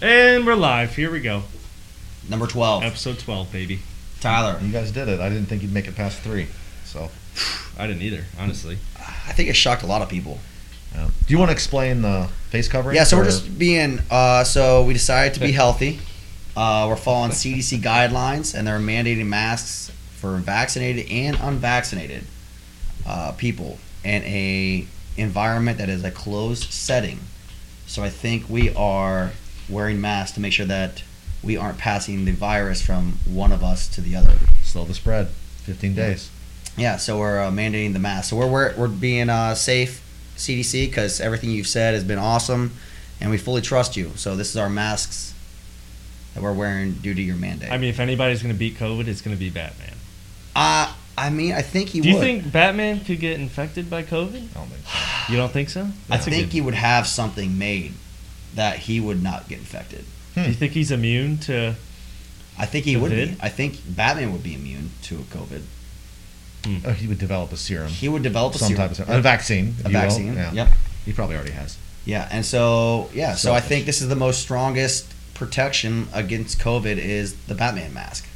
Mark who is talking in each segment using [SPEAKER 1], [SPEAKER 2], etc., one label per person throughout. [SPEAKER 1] And we're live. Here we go.
[SPEAKER 2] Number 12.
[SPEAKER 1] Episode 12, baby.
[SPEAKER 2] Tyler.
[SPEAKER 3] You guys did it. I didn't think you'd make it past three. So,
[SPEAKER 1] I didn't either, honestly.
[SPEAKER 2] I think it shocked a lot of people.
[SPEAKER 3] yeah. do you want to explain the face covering?
[SPEAKER 2] Yeah, so
[SPEAKER 3] or-
[SPEAKER 2] we're just being, uh, so we decided to be healthy. Uh, we're following CDC guidelines, and they're mandating masks for vaccinated and unvaccinated uh, people in a environment that is a closed setting. So I think we are wearing masks to make sure that we aren't passing the virus from one of us to the other.
[SPEAKER 3] slow the spread. Fifteen days.
[SPEAKER 2] Yeah, so we're uh, mandating the mask. So we're we're, we're being uh, safe, CDC, because everything you've said has been awesome, and we fully trust you. So this is our masks that we're wearing due to your mandate.
[SPEAKER 1] I mean, if anybody's going to beat COVID, it's going to be Batman.
[SPEAKER 2] uh, I mean, I think he
[SPEAKER 1] Do you
[SPEAKER 2] would.
[SPEAKER 1] think Batman could get infected by COVID?
[SPEAKER 3] I don't think.
[SPEAKER 1] You don't think so?
[SPEAKER 2] I
[SPEAKER 1] a
[SPEAKER 2] think
[SPEAKER 1] good-
[SPEAKER 2] he would have something made that he would not get infected.
[SPEAKER 1] Do you think he's immune to.
[SPEAKER 2] I think he
[SPEAKER 1] The
[SPEAKER 2] would be.
[SPEAKER 1] vid?
[SPEAKER 2] I think Batman would be immune to COVID.
[SPEAKER 3] Oh, he would develop a serum,
[SPEAKER 2] He would develop a
[SPEAKER 3] some
[SPEAKER 2] serum.
[SPEAKER 3] type of serum, a vaccine, if
[SPEAKER 2] a
[SPEAKER 3] you will.
[SPEAKER 2] vaccine.
[SPEAKER 3] Yeah.
[SPEAKER 2] Yep.
[SPEAKER 3] He probably already has.
[SPEAKER 2] Yeah, and so yeah, so I
[SPEAKER 3] Selfish.
[SPEAKER 2] think this is the most strongest protection against COVID is the Batman mask.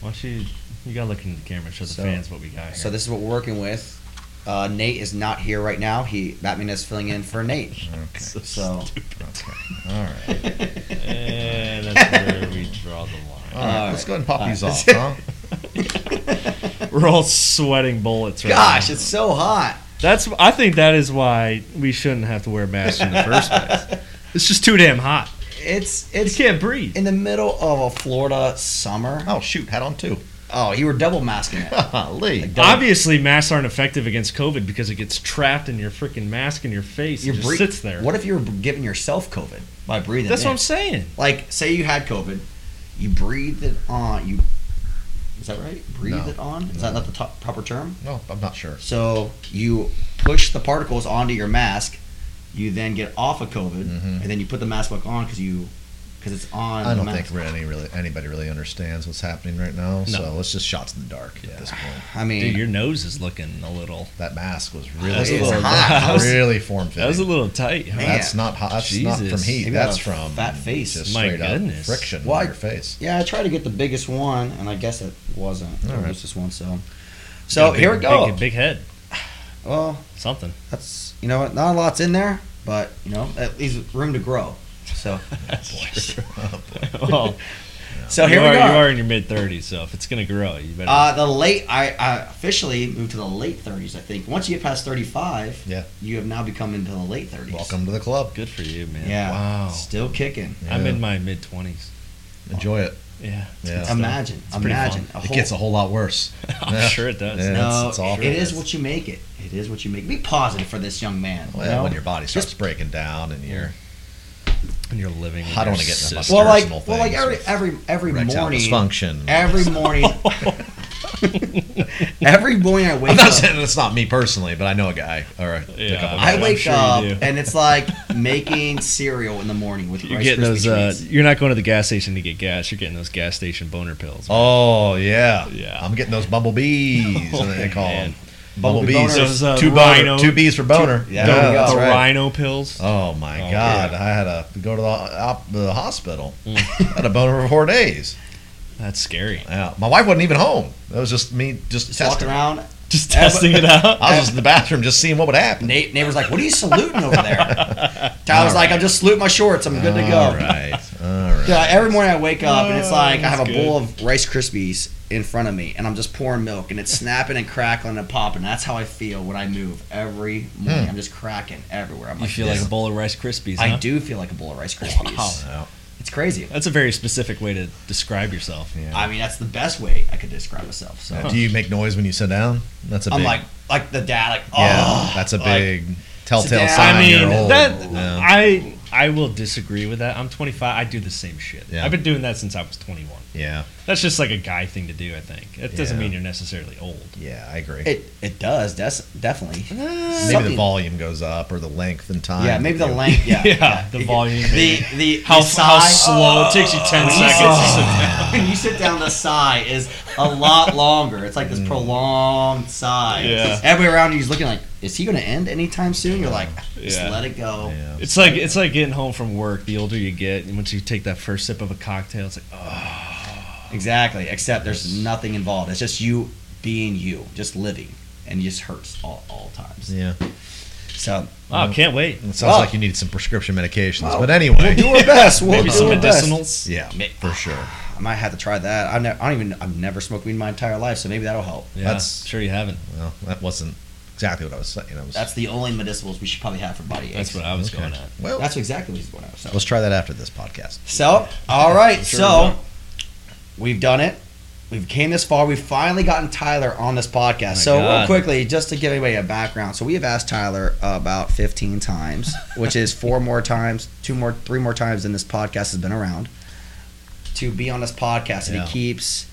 [SPEAKER 1] Why don't you. You got to look into the camera, show the
[SPEAKER 3] So-
[SPEAKER 1] fans what we got here.
[SPEAKER 2] So this is what we're working with. Uh, Nate is not here right now. He Batman is filling in for Nate.
[SPEAKER 3] Okay.
[SPEAKER 2] So
[SPEAKER 3] okay. All right. All right.
[SPEAKER 1] and that's where we draw the line.
[SPEAKER 2] All right.
[SPEAKER 3] Let's go ahead and pop
[SPEAKER 2] All
[SPEAKER 3] these
[SPEAKER 2] right.
[SPEAKER 3] off, huh?
[SPEAKER 1] We're all sweating bullets right
[SPEAKER 2] gosh,
[SPEAKER 1] now.
[SPEAKER 2] it's so hot.
[SPEAKER 1] That's. I think that is why we shouldn't have to wear masks in the first place. It's just too damn hot.
[SPEAKER 2] It's
[SPEAKER 1] You
[SPEAKER 2] it's
[SPEAKER 1] can't breathe.
[SPEAKER 2] in the middle of a Florida summer.
[SPEAKER 3] Oh shoot, hat on too.
[SPEAKER 2] Oh, you were double masking it.
[SPEAKER 3] Golly.
[SPEAKER 2] Like,
[SPEAKER 1] Obviously, masks aren't effective against COVID because it gets trapped in your freaking mask in your face.
[SPEAKER 2] You're
[SPEAKER 1] it just
[SPEAKER 2] breath-
[SPEAKER 1] sits there.
[SPEAKER 2] What if you were giving yourself COVID by breathing?
[SPEAKER 1] That's
[SPEAKER 2] in?
[SPEAKER 1] what I'm saying.
[SPEAKER 2] Like, say you had COVID, you breathed it on. You is that right? Breathe
[SPEAKER 3] No.
[SPEAKER 2] it on. Is that not the top, proper term?
[SPEAKER 3] No, I'm not sure.
[SPEAKER 2] So you push the particles onto your mask. You then get off of COVID,
[SPEAKER 3] Mhm.
[SPEAKER 2] and then you put the mask back on because you because it's on.
[SPEAKER 3] I
[SPEAKER 2] the
[SPEAKER 3] don't
[SPEAKER 2] mask.
[SPEAKER 3] think really, really anybody really understands what's happening right now. So let's just shots in the dark at this point.
[SPEAKER 2] I mean,
[SPEAKER 1] Dude, your nose is looking a little.
[SPEAKER 3] That mask was really,
[SPEAKER 2] was a
[SPEAKER 1] little hot.
[SPEAKER 3] really form fitting.
[SPEAKER 1] That was a little tight.
[SPEAKER 2] Man.
[SPEAKER 3] That's not hot. That's not from
[SPEAKER 1] Jesus.
[SPEAKER 3] heat.
[SPEAKER 2] Maybe
[SPEAKER 3] that's
[SPEAKER 2] not a
[SPEAKER 3] from
[SPEAKER 2] fat face.
[SPEAKER 3] Just
[SPEAKER 1] My
[SPEAKER 3] straight up
[SPEAKER 1] goodness.
[SPEAKER 3] friction
[SPEAKER 2] Why-
[SPEAKER 3] on your face.
[SPEAKER 2] yeah, I tried to get the biggest one, and I guess it wasn't.
[SPEAKER 3] All
[SPEAKER 2] It
[SPEAKER 3] right.
[SPEAKER 2] was just one. So, so Oh, here we go.
[SPEAKER 1] Big, big head.
[SPEAKER 2] Well,
[SPEAKER 1] Something.
[SPEAKER 2] that's you know what, not a lot's in there, but you know at least room to grow. So,
[SPEAKER 1] That's
[SPEAKER 3] Boy.
[SPEAKER 1] well,
[SPEAKER 2] so
[SPEAKER 1] you
[SPEAKER 2] here
[SPEAKER 1] are,
[SPEAKER 2] we
[SPEAKER 1] You
[SPEAKER 2] are.
[SPEAKER 1] are in your mid 30s, so if it's gonna grow, you better.
[SPEAKER 2] Uh, the late I, I officially moved to the late 30s. I think once you get past 35,
[SPEAKER 3] Yeah.
[SPEAKER 2] you have now become into the late 30s.
[SPEAKER 3] Welcome to the club.
[SPEAKER 1] good for you, man.
[SPEAKER 2] Yeah.
[SPEAKER 1] Wow.
[SPEAKER 2] Still kicking.
[SPEAKER 1] I'm
[SPEAKER 3] Yeah.
[SPEAKER 1] in my mid 20s.
[SPEAKER 3] Enjoy it.
[SPEAKER 1] Yeah. it's
[SPEAKER 3] Yeah.
[SPEAKER 1] good stuff.
[SPEAKER 2] Imagine,
[SPEAKER 1] It's pretty
[SPEAKER 2] imagine a
[SPEAKER 3] It
[SPEAKER 2] whole.
[SPEAKER 3] gets a whole lot worse.
[SPEAKER 1] I'm
[SPEAKER 3] Yeah.
[SPEAKER 1] sure it does.
[SPEAKER 3] Yeah,
[SPEAKER 2] no,
[SPEAKER 3] it's, it's awful.
[SPEAKER 2] it is what you make it. It is what you make. Be positive for this young man.
[SPEAKER 3] Well,
[SPEAKER 2] you know?
[SPEAKER 3] when your body starts breaking down and you're
[SPEAKER 1] And you're living. with
[SPEAKER 3] I
[SPEAKER 1] your
[SPEAKER 3] don't wanna get in that
[SPEAKER 1] sister.
[SPEAKER 2] well, like,
[SPEAKER 3] personal
[SPEAKER 2] well, like
[SPEAKER 3] things
[SPEAKER 2] every
[SPEAKER 3] with
[SPEAKER 2] every every
[SPEAKER 3] erectile
[SPEAKER 2] morning,
[SPEAKER 3] dysfunction.
[SPEAKER 2] every morning, every morning I
[SPEAKER 3] I'm
[SPEAKER 2] wake
[SPEAKER 3] not
[SPEAKER 2] up.
[SPEAKER 3] saying it's not me personally, but I know a guy or a, a
[SPEAKER 1] Yeah.
[SPEAKER 3] couple
[SPEAKER 1] I'm
[SPEAKER 2] I wake
[SPEAKER 1] sure you
[SPEAKER 2] up
[SPEAKER 1] do.
[SPEAKER 2] and it's like making cereal in the morning with
[SPEAKER 1] You're
[SPEAKER 2] Rice
[SPEAKER 1] getting
[SPEAKER 2] Krispie
[SPEAKER 1] those. Uh,
[SPEAKER 2] treats.
[SPEAKER 1] you're not going to the gas station to get gas. You're getting those gas station boner pills.
[SPEAKER 3] Oh yeah,
[SPEAKER 1] Yeah.
[SPEAKER 3] I'm getting those bumblebees.
[SPEAKER 1] Oh,
[SPEAKER 3] I think they call
[SPEAKER 1] man.
[SPEAKER 3] them bumblebees.
[SPEAKER 2] boners.
[SPEAKER 1] Those, uh,
[SPEAKER 3] two
[SPEAKER 1] rhino-
[SPEAKER 3] boner, two bees for boner.
[SPEAKER 2] yeah,
[SPEAKER 1] the
[SPEAKER 2] there you
[SPEAKER 1] the
[SPEAKER 2] go.
[SPEAKER 3] that's right.
[SPEAKER 1] rhino pills.
[SPEAKER 3] Oh my
[SPEAKER 1] Oh,
[SPEAKER 3] god, I had to go to the, op, the hospital.
[SPEAKER 2] Mm.
[SPEAKER 3] had a boner for four days.
[SPEAKER 1] That's scary.
[SPEAKER 3] Yeah, my wife wasn't even home. That was just me, just,
[SPEAKER 2] Just walking
[SPEAKER 3] testing.
[SPEAKER 2] around.
[SPEAKER 1] Just testing it out.
[SPEAKER 3] I was just in the bathroom, just seeing what would happen.
[SPEAKER 2] Nate, neighbor's like, "What are you saluting over there?" Tyler's
[SPEAKER 3] All
[SPEAKER 2] like, "I'm just saluting my shorts. I'm good to go."
[SPEAKER 3] All right, all right.
[SPEAKER 2] Yeah, every morning I wake up and it's like
[SPEAKER 1] Oh,
[SPEAKER 2] I
[SPEAKER 1] that's
[SPEAKER 2] have a
[SPEAKER 1] good.
[SPEAKER 2] bowl of Rice Krispies in front of me, and I'm just pouring milk, and it's snapping and crackling and popping. That's how I feel when I move every morning. I'm just cracking everywhere. I'm
[SPEAKER 1] You
[SPEAKER 2] like,
[SPEAKER 1] feel
[SPEAKER 2] "This-
[SPEAKER 1] like a bowl of Rice Krispies.
[SPEAKER 2] I
[SPEAKER 1] huh?
[SPEAKER 2] do feel like a bowl of Rice Krispies.
[SPEAKER 3] Yeah.
[SPEAKER 2] It's crazy.
[SPEAKER 1] That's a very specific way to describe yourself.
[SPEAKER 3] Yeah.
[SPEAKER 2] I mean, that's the best way I could describe myself. So
[SPEAKER 3] Do you make noise when you sit down? That's a
[SPEAKER 2] I'm
[SPEAKER 3] big.
[SPEAKER 2] like, like the dad, like, oh,
[SPEAKER 3] yeah, that's a
[SPEAKER 2] like,
[SPEAKER 3] big telltale
[SPEAKER 2] down.
[SPEAKER 3] sign.
[SPEAKER 1] I mean,
[SPEAKER 3] you're old.
[SPEAKER 1] that
[SPEAKER 3] Yeah.
[SPEAKER 1] I I will disagree with that. I'm 25. I do the same shit.
[SPEAKER 3] Yeah.
[SPEAKER 1] I've been doing that since I was 21.
[SPEAKER 3] yeah,
[SPEAKER 1] That's just like a guy thing to do. I think it doesn't
[SPEAKER 3] Yeah.
[SPEAKER 1] mean you're necessarily old.
[SPEAKER 3] yeah, I agree.
[SPEAKER 2] It it does. That's definitely.
[SPEAKER 3] maybe
[SPEAKER 2] something-
[SPEAKER 3] the volume goes up or the length and time.
[SPEAKER 2] Yeah, maybe the
[SPEAKER 3] You-
[SPEAKER 2] length. Yeah,
[SPEAKER 1] Yeah, the volume,
[SPEAKER 2] The the
[SPEAKER 1] How,
[SPEAKER 2] the
[SPEAKER 1] how
[SPEAKER 2] sigh.
[SPEAKER 1] slow it takes you 10 seconds to sit down.
[SPEAKER 2] when you sit down, the sigh is a lot longer. It's like this prolonged sigh.
[SPEAKER 1] Mm. Yeah.
[SPEAKER 2] Everybody around you's looking like, is he going to end anytime soon? You're like, "Ah, just
[SPEAKER 1] Yeah.
[SPEAKER 2] let it go.
[SPEAKER 3] Yeah.
[SPEAKER 1] It's like it's like getting home from work. The older you get, and once you take that first sip of a cocktail, it's like, oh,
[SPEAKER 2] Exactly. Except there's nothing involved. It's just you being you, just living, and it just hurts all, all times.
[SPEAKER 3] yeah.
[SPEAKER 2] So
[SPEAKER 1] wow, oh, can't wait.
[SPEAKER 3] It sounds
[SPEAKER 2] Well-
[SPEAKER 3] like you need some prescription medications.
[SPEAKER 2] Well,
[SPEAKER 3] but anyway.
[SPEAKER 2] we'll do our best. We'll
[SPEAKER 1] Maybe
[SPEAKER 2] do
[SPEAKER 1] some
[SPEAKER 2] our best.
[SPEAKER 1] medicinals.
[SPEAKER 3] yeah, for sure.
[SPEAKER 2] Ah, I might have to try that. I, ne- I don't even. I've never smoked weed in my entire life, so maybe that'll help.
[SPEAKER 1] Yeah,
[SPEAKER 3] That's-
[SPEAKER 1] sure you haven't.
[SPEAKER 3] Well, that wasn't exactly what I was saying. I was,
[SPEAKER 2] That's the only medicinals we should probably have for body aches.
[SPEAKER 1] That's what I was
[SPEAKER 3] Okay.
[SPEAKER 1] going at.
[SPEAKER 3] well,
[SPEAKER 2] That's exactly what he's going on. So,
[SPEAKER 3] let's try that after this podcast.
[SPEAKER 2] so all right.
[SPEAKER 1] Sure
[SPEAKER 2] so we've done it. We've came this far. We've finally gotten Tyler on this podcast.
[SPEAKER 1] my
[SPEAKER 2] so real
[SPEAKER 1] God.
[SPEAKER 2] quickly, just to give everybody a background, so we have asked Tyler about 15 times, which is four more times, two more, three more times than this podcast has been around, to be on this podcast, and
[SPEAKER 3] Yeah.
[SPEAKER 2] he keeps.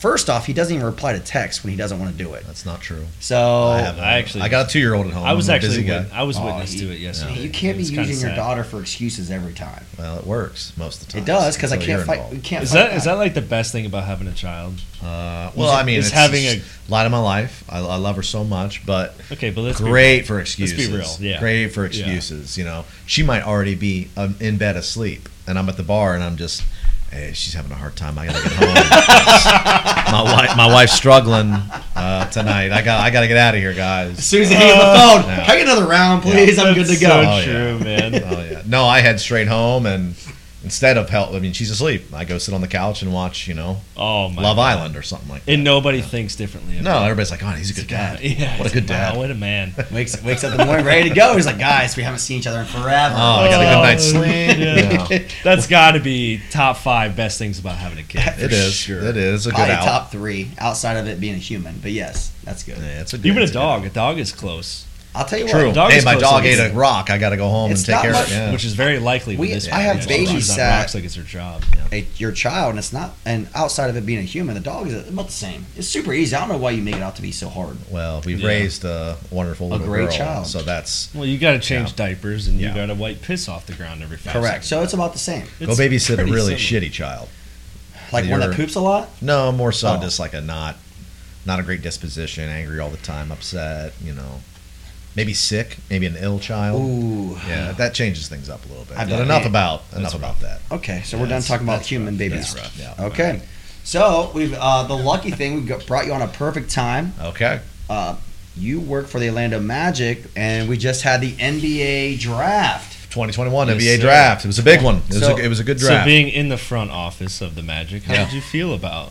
[SPEAKER 2] First off, he doesn't even reply to text when he doesn't want to do it.
[SPEAKER 3] That's not true.
[SPEAKER 2] So
[SPEAKER 3] I haven't.
[SPEAKER 1] Oh, I actually-
[SPEAKER 3] I got a two year old at home.
[SPEAKER 1] I was
[SPEAKER 3] I'm a
[SPEAKER 1] actually
[SPEAKER 3] busy guy.
[SPEAKER 1] wit- Oh, I was
[SPEAKER 2] Aw,
[SPEAKER 1] witness
[SPEAKER 2] he-
[SPEAKER 1] to it yesterday.
[SPEAKER 2] you can't
[SPEAKER 1] It
[SPEAKER 2] be
[SPEAKER 1] was kinda
[SPEAKER 2] using your
[SPEAKER 1] sad. Oh,
[SPEAKER 2] daughter for excuses every time.
[SPEAKER 3] Well, it works most of the time.
[SPEAKER 2] It does because I
[SPEAKER 3] until
[SPEAKER 2] can't
[SPEAKER 3] you're
[SPEAKER 2] fight.
[SPEAKER 3] involved.
[SPEAKER 2] We can't.
[SPEAKER 1] Is
[SPEAKER 2] fight
[SPEAKER 1] that is that like the best thing about having a child?
[SPEAKER 3] Uh, well,
[SPEAKER 1] Is-
[SPEAKER 3] I mean,
[SPEAKER 1] is
[SPEAKER 3] it's
[SPEAKER 1] having
[SPEAKER 3] having a light of my life. I, I love her so much, but
[SPEAKER 1] Okay, but let's be-
[SPEAKER 3] great for
[SPEAKER 1] be
[SPEAKER 3] excuses.
[SPEAKER 1] real, yeah.
[SPEAKER 3] Great for
[SPEAKER 1] Yeah.
[SPEAKER 3] excuses. You know, she might already be um, in bed asleep, and I'm at the bar, and I'm just, hey, she's having a hard time. I gotta get home. my wife, my wife's struggling uh, tonight. I got, I gotta get out of here,
[SPEAKER 2] As
[SPEAKER 3] guys.
[SPEAKER 2] soon as he hit the
[SPEAKER 3] Uh,
[SPEAKER 2] phone,
[SPEAKER 3] no.
[SPEAKER 2] can I get another round, please? I'm good to
[SPEAKER 1] That's
[SPEAKER 2] go.
[SPEAKER 1] So
[SPEAKER 3] Oh, yeah.
[SPEAKER 1] true, man.
[SPEAKER 3] Oh yeah. No, I head straight home, and instead of help, I mean, she's asleep. I go sit on the couch and watch, you know,
[SPEAKER 1] Oh my.
[SPEAKER 3] Love
[SPEAKER 1] God.
[SPEAKER 3] Island or something like that.
[SPEAKER 1] And nobody thinks differently. of
[SPEAKER 3] No,
[SPEAKER 1] it.
[SPEAKER 3] everybody's like, oh, he's a good dad.
[SPEAKER 1] Yeah,
[SPEAKER 3] what a
[SPEAKER 1] it's
[SPEAKER 3] good
[SPEAKER 1] like, wow,
[SPEAKER 3] dad.
[SPEAKER 1] What a man.
[SPEAKER 2] Wakes wakes up in the morning ready to go. He's like, guys, we haven't seen each other in forever.
[SPEAKER 3] Oh, I got a
[SPEAKER 1] Oh,
[SPEAKER 3] good night's sleep.
[SPEAKER 1] yeah.
[SPEAKER 3] Yeah.
[SPEAKER 1] That's got to be top five best things about having a kid.
[SPEAKER 3] It is.
[SPEAKER 1] Sure.
[SPEAKER 3] It is a good
[SPEAKER 2] Probably
[SPEAKER 3] out.
[SPEAKER 2] top three outside of it being a human, but yes, that's good.
[SPEAKER 3] Yeah, it's a good,
[SPEAKER 1] Even a
[SPEAKER 3] it's good-
[SPEAKER 1] dog. A dog is close,
[SPEAKER 2] I'll tell you
[SPEAKER 3] True.
[SPEAKER 2] what.
[SPEAKER 1] Dog
[SPEAKER 3] hey,
[SPEAKER 1] is
[SPEAKER 3] my
[SPEAKER 1] close,
[SPEAKER 3] dog
[SPEAKER 1] so
[SPEAKER 3] ate
[SPEAKER 1] it's-
[SPEAKER 3] a rock. I got to go home
[SPEAKER 2] It's
[SPEAKER 3] and take
[SPEAKER 2] not
[SPEAKER 3] care
[SPEAKER 2] much-
[SPEAKER 3] of it. Yeah.
[SPEAKER 1] which is very likely.
[SPEAKER 2] We-
[SPEAKER 1] with this
[SPEAKER 2] I
[SPEAKER 1] one.
[SPEAKER 2] have
[SPEAKER 1] Yeah,
[SPEAKER 2] baby
[SPEAKER 1] she's on
[SPEAKER 2] sat-
[SPEAKER 1] rocks like it's her job.
[SPEAKER 2] a, your child, and it's not, and outside of it being a human, the dog is about the same. It's super easy. I don't know why you make it out to be so hard.
[SPEAKER 3] well, we've
[SPEAKER 1] Yeah.
[SPEAKER 3] raised a wonderful little
[SPEAKER 2] great
[SPEAKER 3] girl,
[SPEAKER 2] child.
[SPEAKER 3] So that's
[SPEAKER 1] Well, you got to change
[SPEAKER 3] Yeah.
[SPEAKER 1] diapers and
[SPEAKER 3] Yeah.
[SPEAKER 1] you got to wipe piss off the ground every five.
[SPEAKER 2] Correct. So
[SPEAKER 1] seconds.
[SPEAKER 2] it's about the same.
[SPEAKER 1] It's
[SPEAKER 3] go babysit a
[SPEAKER 1] pretty
[SPEAKER 3] really
[SPEAKER 1] similar.
[SPEAKER 3] shitty child.
[SPEAKER 2] Like one that
[SPEAKER 3] You're-
[SPEAKER 2] poops a lot.
[SPEAKER 3] No, more so
[SPEAKER 2] Oh.
[SPEAKER 3] just like a not, not a great disposition, angry all the time, upset. You know, maybe sick, maybe an ill child.
[SPEAKER 2] Ooh.
[SPEAKER 3] Yeah, that changes things up a little bit.
[SPEAKER 2] I
[SPEAKER 3] But
[SPEAKER 2] bet.
[SPEAKER 3] enough about
[SPEAKER 1] That's
[SPEAKER 3] enough about that.
[SPEAKER 2] Okay, so
[SPEAKER 3] Yeah,
[SPEAKER 2] we're done
[SPEAKER 3] that's-
[SPEAKER 2] talking about
[SPEAKER 3] that's
[SPEAKER 2] human
[SPEAKER 3] rough.
[SPEAKER 2] babies.
[SPEAKER 3] That's rough. Yeah.
[SPEAKER 2] Okay, so we've uh, the lucky thing we got, brought you on a perfect time.
[SPEAKER 3] Okay.
[SPEAKER 2] Uh, you work for the Orlando Magic, and we just had the NBA draft.
[SPEAKER 3] 2021
[SPEAKER 1] Yes,
[SPEAKER 3] NBA
[SPEAKER 1] sir.
[SPEAKER 3] draft. It was a big one. It was,
[SPEAKER 2] So-
[SPEAKER 3] a, it was a good
[SPEAKER 1] So
[SPEAKER 3] draft.
[SPEAKER 1] being in the front office of the Magic, how
[SPEAKER 3] Yeah.
[SPEAKER 1] did you feel about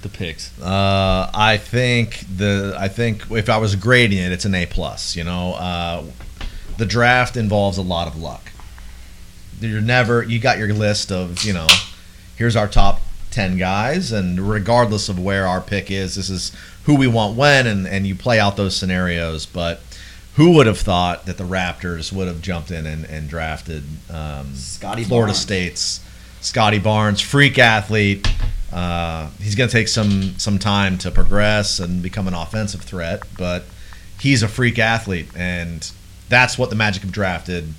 [SPEAKER 1] the picks?
[SPEAKER 3] Uh, I think the I think if I was grading it, it's an A plus. You know, uh, the draft involves a lot of luck. You're never you got your list of you know, here's our top ten guys, and regardless of where our pick is, this is who we want when, and and you play out those scenarios. But who would have thought that the Raptors would have jumped in and, and drafted um,
[SPEAKER 2] Scotty
[SPEAKER 3] Florida
[SPEAKER 2] Barnes.
[SPEAKER 3] State's Scotty Barnes, freak athlete. Uh, he's going to take some some time to progress and become an offensive threat, but he's a freak athlete, and that's what the Magic have drafted.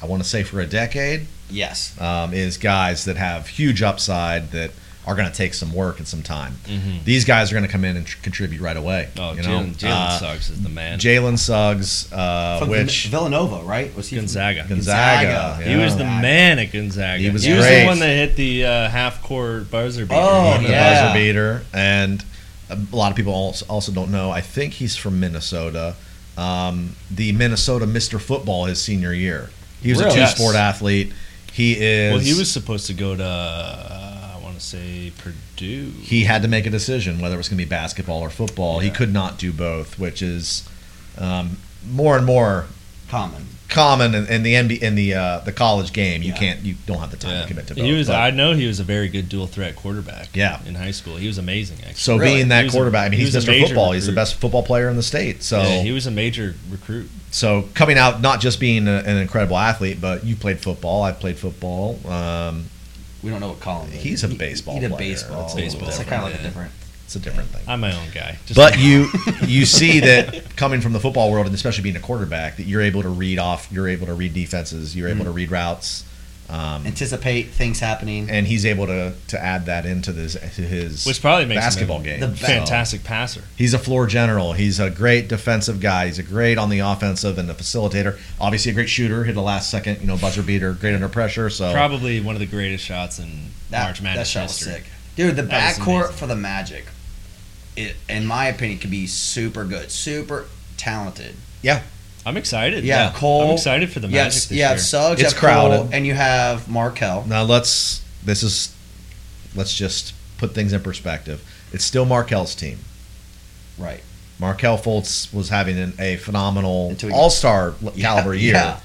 [SPEAKER 3] I want to say for a decade
[SPEAKER 2] Yes,
[SPEAKER 3] um, is guys that have huge upside that are going to take some work and some time.
[SPEAKER 1] Mm-hmm.
[SPEAKER 3] These guys are going to come in and tr- contribute right away.
[SPEAKER 1] Oh,
[SPEAKER 3] you know?
[SPEAKER 1] Jalen Jalen
[SPEAKER 3] Uh,
[SPEAKER 1] Suggs is the man.
[SPEAKER 3] Jalen Suggs, uh,
[SPEAKER 2] from
[SPEAKER 3] which
[SPEAKER 2] Villanova, right? Was he from-
[SPEAKER 1] Gonzaga.
[SPEAKER 3] Gonzaga.
[SPEAKER 1] He was the
[SPEAKER 2] Gonzaga.
[SPEAKER 1] man at Gonzaga.
[SPEAKER 3] He was
[SPEAKER 1] the
[SPEAKER 3] great.
[SPEAKER 1] one that hit the uh, half court buzzer beater.
[SPEAKER 2] Oh,
[SPEAKER 3] the
[SPEAKER 2] yeah.
[SPEAKER 3] buzzer beater, and a lot of people also, also don't know. I think he's from Minnesota. Um, the Minnesota Mr. Football his senior year. He was
[SPEAKER 2] Really?
[SPEAKER 3] a two-sport athlete. He is.
[SPEAKER 1] Well, he was supposed to go to uh, I want to say Purdue.
[SPEAKER 3] He had to make a decision whether it was going to be basketball or football. He
[SPEAKER 1] Yeah.
[SPEAKER 3] could not do both, which is um, more and more
[SPEAKER 2] Common.
[SPEAKER 3] common in, in the NBA, in the uh, the college game. You
[SPEAKER 2] Yeah.
[SPEAKER 3] can't. You don't have the time to commit to both.
[SPEAKER 1] he was.
[SPEAKER 3] but-
[SPEAKER 1] I know he was a very good dual threat quarterback.
[SPEAKER 3] Yeah.
[SPEAKER 1] in high school, he was amazing. Actually,
[SPEAKER 3] so
[SPEAKER 2] Really?
[SPEAKER 3] being
[SPEAKER 1] He
[SPEAKER 3] that
[SPEAKER 1] was a-
[SPEAKER 3] quarterback, I mean,
[SPEAKER 1] he
[SPEAKER 3] he's
[SPEAKER 1] was a
[SPEAKER 3] Mr.
[SPEAKER 1] major
[SPEAKER 3] Football. He's the
[SPEAKER 1] recruit.
[SPEAKER 3] best football player in the state. So
[SPEAKER 1] yeah, he was a major recruit.
[SPEAKER 3] So coming out, not just being a, an incredible athlete, but you played football. I played football. Um,
[SPEAKER 2] We don't know what column. it is.
[SPEAKER 3] He's a
[SPEAKER 2] He- he
[SPEAKER 3] baseball
[SPEAKER 2] did
[SPEAKER 3] player.
[SPEAKER 2] baseball. It's
[SPEAKER 3] It's a little
[SPEAKER 2] baseball. It's
[SPEAKER 1] different,
[SPEAKER 2] kind of like a
[SPEAKER 1] yeah.
[SPEAKER 2] different.
[SPEAKER 3] it's a different thing.
[SPEAKER 1] I'm my own guy. Just
[SPEAKER 3] But you you see that coming from the football
[SPEAKER 1] Mm-hmm.
[SPEAKER 3] world, and especially being a quarterback, that you're able to read off, you're able to read defenses, you're able to read routes, Um,
[SPEAKER 2] Anticipate things happening.
[SPEAKER 3] and he's able to to add that into this to his
[SPEAKER 1] which probably makes
[SPEAKER 3] basketball
[SPEAKER 1] him
[SPEAKER 3] game.
[SPEAKER 1] a
[SPEAKER 2] The ba-
[SPEAKER 1] fantastic passer.
[SPEAKER 3] He's a floor general. He's a great defensive guy. He's a great on the offensive and a facilitator. Obviously, a great shooter. Hit a last second, you know, buzzer beater. Great under pressure. So
[SPEAKER 1] Probably one of the greatest shots in
[SPEAKER 2] That,
[SPEAKER 1] March Madness
[SPEAKER 2] that shot was
[SPEAKER 1] history.
[SPEAKER 2] sick. Dude, the
[SPEAKER 1] That was
[SPEAKER 2] backcourt
[SPEAKER 1] amazing.
[SPEAKER 2] for the Magic, it, in my opinion, could be super good, super talented.
[SPEAKER 1] I'm excited.
[SPEAKER 2] You have Cole.
[SPEAKER 1] I'm excited for the
[SPEAKER 2] you have,
[SPEAKER 1] Magic
[SPEAKER 2] you have
[SPEAKER 1] this
[SPEAKER 2] Suggs, you
[SPEAKER 3] It's
[SPEAKER 2] have crowded.
[SPEAKER 3] crowded.
[SPEAKER 2] and you have Markel.
[SPEAKER 3] now let's this is let's just put things in perspective. It's still Markel's team.
[SPEAKER 2] Right.
[SPEAKER 3] Markel Fultz was having an, a phenomenal
[SPEAKER 2] Until he-
[SPEAKER 3] All Star caliber
[SPEAKER 2] Yeah,
[SPEAKER 3] year
[SPEAKER 2] yeah.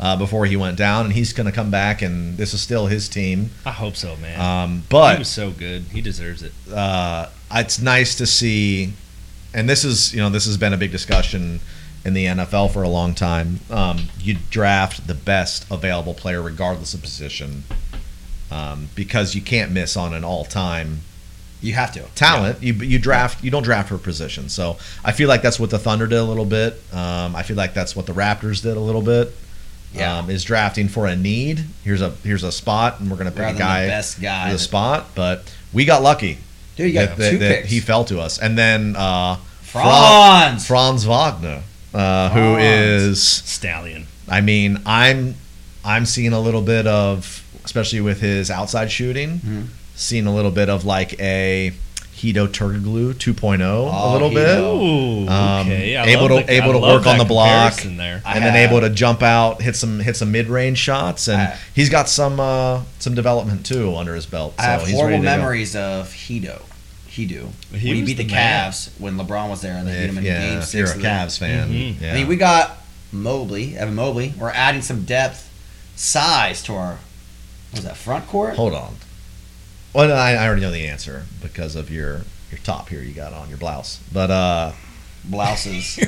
[SPEAKER 3] uh, before he went down, and he's going to come back, and this is still his team.
[SPEAKER 1] year. I hope so, man.
[SPEAKER 3] Um,
[SPEAKER 1] he
[SPEAKER 3] but
[SPEAKER 1] was so good. He deserves it.
[SPEAKER 3] uh, it's nice to see, and this is you know this has been a big discussion in the NFL for a long time. Um, you draft the best available player regardless of position, um, because you can't miss on an all-time
[SPEAKER 2] You have to.
[SPEAKER 3] talent. You you draft you don't draft for position. So I feel like that's what the Thunder did a little bit. Um, I feel like that's what the Raptors did a little bit.
[SPEAKER 2] Yeah.
[SPEAKER 3] Um, is drafting for a need. Here's a here's a spot, and we're gonna pick
[SPEAKER 2] Rather
[SPEAKER 3] a
[SPEAKER 2] than
[SPEAKER 3] guy
[SPEAKER 2] the best
[SPEAKER 3] for
[SPEAKER 2] guy.
[SPEAKER 3] the spot. But we got lucky
[SPEAKER 2] Dude, you got
[SPEAKER 3] that,
[SPEAKER 2] two
[SPEAKER 3] that
[SPEAKER 2] picks.
[SPEAKER 3] he fell to us. And then uh,
[SPEAKER 2] Franz.
[SPEAKER 3] Franz Wagner, uh, who
[SPEAKER 2] Franz.
[SPEAKER 3] is,
[SPEAKER 1] Stallion.
[SPEAKER 3] I mean, I'm I'm seeing a little bit of, especially with his outside shooting,
[SPEAKER 2] Mhm.
[SPEAKER 3] seeing a little bit of like a Hedo Turgoglu 2.0 a
[SPEAKER 2] Oh,
[SPEAKER 3] little
[SPEAKER 2] Hedo.
[SPEAKER 3] bit.
[SPEAKER 1] Ooh,
[SPEAKER 3] Um,
[SPEAKER 1] okay. I
[SPEAKER 3] able
[SPEAKER 1] love
[SPEAKER 3] to-
[SPEAKER 1] the-
[SPEAKER 3] able
[SPEAKER 1] I
[SPEAKER 3] to
[SPEAKER 1] love
[SPEAKER 3] work on
[SPEAKER 1] that
[SPEAKER 3] the block.
[SPEAKER 1] comparison There.
[SPEAKER 2] I
[SPEAKER 3] and then
[SPEAKER 2] have-
[SPEAKER 3] able to jump out, hit some hit some mid range shots, and
[SPEAKER 2] I-
[SPEAKER 3] he's got some uh, some development too under his belt.
[SPEAKER 2] I have
[SPEAKER 3] he's
[SPEAKER 2] horrible
[SPEAKER 3] ready to go.
[SPEAKER 2] memories of Hedo. Hedo.
[SPEAKER 1] He
[SPEAKER 2] when he
[SPEAKER 1] was
[SPEAKER 2] beat the,
[SPEAKER 1] the man.
[SPEAKER 2] Cavs when LeBron was there and they beat him
[SPEAKER 3] If,
[SPEAKER 2] in
[SPEAKER 3] yeah,
[SPEAKER 2] game
[SPEAKER 3] if you're
[SPEAKER 2] six. of
[SPEAKER 3] a
[SPEAKER 2] the- Mm-hmm.
[SPEAKER 3] Cavs fan,
[SPEAKER 1] Mhm.
[SPEAKER 3] yeah.
[SPEAKER 2] I mean, we got Mobley, Evan Mobley. We're adding some depth, size to our. Was that front court?
[SPEAKER 3] Hold on. Well, no, I, I already know the answer because of your your top here you got on your blouse. But uh,
[SPEAKER 2] Blouses.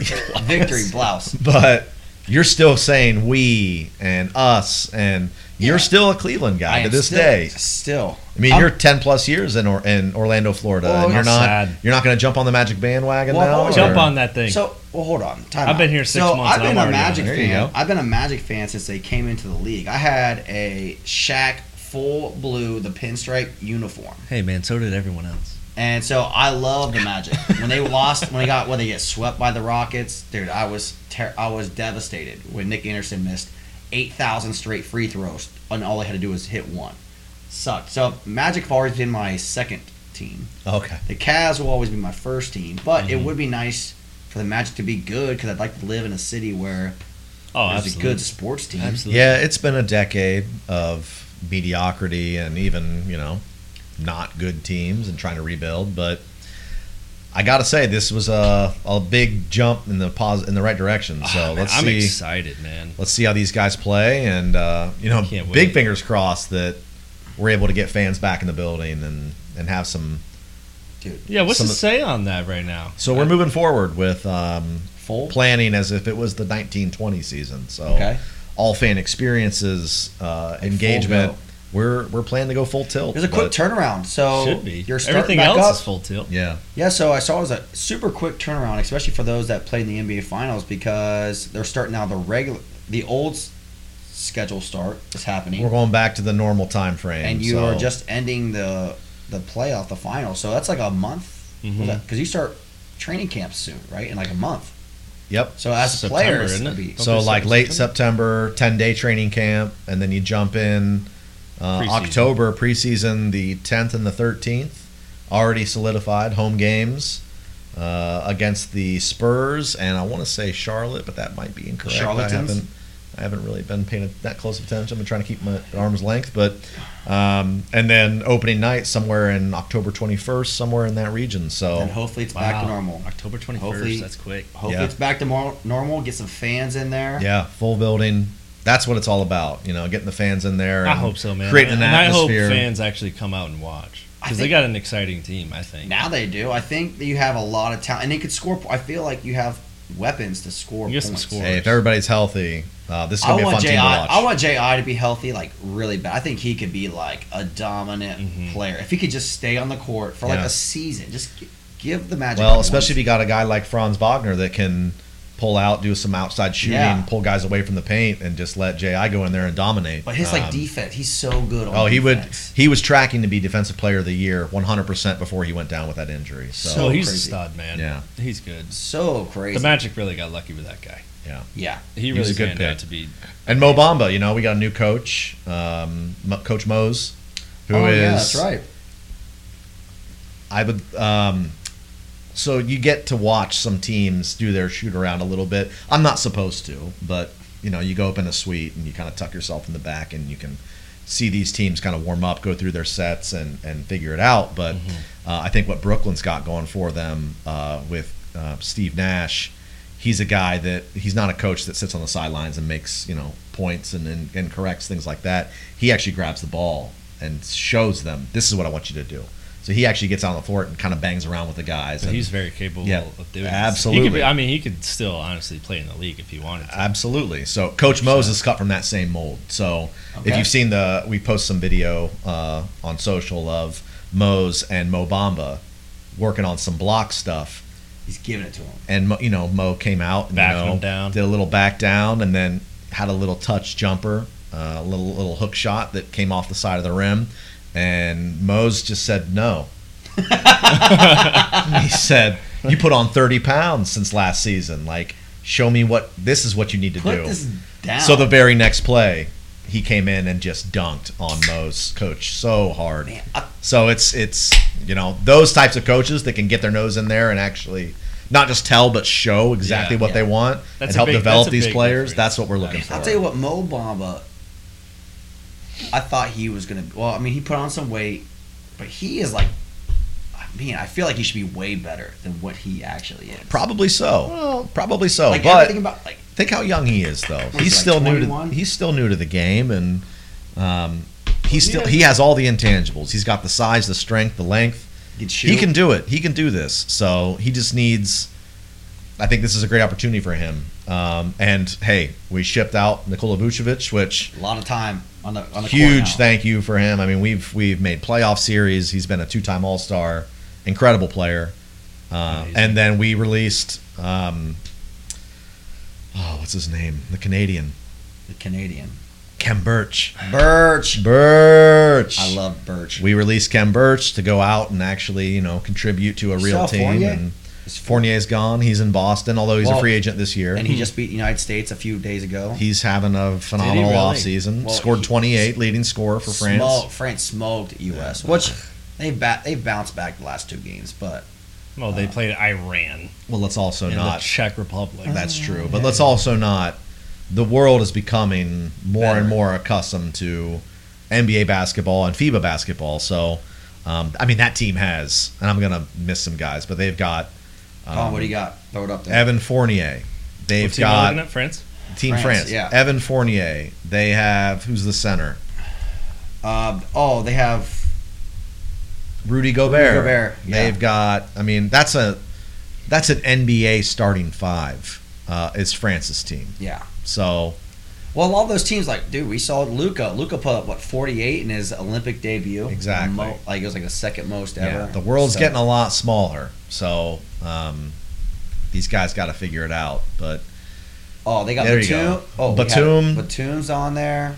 [SPEAKER 2] Victory blouse.
[SPEAKER 3] but you're still saying we and us and you're
[SPEAKER 2] Yeah.
[SPEAKER 3] still a Cleveland
[SPEAKER 2] I
[SPEAKER 3] guy to
[SPEAKER 2] am
[SPEAKER 3] this
[SPEAKER 2] still-
[SPEAKER 3] day.
[SPEAKER 2] Still.
[SPEAKER 3] I mean,
[SPEAKER 2] I'm-
[SPEAKER 3] you're ten plus years in or, in Orlando, Florida,
[SPEAKER 2] Well,
[SPEAKER 3] and you're
[SPEAKER 1] I'm
[SPEAKER 3] not
[SPEAKER 1] sad.
[SPEAKER 3] you're not going to jump on the Magic bandwagon
[SPEAKER 2] Well,
[SPEAKER 3] now.
[SPEAKER 2] I've
[SPEAKER 1] Jump
[SPEAKER 3] or-
[SPEAKER 1] on that thing.
[SPEAKER 2] So, well, hold on. Time
[SPEAKER 1] I've
[SPEAKER 2] out.
[SPEAKER 1] been here six
[SPEAKER 2] so
[SPEAKER 1] months
[SPEAKER 2] I've
[SPEAKER 1] and I'm
[SPEAKER 2] been
[SPEAKER 1] already
[SPEAKER 2] a
[SPEAKER 1] on
[SPEAKER 2] Magic
[SPEAKER 3] it. There you
[SPEAKER 2] fan.
[SPEAKER 3] go.
[SPEAKER 2] I've been a Magic fan since they came into the league. I had a Shaq full blue, the pinstripe uniform,
[SPEAKER 1] hey, man, so did everyone else.
[SPEAKER 2] and so I love the Magic. when they lost, when they got when they get swept by the Rockets, dude, I was ter- I was devastated when Nick Anderson missed eight thousand straight free throws, and all they had to do was hit one. Sucked. So Magic have always been my second team.
[SPEAKER 3] Okay.
[SPEAKER 2] The Cavs will always be my first team, but
[SPEAKER 1] Mm-hmm.
[SPEAKER 2] it would be nice for the Magic to be good because I'd like to live in a city where
[SPEAKER 1] Oh,
[SPEAKER 2] there's
[SPEAKER 1] absolutely.
[SPEAKER 2] a good sports team.
[SPEAKER 1] Absolutely.
[SPEAKER 3] Yeah, it's been a decade of mediocrity and even, you know, not good teams and trying to rebuild, but I got to say this was a, a big jump in the pos- in the right direction. So
[SPEAKER 1] Ah, man,
[SPEAKER 3] let's
[SPEAKER 1] I'm
[SPEAKER 3] see
[SPEAKER 1] excited, man.
[SPEAKER 3] let's see how these guys play and uh, you know,
[SPEAKER 1] Can't
[SPEAKER 3] big
[SPEAKER 1] wait.
[SPEAKER 3] fingers crossed that we're able to get fans back in the building and and have some
[SPEAKER 1] Yeah, what's
[SPEAKER 3] Some
[SPEAKER 1] the
[SPEAKER 3] of-
[SPEAKER 1] say on that right now? Uh,
[SPEAKER 3] So we're moving forward with um,
[SPEAKER 2] Full.
[SPEAKER 3] planning as if it was the 1920 season. So
[SPEAKER 2] Okay.
[SPEAKER 3] all fan experiences, uh,
[SPEAKER 2] full
[SPEAKER 3] engagement.
[SPEAKER 2] go.
[SPEAKER 3] We're we're planning to go full tilt.
[SPEAKER 2] There's a quick
[SPEAKER 3] but-
[SPEAKER 2] turnaround, so
[SPEAKER 1] Should be.
[SPEAKER 2] you're starting
[SPEAKER 1] Everything
[SPEAKER 2] back
[SPEAKER 1] else
[SPEAKER 2] up.
[SPEAKER 1] is full tilt.
[SPEAKER 3] yeah.
[SPEAKER 2] Yeah, so I saw it was a super quick turnaround, especially for those that played in the NBA Finals because they're starting now the regular, the old s- schedule start is happening,
[SPEAKER 3] We're going back to the normal time frame.
[SPEAKER 2] and you
[SPEAKER 3] so-
[SPEAKER 2] are just ending the the playoff, the final. So that's like a month
[SPEAKER 1] Mhm.
[SPEAKER 2] because you start training camp soon, right? In like a month.
[SPEAKER 3] Yep.
[SPEAKER 2] So as
[SPEAKER 1] September,
[SPEAKER 2] players,
[SPEAKER 1] isn't it?
[SPEAKER 2] it'd be-
[SPEAKER 3] So
[SPEAKER 1] Okay,
[SPEAKER 3] like
[SPEAKER 1] so
[SPEAKER 3] late September, ten day training camp, and then you jump in uh,
[SPEAKER 1] Preseason.
[SPEAKER 3] October preseason, the tenth and the thirteenth, already solidified home games uh, against the Spurs and I want to say Charlotte, but that might be incorrect. I
[SPEAKER 2] Charlatans?
[SPEAKER 3] haven't I haven't really been paying that close attention. I've been trying to keep my at arm's length, but um, and then opening night somewhere in October twenty first, somewhere in that region. So
[SPEAKER 2] and hopefully it's back to
[SPEAKER 1] Wow.
[SPEAKER 2] normal.
[SPEAKER 1] October 21st.
[SPEAKER 2] Hopefully-
[SPEAKER 1] that's quick.
[SPEAKER 2] Hopefully
[SPEAKER 3] Yeah.
[SPEAKER 2] it's back to more normal. Get some fans in there.
[SPEAKER 3] Yeah, full building. That's what it's all about, you know, getting the fans in there. And
[SPEAKER 1] I hope so, man.
[SPEAKER 3] Creating an
[SPEAKER 1] and I
[SPEAKER 3] atmosphere.
[SPEAKER 1] hope fans actually come out and watch
[SPEAKER 2] I
[SPEAKER 1] because they
[SPEAKER 2] think-
[SPEAKER 1] got an exciting team. I think.
[SPEAKER 2] Now they do. I think that you have a lot of talent, and they could score. po- I feel like you have weapons to score
[SPEAKER 1] You get some
[SPEAKER 2] points.
[SPEAKER 1] score.
[SPEAKER 3] Hey, if everybody's healthy, uh, this is
[SPEAKER 2] I
[SPEAKER 3] gonna be a
[SPEAKER 2] want
[SPEAKER 3] fun
[SPEAKER 2] Ji.
[SPEAKER 3] team to watch.
[SPEAKER 2] I want Ji to be healthy, like really bad. I think he could be like a dominant
[SPEAKER 1] Mhm.
[SPEAKER 2] player if he could just stay on the court for like
[SPEAKER 3] Mm-hmm. Yeah.
[SPEAKER 2] a season. Just gi- give the magic.
[SPEAKER 3] well, especially if you got a guy like Franz Wagner that can pull out, do some outside shooting,
[SPEAKER 2] Yeah.
[SPEAKER 3] pull guys away from the paint, and just let Ji go in there and dominate.
[SPEAKER 2] But his like
[SPEAKER 3] Um,
[SPEAKER 2] defense, he's so good. on
[SPEAKER 3] Oh, he would.
[SPEAKER 2] defense.
[SPEAKER 3] He was tracking to be defensive player of the year, 100 percent before he went down with that injury. So,
[SPEAKER 2] So
[SPEAKER 1] oh, he's a
[SPEAKER 2] crazy.
[SPEAKER 1] stud, man.
[SPEAKER 3] Yeah.
[SPEAKER 1] he's good.
[SPEAKER 2] So crazy.
[SPEAKER 1] The Magic really got lucky with that guy.
[SPEAKER 2] yeah,
[SPEAKER 1] He
[SPEAKER 3] was
[SPEAKER 1] really
[SPEAKER 3] a good
[SPEAKER 1] turned out
[SPEAKER 3] pick.
[SPEAKER 1] to be.
[SPEAKER 3] and Mo Bamba, you know, we got a new coach, um, Mo- Coach Mose, who is.
[SPEAKER 2] oh, yeah, that's right.
[SPEAKER 3] I would. Um, so you get to watch some teams do their shoot around a little bit. I'm not supposed to, but you know, you go up in a suite and you kind of tuck yourself in the back and you can see these teams kind of warm up, go through their sets, and and figure it out. But uh, I think what Brooklyn's got going for them uh, with uh, Steve Nash. He's a guy that he's not a coach that sits on the sidelines and makes you know points and, and, and corrects things like that. He actually grabs the ball and shows them this is what I want you to do. So he actually gets on the floor and kind of bangs around with the guys.
[SPEAKER 1] But
[SPEAKER 3] and-
[SPEAKER 1] he's very capable
[SPEAKER 3] Yeah,
[SPEAKER 1] of doing. this.
[SPEAKER 3] absolutely.
[SPEAKER 1] He could be, I mean, he could still honestly play in the league if he wanted to.
[SPEAKER 3] absolutely. So Coach Moses cut from that same mold. So if
[SPEAKER 2] Okay.
[SPEAKER 3] you've seen the, we post some video uh, on social of Mose and Mo Bamba working on some block stuff,
[SPEAKER 2] He's giving it to him.
[SPEAKER 3] and Mo, you know Mo came out, and, you
[SPEAKER 1] Backing
[SPEAKER 3] know,
[SPEAKER 1] him down.
[SPEAKER 3] did a little back down, and then had a little touch jumper, uh, a little little hook shot that came off the side of the rim, and Mose just said no. he said, "You put on thirty pounds since last season. Like, show me what this is what you need to
[SPEAKER 2] Put
[SPEAKER 3] do."
[SPEAKER 2] this down.
[SPEAKER 3] So the very next play, he came in and just dunked on Mo's coach so hard.
[SPEAKER 2] Man, I-
[SPEAKER 3] So it's it's you know those types of coaches that can get their nose in there and actually not just tell but show exactly
[SPEAKER 1] Yeah,
[SPEAKER 3] what
[SPEAKER 2] yeah.
[SPEAKER 3] they want
[SPEAKER 1] That's
[SPEAKER 3] and
[SPEAKER 1] a
[SPEAKER 3] help
[SPEAKER 1] big-
[SPEAKER 3] develop
[SPEAKER 1] that's a
[SPEAKER 3] these
[SPEAKER 1] big
[SPEAKER 3] players.
[SPEAKER 1] difference.
[SPEAKER 3] That's what we're looking for.
[SPEAKER 2] I'll tell you what, Mo Bamba. I thought he was gonna. Well, I mean, he put on some weight, but he is like. I mean, I feel like he should be way better than what he actually is.
[SPEAKER 3] Probably so. probably so.
[SPEAKER 2] like
[SPEAKER 3] oh, but
[SPEAKER 2] everything about like
[SPEAKER 3] think how young he is though.
[SPEAKER 2] he,
[SPEAKER 3] He's
[SPEAKER 2] like,
[SPEAKER 3] still new to
[SPEAKER 2] 21?
[SPEAKER 3] he's still new to the game and um, he's
[SPEAKER 1] Well,
[SPEAKER 3] still
[SPEAKER 1] yeah.
[SPEAKER 3] he has all the intangibles. He's got the size, the strength, the length.
[SPEAKER 2] he can shoot.
[SPEAKER 3] He can do it. He can do this. So he just needs. I think this is a great opportunity for him. Um, and hey, we shipped out Nikola Vucevic, which
[SPEAKER 2] a lot of time on the on the court
[SPEAKER 3] huge
[SPEAKER 2] now.
[SPEAKER 3] thank you for him. I mean, we've we've made playoff series. He's been a two time All Star, incredible player. Uh,
[SPEAKER 1] Amazing.
[SPEAKER 3] and then we released. Um, oh, what's his name? The Canadian,
[SPEAKER 2] The Canadian
[SPEAKER 3] Kem Birch.
[SPEAKER 2] Birch.
[SPEAKER 3] Birch.
[SPEAKER 2] I love Birch.
[SPEAKER 3] We released Kem Birch to go out and actually, you know, contribute to a
[SPEAKER 2] You
[SPEAKER 3] real
[SPEAKER 2] saw
[SPEAKER 3] team.
[SPEAKER 2] Fournier?
[SPEAKER 3] And Fournier's gone. He's in Boston, although he's
[SPEAKER 2] Well,
[SPEAKER 3] a free agent this year.
[SPEAKER 2] and he just beat the United States a few days ago.
[SPEAKER 3] he's having a phenomenal
[SPEAKER 1] really?
[SPEAKER 3] offseason.
[SPEAKER 2] Well,
[SPEAKER 3] Scored
[SPEAKER 2] he-
[SPEAKER 3] 28, leading scorer for France.
[SPEAKER 2] Smoked, France smoked the U.S., which they ba- they bounced back the last two games, but
[SPEAKER 1] Well, they played Iran
[SPEAKER 3] Well, let's also
[SPEAKER 1] and the
[SPEAKER 3] Uh, not.
[SPEAKER 1] Czech Republic.
[SPEAKER 3] that's true. But let's also not. The world is becoming more
[SPEAKER 2] Better.
[SPEAKER 3] and more accustomed to NBA basketball and FIBA basketball. So, um, I mean, that team has, and I'm going to miss some guys, but they've got um,
[SPEAKER 2] Colin, Oh, what do you got? Throw it up there.
[SPEAKER 3] Evan Fournier. They've
[SPEAKER 1] What team am I
[SPEAKER 3] got
[SPEAKER 1] looking at? France.
[SPEAKER 3] Team
[SPEAKER 2] France,
[SPEAKER 3] France.
[SPEAKER 2] yeah.
[SPEAKER 3] Evan Fournier. They have who's the center?
[SPEAKER 2] Uh, oh, they have
[SPEAKER 3] Rudy Gobert.
[SPEAKER 2] Gobert, yeah.
[SPEAKER 3] They've got. I mean, that's a that's an NBA starting five. Uh, is France's team.
[SPEAKER 2] yeah.
[SPEAKER 3] So
[SPEAKER 2] Well, all those teams, like dude, we saw Luca. Luca put up what 48 in his Olympic debut.
[SPEAKER 3] Exactly.
[SPEAKER 2] Mo- like it was like the second most
[SPEAKER 3] yeah,
[SPEAKER 2] ever.
[SPEAKER 3] the world's
[SPEAKER 2] So-
[SPEAKER 3] getting a lot smaller. So um, these guys got to figure it out. But
[SPEAKER 2] Oh, they got
[SPEAKER 3] There you
[SPEAKER 2] Batum.
[SPEAKER 3] go.
[SPEAKER 2] Oh, we had
[SPEAKER 3] Batum.
[SPEAKER 2] Batum's on there.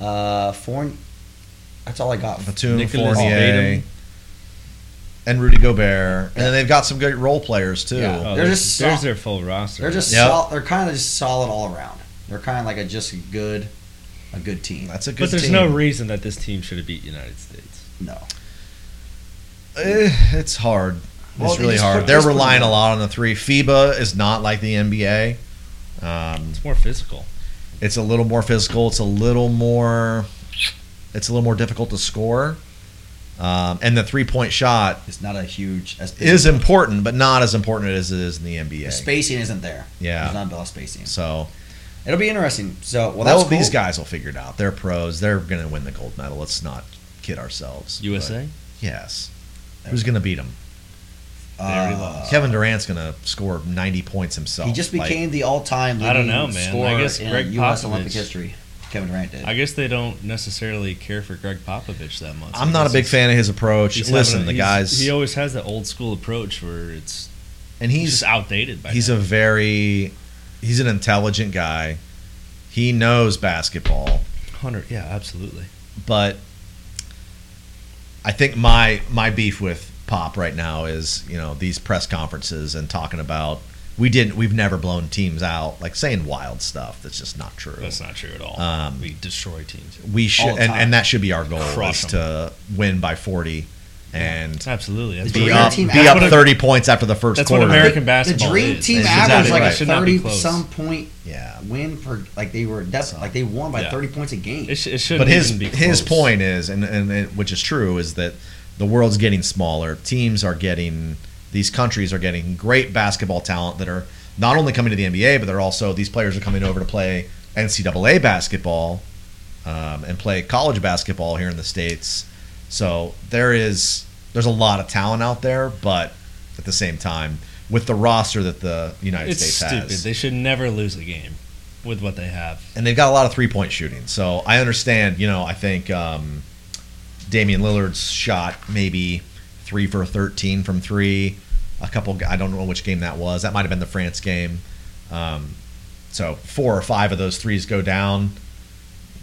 [SPEAKER 2] Uh, Fourn. That's all I got.
[SPEAKER 3] Batum,
[SPEAKER 1] Nicholas
[SPEAKER 3] Fournier,
[SPEAKER 1] Batum.
[SPEAKER 3] and Rudy Gobert, and then they've got some great role players too.
[SPEAKER 2] Yeah.
[SPEAKER 1] Oh,
[SPEAKER 2] They're
[SPEAKER 1] there's,
[SPEAKER 2] just
[SPEAKER 1] there's
[SPEAKER 2] so-
[SPEAKER 1] their full roster.
[SPEAKER 2] They're just
[SPEAKER 3] Yep.
[SPEAKER 2] sol- they're kind of just solid all around. They're kind of like a just a good, a good team.
[SPEAKER 3] That's a good.
[SPEAKER 1] but there's
[SPEAKER 3] team.
[SPEAKER 1] no reason that this team should have beat United States.
[SPEAKER 2] No,
[SPEAKER 3] Eh, it's hard.
[SPEAKER 2] Well,
[SPEAKER 3] it's
[SPEAKER 2] they
[SPEAKER 3] really
[SPEAKER 2] just
[SPEAKER 3] hard.
[SPEAKER 2] put-
[SPEAKER 3] They're
[SPEAKER 2] just put
[SPEAKER 3] relying
[SPEAKER 2] them
[SPEAKER 3] a lot on the three. FIBA is not like the NBA. Um,
[SPEAKER 1] It's more physical.
[SPEAKER 3] it's a little more physical. It's a little more. It's a little more difficult to score, um, and the three point shot
[SPEAKER 2] it's not a huge. As big
[SPEAKER 3] is important, but not as important as it is in the
[SPEAKER 2] the
[SPEAKER 3] NBA.
[SPEAKER 2] spacing isn't there. There's
[SPEAKER 3] Yeah.
[SPEAKER 2] not a lot of spacing.
[SPEAKER 3] So
[SPEAKER 2] It'll be interesting. So well,
[SPEAKER 3] well,
[SPEAKER 2] that's
[SPEAKER 3] all these
[SPEAKER 2] cool.
[SPEAKER 3] guys will figure it out. They're pros. They're going to win the gold medal. Let's not kid ourselves.
[SPEAKER 1] USA.
[SPEAKER 3] But yes. Who's going to beat him?
[SPEAKER 1] already
[SPEAKER 2] Uh,
[SPEAKER 1] lost.
[SPEAKER 3] Kevin Durant's going to score 90 points himself.
[SPEAKER 2] He just
[SPEAKER 3] Like,
[SPEAKER 2] became the all-time leading
[SPEAKER 1] I don't know, man. I
[SPEAKER 2] scorer
[SPEAKER 1] guess
[SPEAKER 2] in
[SPEAKER 1] Greg
[SPEAKER 2] U.S.
[SPEAKER 1] Popovich-
[SPEAKER 2] Olympic history. Kevin Durant did.
[SPEAKER 1] I guess they don't necessarily care for Greg Popovich that much.
[SPEAKER 3] I'm
[SPEAKER 1] I
[SPEAKER 3] not a
[SPEAKER 1] guess
[SPEAKER 3] big
[SPEAKER 1] he's-
[SPEAKER 3] fan of his approach.
[SPEAKER 1] he's
[SPEAKER 3] Listen,
[SPEAKER 1] having a-
[SPEAKER 3] the
[SPEAKER 1] he's-
[SPEAKER 3] guys.
[SPEAKER 1] He always has that old school approach where it's
[SPEAKER 3] and
[SPEAKER 1] He's
[SPEAKER 3] he's
[SPEAKER 1] just outdated by
[SPEAKER 3] he's
[SPEAKER 1] now.
[SPEAKER 3] a very he's an intelligent guy. He knows basketball,
[SPEAKER 1] hundred. Yeah, absolutely.
[SPEAKER 3] but I think my my beef with Pop right now is you know these press conferences and talking about we didn't we've never blown teams out like saying wild stuff that's just not true.
[SPEAKER 1] That's not true at all.
[SPEAKER 3] Um,
[SPEAKER 1] we destroy teams.
[SPEAKER 3] we
[SPEAKER 2] all
[SPEAKER 3] should
[SPEAKER 2] the
[SPEAKER 3] and,
[SPEAKER 2] time.
[SPEAKER 3] and that should be our goal
[SPEAKER 1] Crush
[SPEAKER 3] is
[SPEAKER 1] 'em.
[SPEAKER 3] to win by forty and
[SPEAKER 1] Absolutely. That's
[SPEAKER 2] Be
[SPEAKER 1] what
[SPEAKER 3] be
[SPEAKER 2] Dream
[SPEAKER 1] Amer-
[SPEAKER 3] up
[SPEAKER 2] team
[SPEAKER 3] be up
[SPEAKER 1] average.
[SPEAKER 3] thirty points after the first
[SPEAKER 1] That's what
[SPEAKER 3] quarter.
[SPEAKER 1] American basketball
[SPEAKER 2] the dream
[SPEAKER 1] is.
[SPEAKER 2] team
[SPEAKER 3] That's
[SPEAKER 2] average
[SPEAKER 3] exactly
[SPEAKER 2] like
[SPEAKER 3] right.
[SPEAKER 2] a
[SPEAKER 1] Should not be
[SPEAKER 2] thirty
[SPEAKER 1] close.
[SPEAKER 2] some point
[SPEAKER 3] yeah,
[SPEAKER 2] win per like they were def- like they won by
[SPEAKER 1] Yeah.
[SPEAKER 2] thirty points a game.
[SPEAKER 1] It, sh- it shouldn't
[SPEAKER 3] but his
[SPEAKER 1] even be
[SPEAKER 3] his
[SPEAKER 1] close.
[SPEAKER 3] point is, and, and and which is true, is that the world's getting smaller. Teams are getting these countries are getting great basketball talent that are not only coming to the NBA, but they're also these players are coming over to play NCAA basketball um, and play college basketball here in the states. So there is there's a lot of talent out there, but at the same time, with the roster that the United
[SPEAKER 1] It's
[SPEAKER 3] States
[SPEAKER 1] stupid.
[SPEAKER 3] has,
[SPEAKER 1] They should never lose a game with what they have.
[SPEAKER 3] and they've got a lot of three point shooting. So I understand, you know, I think um, Damian Lillard's shot maybe three for 13 from three. A couple, I don't know which game that was. That might have been the France game. Um, so four or five of those threes go down,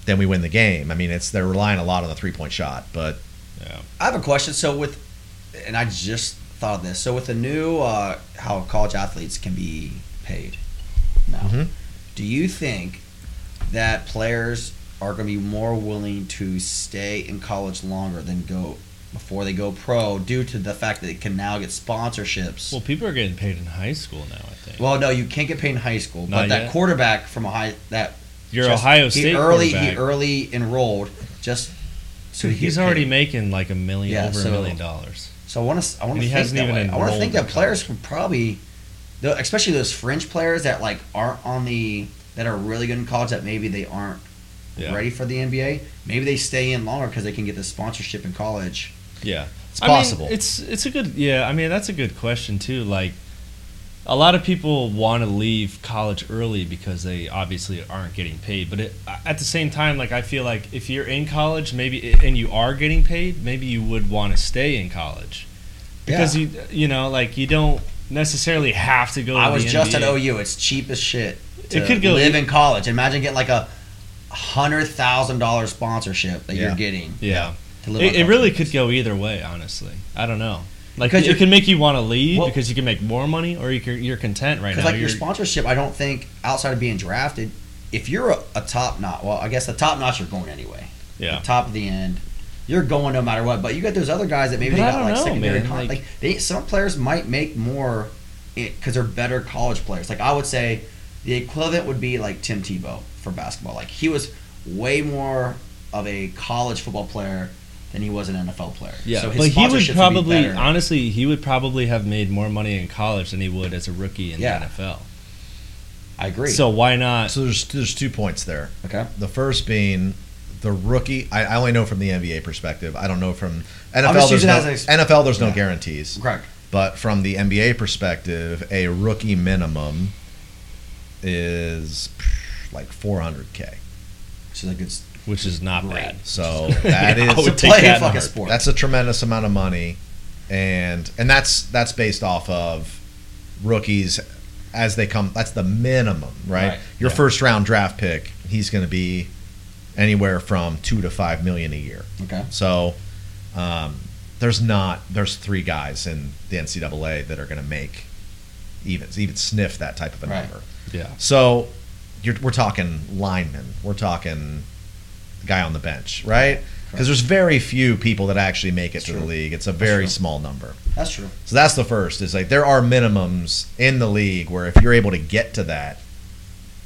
[SPEAKER 3] then we win the game. I mean, it's they're relying a lot on the three point shot, but
[SPEAKER 2] I have a question. So with, and I just thought of this. So with the new uh, how college athletes can be paid now,
[SPEAKER 1] Mm-hmm.
[SPEAKER 3] Mhm.
[SPEAKER 2] do you think that players are going to be more willing to stay in college longer than go before they go pro due to the fact that they can now get sponsorships?
[SPEAKER 1] Well,
[SPEAKER 2] Well,
[SPEAKER 1] people are getting paid in high school now. I think
[SPEAKER 2] no, you can't get paid in high school,
[SPEAKER 1] Not
[SPEAKER 2] but that
[SPEAKER 1] yet.
[SPEAKER 2] quarterback from Ohio that
[SPEAKER 1] your
[SPEAKER 2] just-
[SPEAKER 1] Ohio State
[SPEAKER 2] he early he
[SPEAKER 1] quarterback,
[SPEAKER 2] early enrolled just so
[SPEAKER 1] dude,
[SPEAKER 2] he could
[SPEAKER 1] he's
[SPEAKER 2] get
[SPEAKER 1] already
[SPEAKER 2] paid.
[SPEAKER 1] making like a million
[SPEAKER 2] Yeah,
[SPEAKER 1] over
[SPEAKER 2] so-
[SPEAKER 1] a million dollars.
[SPEAKER 2] So I want to. I want
[SPEAKER 1] And
[SPEAKER 2] to
[SPEAKER 1] he
[SPEAKER 2] think
[SPEAKER 1] hasn't
[SPEAKER 2] that
[SPEAKER 1] even
[SPEAKER 2] way. I want to
[SPEAKER 1] enrolled
[SPEAKER 2] think
[SPEAKER 1] in
[SPEAKER 2] that players could probably, the- especially those fringe players that like aren't on the that are really good in college that maybe they aren't
[SPEAKER 1] Yeah.
[SPEAKER 2] ready for the NBA. Maybe they stay in longer because they can get the sponsorship in college.
[SPEAKER 1] Yeah,
[SPEAKER 3] it's possible.
[SPEAKER 1] I mean, it's it's a good yeah. I mean that's a good question too. Like a lot of people want to leave college early because they obviously aren't getting paid. But it, at the same time, like I feel like if you're in college, maybe and you are getting paid, maybe you would want to stay in college because you you know like you don't necessarily have to go. To
[SPEAKER 2] I was
[SPEAKER 1] Oh, the
[SPEAKER 2] just E
[SPEAKER 1] NBA.
[SPEAKER 2] at OU. It's cheap as shit. To
[SPEAKER 1] It could go. e
[SPEAKER 2] live in college. Imagine getting like a hundred thousand dollar sponsorship that
[SPEAKER 3] Yeah.
[SPEAKER 2] you're getting
[SPEAKER 1] yeah,
[SPEAKER 2] to live. on
[SPEAKER 1] it, it
[SPEAKER 2] college.
[SPEAKER 1] really could go either way. Honestly, I don't know. Like
[SPEAKER 2] Because
[SPEAKER 1] it
[SPEAKER 2] you're-
[SPEAKER 1] can make you want to leave
[SPEAKER 2] Well-
[SPEAKER 1] because you can make more money, or you can, you're content right now.
[SPEAKER 2] Because like your
[SPEAKER 1] You're-
[SPEAKER 2] sponsorship, I don't think outside of being drafted, if you're a, a top notch, well, I guess the top notch you're going anyway.
[SPEAKER 1] Yeah.
[SPEAKER 2] The top of the end, you're going no matter what. But you got those other guys that
[SPEAKER 1] But
[SPEAKER 2] maybe they
[SPEAKER 1] I
[SPEAKER 2] got
[SPEAKER 1] don't
[SPEAKER 2] like
[SPEAKER 1] know,
[SPEAKER 2] secondary
[SPEAKER 1] man,
[SPEAKER 2] con-
[SPEAKER 1] like-
[SPEAKER 2] like, they some players might make more because they're better college players. Like I would say, the equivalent would be like Tim Tebow for basketball. Like he was way more of a college football player than he was an NFL player.
[SPEAKER 1] Yeah,
[SPEAKER 2] so his
[SPEAKER 1] but he would
[SPEAKER 2] sponsorships be
[SPEAKER 1] probably,
[SPEAKER 2] better.
[SPEAKER 1] honestly, he would probably have made more money in college than he would as a rookie in
[SPEAKER 2] Yeah.
[SPEAKER 1] the NFL.
[SPEAKER 2] I agree.
[SPEAKER 1] So why not?
[SPEAKER 3] so there's there's two points there.
[SPEAKER 2] okay,
[SPEAKER 3] The first being the rookie. I, I only know from the NBA perspective. I don't know from
[SPEAKER 2] just
[SPEAKER 3] NFL. There's
[SPEAKER 2] using
[SPEAKER 3] no,
[SPEAKER 2] it as
[SPEAKER 3] NFL. There's no
[SPEAKER 2] Yeah.
[SPEAKER 3] guarantees.
[SPEAKER 2] correct.
[SPEAKER 3] But from the NBA perspective, a rookie minimum is like 400k.
[SPEAKER 2] She's like, it's
[SPEAKER 1] Which is not
[SPEAKER 2] Great.
[SPEAKER 1] bad.
[SPEAKER 3] So that
[SPEAKER 1] Yeah, I
[SPEAKER 3] is
[SPEAKER 1] would take
[SPEAKER 2] play
[SPEAKER 1] that. in
[SPEAKER 2] fucking
[SPEAKER 1] heart.
[SPEAKER 2] sport.
[SPEAKER 3] that's a tremendous amount of money, and and that's that's based off of rookies as they come. That's the minimum, right?
[SPEAKER 2] Right,
[SPEAKER 3] Your
[SPEAKER 2] yeah.
[SPEAKER 3] first round draft pick, he's going to be anywhere from two to five million a year.
[SPEAKER 2] okay.
[SPEAKER 3] So um, there's not there's three guys in the NCAA that are going to make even even sniff that type of a
[SPEAKER 2] Right.
[SPEAKER 3] number.
[SPEAKER 1] Yeah.
[SPEAKER 3] So you're, we're talking linemen. We're talking guy on the bench, right? Because there's very few people that actually make it
[SPEAKER 2] That's
[SPEAKER 3] to the
[SPEAKER 2] true.
[SPEAKER 3] league. It's a very
[SPEAKER 2] true.
[SPEAKER 3] small number.
[SPEAKER 2] That's true.
[SPEAKER 3] So that's the first. Is like there are minimums in the league where if you're able to get to that,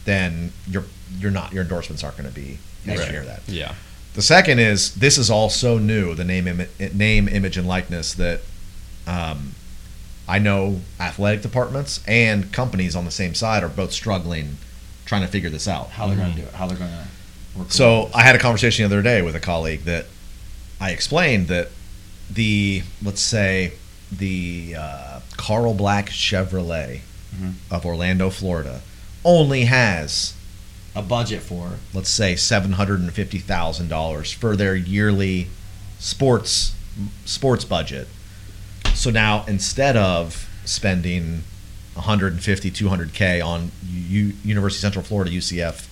[SPEAKER 3] then you're you're not your endorsements aren't going to be anywhere
[SPEAKER 2] Right.
[SPEAKER 3] near that.
[SPEAKER 1] Yeah.
[SPEAKER 3] The second is this is all so new the name Im- name image and likeness that um, I know athletic departments and companies on the same side are both struggling trying to figure this out.
[SPEAKER 2] How they're going to do it? How they're going to work?
[SPEAKER 3] Mm-hmm. So I had a conversation the other day with a colleague that I explained that the let's say the uh, Carl Black Chevrolet
[SPEAKER 2] Mhm.
[SPEAKER 3] of Orlando, Florida, only has
[SPEAKER 2] a budget for
[SPEAKER 3] let's say seven hundred and fifty thousand dollars for their yearly sports sports budget. So now instead of spending 150, 200k on U- University of Central Florida UCF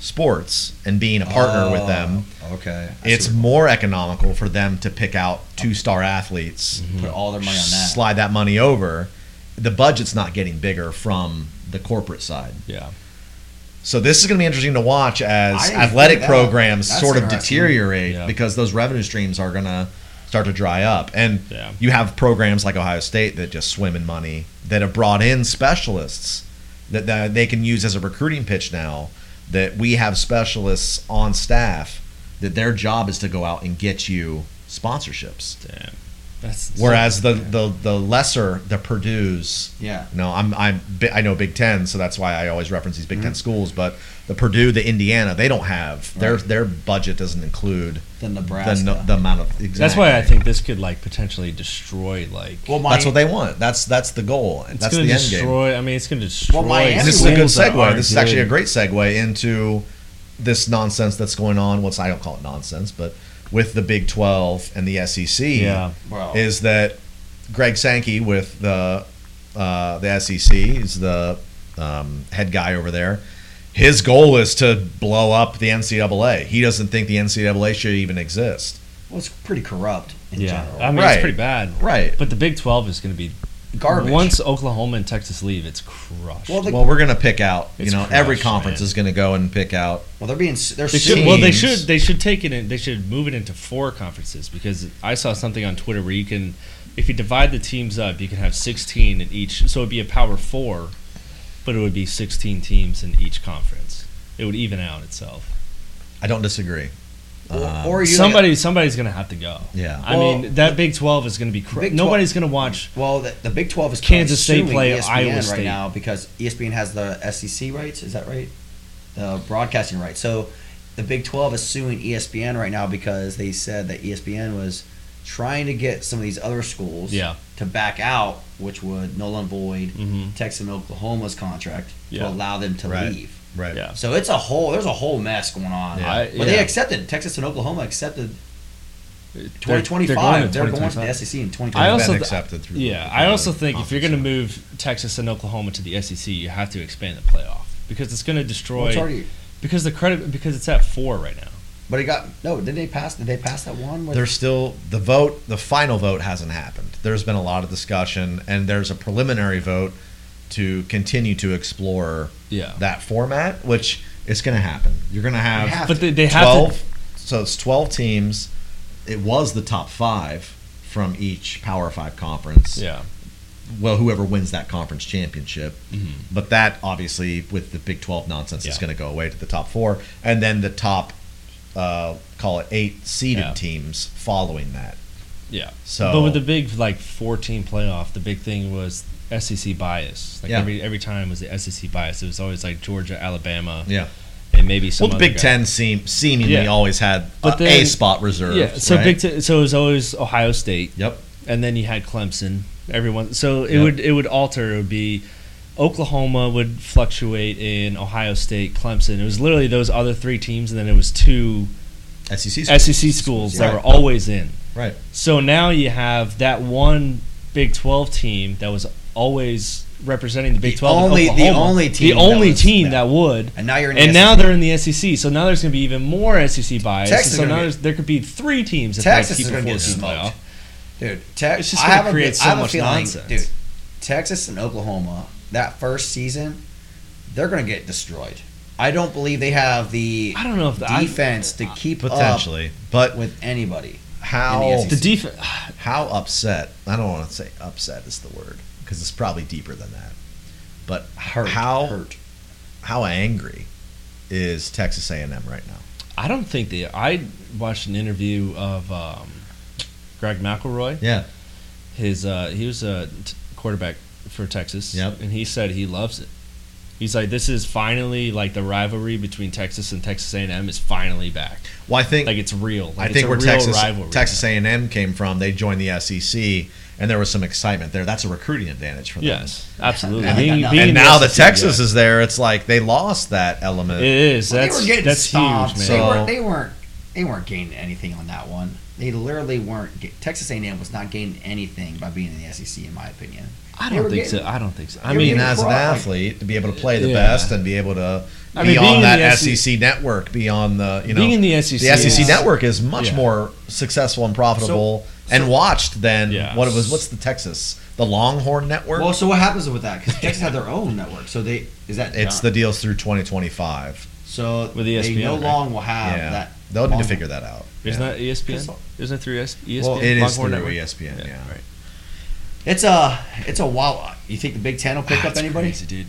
[SPEAKER 3] sports and being a partner with them.
[SPEAKER 2] Oh, Okay. I see
[SPEAKER 3] It's
[SPEAKER 2] what-
[SPEAKER 3] more economical for them to pick out two-star athletes
[SPEAKER 2] Mm-hmm. put all their money on that.
[SPEAKER 3] slide that money over, the budget's not getting bigger from the corporate side.
[SPEAKER 1] Yeah.
[SPEAKER 3] So this is going to be interesting to watch
[SPEAKER 2] I
[SPEAKER 3] as
[SPEAKER 2] didn't think
[SPEAKER 3] athletic
[SPEAKER 2] that.
[SPEAKER 3] programs
[SPEAKER 2] That's
[SPEAKER 3] sort of
[SPEAKER 2] interesting.
[SPEAKER 3] deteriorate
[SPEAKER 1] Yeah.
[SPEAKER 3] because those revenue streams are going to start to dry up. And
[SPEAKER 1] Yeah.
[SPEAKER 3] you have programs like Ohio State that just swim in money that have brought in specialists that, that they can use as a recruiting pitch now that we have specialists on staff that their job is to go out and get you sponsorships.
[SPEAKER 1] Damn. That's
[SPEAKER 3] Whereas the, the, the lesser, the Purdue's,
[SPEAKER 2] Yeah.
[SPEAKER 3] no, I'm I'm bi- I know Big Ten, so that's why I always reference these Big Ten schools. But the Purdue, the Indiana, they don't have their
[SPEAKER 2] Mm-hmm. Right.
[SPEAKER 3] their budget doesn't include
[SPEAKER 2] Then
[SPEAKER 3] the,
[SPEAKER 2] Nebraska.
[SPEAKER 3] no- the amount of exactly.
[SPEAKER 1] That's why I think this could like potentially destroy like.
[SPEAKER 2] well, my,
[SPEAKER 3] that's what they want. That's that's the goal.
[SPEAKER 1] it's
[SPEAKER 3] that's
[SPEAKER 1] gonna
[SPEAKER 3] the end game.
[SPEAKER 1] destroy. I mean, it's gonna destroy.
[SPEAKER 2] Miami
[SPEAKER 3] And this is a good
[SPEAKER 1] schools that
[SPEAKER 3] segue.
[SPEAKER 1] aren't
[SPEAKER 3] This is actually a
[SPEAKER 1] good.
[SPEAKER 3] great segue into this nonsense that's going on. Well, I don't call it nonsense, but with the Big Twelve and the E SEC,
[SPEAKER 1] Yeah.
[SPEAKER 2] well,
[SPEAKER 3] is that Greg Sankey with the uh, the SEC is the um, head guy over there. His goal is to blow up the NCAA. He doesn't think the NCAA should even exist.
[SPEAKER 2] well, it's pretty corrupt in
[SPEAKER 1] Yeah.
[SPEAKER 2] general.
[SPEAKER 1] I mean,
[SPEAKER 3] Right.
[SPEAKER 1] it's pretty bad.
[SPEAKER 3] Right.
[SPEAKER 1] But the Big Twelve is gonna be
[SPEAKER 2] Garbage.
[SPEAKER 1] Once Oklahoma and Texas leave, it's crushed.
[SPEAKER 2] Well, the-
[SPEAKER 3] Well, we're gonna pick out. You
[SPEAKER 1] It's
[SPEAKER 3] know, every
[SPEAKER 1] crushed,
[SPEAKER 3] conference
[SPEAKER 1] man.
[SPEAKER 3] is gonna go and pick out.
[SPEAKER 2] well, they're being s- they're
[SPEAKER 1] They
[SPEAKER 2] seen.
[SPEAKER 1] should, well, they should
[SPEAKER 3] teams.
[SPEAKER 1] they should take it in. They should move it into four conferences because I saw something on Twitter where you can, if you divide the teams up, you can have sixteen in each. So it'd be a power four, but it would be sixteen teams in each conference. It would even out itself.
[SPEAKER 3] I don't disagree.
[SPEAKER 2] or, or you
[SPEAKER 1] Somebody somebody's gonna have to go.
[SPEAKER 3] Yeah.
[SPEAKER 1] I
[SPEAKER 2] Well,
[SPEAKER 1] mean that Big Twelve is gonna be cr-
[SPEAKER 2] Big 12
[SPEAKER 1] nobody's gonna watch.
[SPEAKER 2] Well, the, the Big Twelve is
[SPEAKER 1] Kansas State
[SPEAKER 2] consuming
[SPEAKER 1] play
[SPEAKER 2] ESPN
[SPEAKER 1] Iowa
[SPEAKER 2] right
[SPEAKER 1] State.
[SPEAKER 2] now because E ESPN has the SEC rights. Is that right? The broadcasting rights. So the Big Twelve is suing E ESPN right now because they said that E ESPN was trying to get some of these other schools
[SPEAKER 1] Yeah.
[SPEAKER 2] to back out, which would null and void
[SPEAKER 1] Mm-hmm.
[SPEAKER 2] Texas and Oklahoma's contract
[SPEAKER 1] Yeah.
[SPEAKER 2] to allow them to
[SPEAKER 3] Right.
[SPEAKER 2] leave.
[SPEAKER 3] Right.
[SPEAKER 1] Yeah.
[SPEAKER 2] So it's a whole there's a whole mess going on.
[SPEAKER 1] Yeah. I-
[SPEAKER 2] but they
[SPEAKER 1] yeah.
[SPEAKER 2] accepted Texas and Oklahoma accepted
[SPEAKER 1] mm-hmm. They're- they're
[SPEAKER 2] 2025. They're going to, E the
[SPEAKER 1] 2025.
[SPEAKER 2] SEC in 2025.
[SPEAKER 1] I also
[SPEAKER 3] been
[SPEAKER 1] th-
[SPEAKER 3] accepted through
[SPEAKER 1] Yeah,
[SPEAKER 3] the-
[SPEAKER 1] I
[SPEAKER 3] the
[SPEAKER 1] also think if you're going to
[SPEAKER 3] conference.
[SPEAKER 1] move Texas and Oklahoma to the SEC, you have to expand the playoff because it's going to
[SPEAKER 2] Well,
[SPEAKER 1] destroy
[SPEAKER 2] it's already-
[SPEAKER 1] because the credit because it's at four right now.
[SPEAKER 2] But it got no. Did they pass? Did they pass that one? With,
[SPEAKER 3] There's still the vote. The final vote hasn't happened. There's been a lot of discussion, and there's a preliminary vote to continue to explore
[SPEAKER 1] Yeah,
[SPEAKER 3] that format, which it's going to happen. You're going to have,
[SPEAKER 2] have
[SPEAKER 1] but they, they have
[SPEAKER 3] 12.
[SPEAKER 1] to.
[SPEAKER 3] So it's 12 teams. It was the top five from each Power Five conference.
[SPEAKER 1] Yeah,
[SPEAKER 3] Well, whoever wins that conference championship. But that obviously, with the Big 12 nonsense, is
[SPEAKER 1] Mm-hmm. Yeah.
[SPEAKER 3] going to go away to the top four. And then the top, uh, call it eight seeded
[SPEAKER 1] Yeah.
[SPEAKER 3] teams following that.
[SPEAKER 1] Yeah.
[SPEAKER 3] So,
[SPEAKER 1] but with the big like fourteen playoff, the big thing was SEC bias. Like
[SPEAKER 3] Yeah.
[SPEAKER 1] every every time was the SEC bias. It was always like Georgia, Alabama,
[SPEAKER 3] yeah.
[SPEAKER 1] and maybe some.
[SPEAKER 3] Well, the
[SPEAKER 1] other
[SPEAKER 3] Big
[SPEAKER 1] guy.
[SPEAKER 3] Ten seem, seemingly
[SPEAKER 1] Yeah.
[SPEAKER 3] always had
[SPEAKER 1] But
[SPEAKER 3] a- a
[SPEAKER 1] then-
[SPEAKER 3] spot reserved.
[SPEAKER 1] Yeah, so
[SPEAKER 3] right?
[SPEAKER 1] Big Ten. So it was always Ohio State.
[SPEAKER 3] Yep.
[SPEAKER 1] and then you had Clemson. Everyone, so it
[SPEAKER 3] Yeah.
[SPEAKER 1] would it would alter. It would be Oklahoma would fluctuate in Ohio State, Clemson. It was literally those other three teams, and then it was two
[SPEAKER 3] SEC.
[SPEAKER 2] E
[SPEAKER 1] SEC E schools that
[SPEAKER 3] E Right.
[SPEAKER 1] were always in.
[SPEAKER 3] Right.
[SPEAKER 1] So now you have that one Big Twelve team that was always representing the Big
[SPEAKER 2] The
[SPEAKER 1] Twelve. in
[SPEAKER 2] only- the
[SPEAKER 1] Oklahoma.
[SPEAKER 2] only team
[SPEAKER 1] the
[SPEAKER 2] that
[SPEAKER 1] only
[SPEAKER 2] was-
[SPEAKER 1] team
[SPEAKER 2] yeah.
[SPEAKER 1] that would.
[SPEAKER 2] and now you're in. the
[SPEAKER 1] And now
[SPEAKER 2] SEC.
[SPEAKER 1] they're in the SEC, so now there's going to be even more SEC bias.
[SPEAKER 2] Texas is
[SPEAKER 1] so
[SPEAKER 2] gonna
[SPEAKER 1] now
[SPEAKER 2] be-
[SPEAKER 1] there's, there could be three teams. If
[SPEAKER 2] Texas
[SPEAKER 1] they
[SPEAKER 2] is
[SPEAKER 1] keep
[SPEAKER 2] going to
[SPEAKER 1] a
[SPEAKER 2] get
[SPEAKER 1] four-team playoff.
[SPEAKER 2] smoked, dude. Te-
[SPEAKER 1] It's just
[SPEAKER 2] I
[SPEAKER 1] gonna
[SPEAKER 2] have a-
[SPEAKER 1] create so
[SPEAKER 2] I have a
[SPEAKER 1] much
[SPEAKER 2] feeling,
[SPEAKER 1] nonsense.
[SPEAKER 2] dude. Texas and Oklahoma that first season, they're going to get destroyed. I don't believe they have the
[SPEAKER 1] I don't know if the, I-
[SPEAKER 2] defense to keep potentially
[SPEAKER 3] Potentially. Um, But
[SPEAKER 2] up with anybody.
[SPEAKER 3] how
[SPEAKER 2] SEC.
[SPEAKER 1] the E defense.
[SPEAKER 3] how upset i don't want to say upset is the word because it's probably deeper than that but
[SPEAKER 2] Hurt,
[SPEAKER 3] how
[SPEAKER 2] hurt.
[SPEAKER 3] how angry is texas a&m right now
[SPEAKER 1] I don't think they. I watched an interview of um, Greg McElroy.
[SPEAKER 3] Yeah.
[SPEAKER 1] His uh, he was a t- quarterback for Texas.
[SPEAKER 3] Yep.
[SPEAKER 1] And he said he loves it. He's like, this is finally like the rivalry between Texas and Texas A&M is finally back.
[SPEAKER 3] well i think
[SPEAKER 1] Like it's real. Like,
[SPEAKER 3] i
[SPEAKER 1] it's
[SPEAKER 3] think
[SPEAKER 1] a
[SPEAKER 3] where
[SPEAKER 1] real
[SPEAKER 3] texas
[SPEAKER 1] rivalry.
[SPEAKER 3] texas a&m came from they joined the sec and there was some excitement there that's a recruiting advantage for them
[SPEAKER 1] Yes, absolutely.
[SPEAKER 2] And
[SPEAKER 1] Being-
[SPEAKER 2] now-
[SPEAKER 1] being
[SPEAKER 3] and
[SPEAKER 1] in
[SPEAKER 3] now that
[SPEAKER 1] SEC, yeah.
[SPEAKER 3] texas is there it's like they lost that element
[SPEAKER 1] It is.
[SPEAKER 2] Well,
[SPEAKER 1] That's that's huge, man.
[SPEAKER 2] They,
[SPEAKER 3] So-
[SPEAKER 2] were, they weren't they weren't gaining anything on that one. They literally weren't. ga- Texas A&M was not gaining anything by being in the SEC, in my opinion.
[SPEAKER 1] I
[SPEAKER 2] They
[SPEAKER 1] don't
[SPEAKER 2] were
[SPEAKER 1] think
[SPEAKER 2] getting-
[SPEAKER 1] so. I don't think so. I
[SPEAKER 2] they were
[SPEAKER 1] mean,
[SPEAKER 3] and
[SPEAKER 2] getting
[SPEAKER 1] I,
[SPEAKER 3] as an
[SPEAKER 2] Right.
[SPEAKER 3] athlete, to be able to play the
[SPEAKER 1] Yeah.
[SPEAKER 3] best and be able to
[SPEAKER 1] I
[SPEAKER 3] be
[SPEAKER 1] mean, being
[SPEAKER 3] on
[SPEAKER 1] in
[SPEAKER 3] that
[SPEAKER 1] the SEC
[SPEAKER 3] SEC, network, be on the you know
[SPEAKER 1] being in the
[SPEAKER 3] the
[SPEAKER 1] SEC,
[SPEAKER 3] SEC
[SPEAKER 1] is-
[SPEAKER 3] network is much
[SPEAKER 1] Yeah.
[SPEAKER 3] more successful and profitable and watched than
[SPEAKER 1] Yeah.
[SPEAKER 3] what it was. What's the Texas? The Longhorn Network.
[SPEAKER 2] Well, so what happens with that? Because Texas had their own network, so they is that
[SPEAKER 3] it's the
[SPEAKER 2] done?
[SPEAKER 3] deals through 2025.
[SPEAKER 2] so
[SPEAKER 1] With
[SPEAKER 3] E
[SPEAKER 2] they
[SPEAKER 1] ESPN,
[SPEAKER 2] no
[SPEAKER 1] right?
[SPEAKER 2] long will have
[SPEAKER 3] yeah,
[SPEAKER 2] that.
[SPEAKER 3] they'll need
[SPEAKER 2] long-
[SPEAKER 3] to figure that out.
[SPEAKER 1] Isn't
[SPEAKER 3] yeah.
[SPEAKER 1] that E ESPN?
[SPEAKER 2] Because-
[SPEAKER 1] Isn't it through S- ESPN?
[SPEAKER 3] well, it is through E
[SPEAKER 1] Longhorn Network?
[SPEAKER 3] ESPN. Yeah,
[SPEAKER 1] right.
[SPEAKER 2] It's a it's a wow. You think the Big Ten will
[SPEAKER 3] Ah,
[SPEAKER 2] pick up
[SPEAKER 1] That's
[SPEAKER 2] anybody?
[SPEAKER 1] crazy, dude.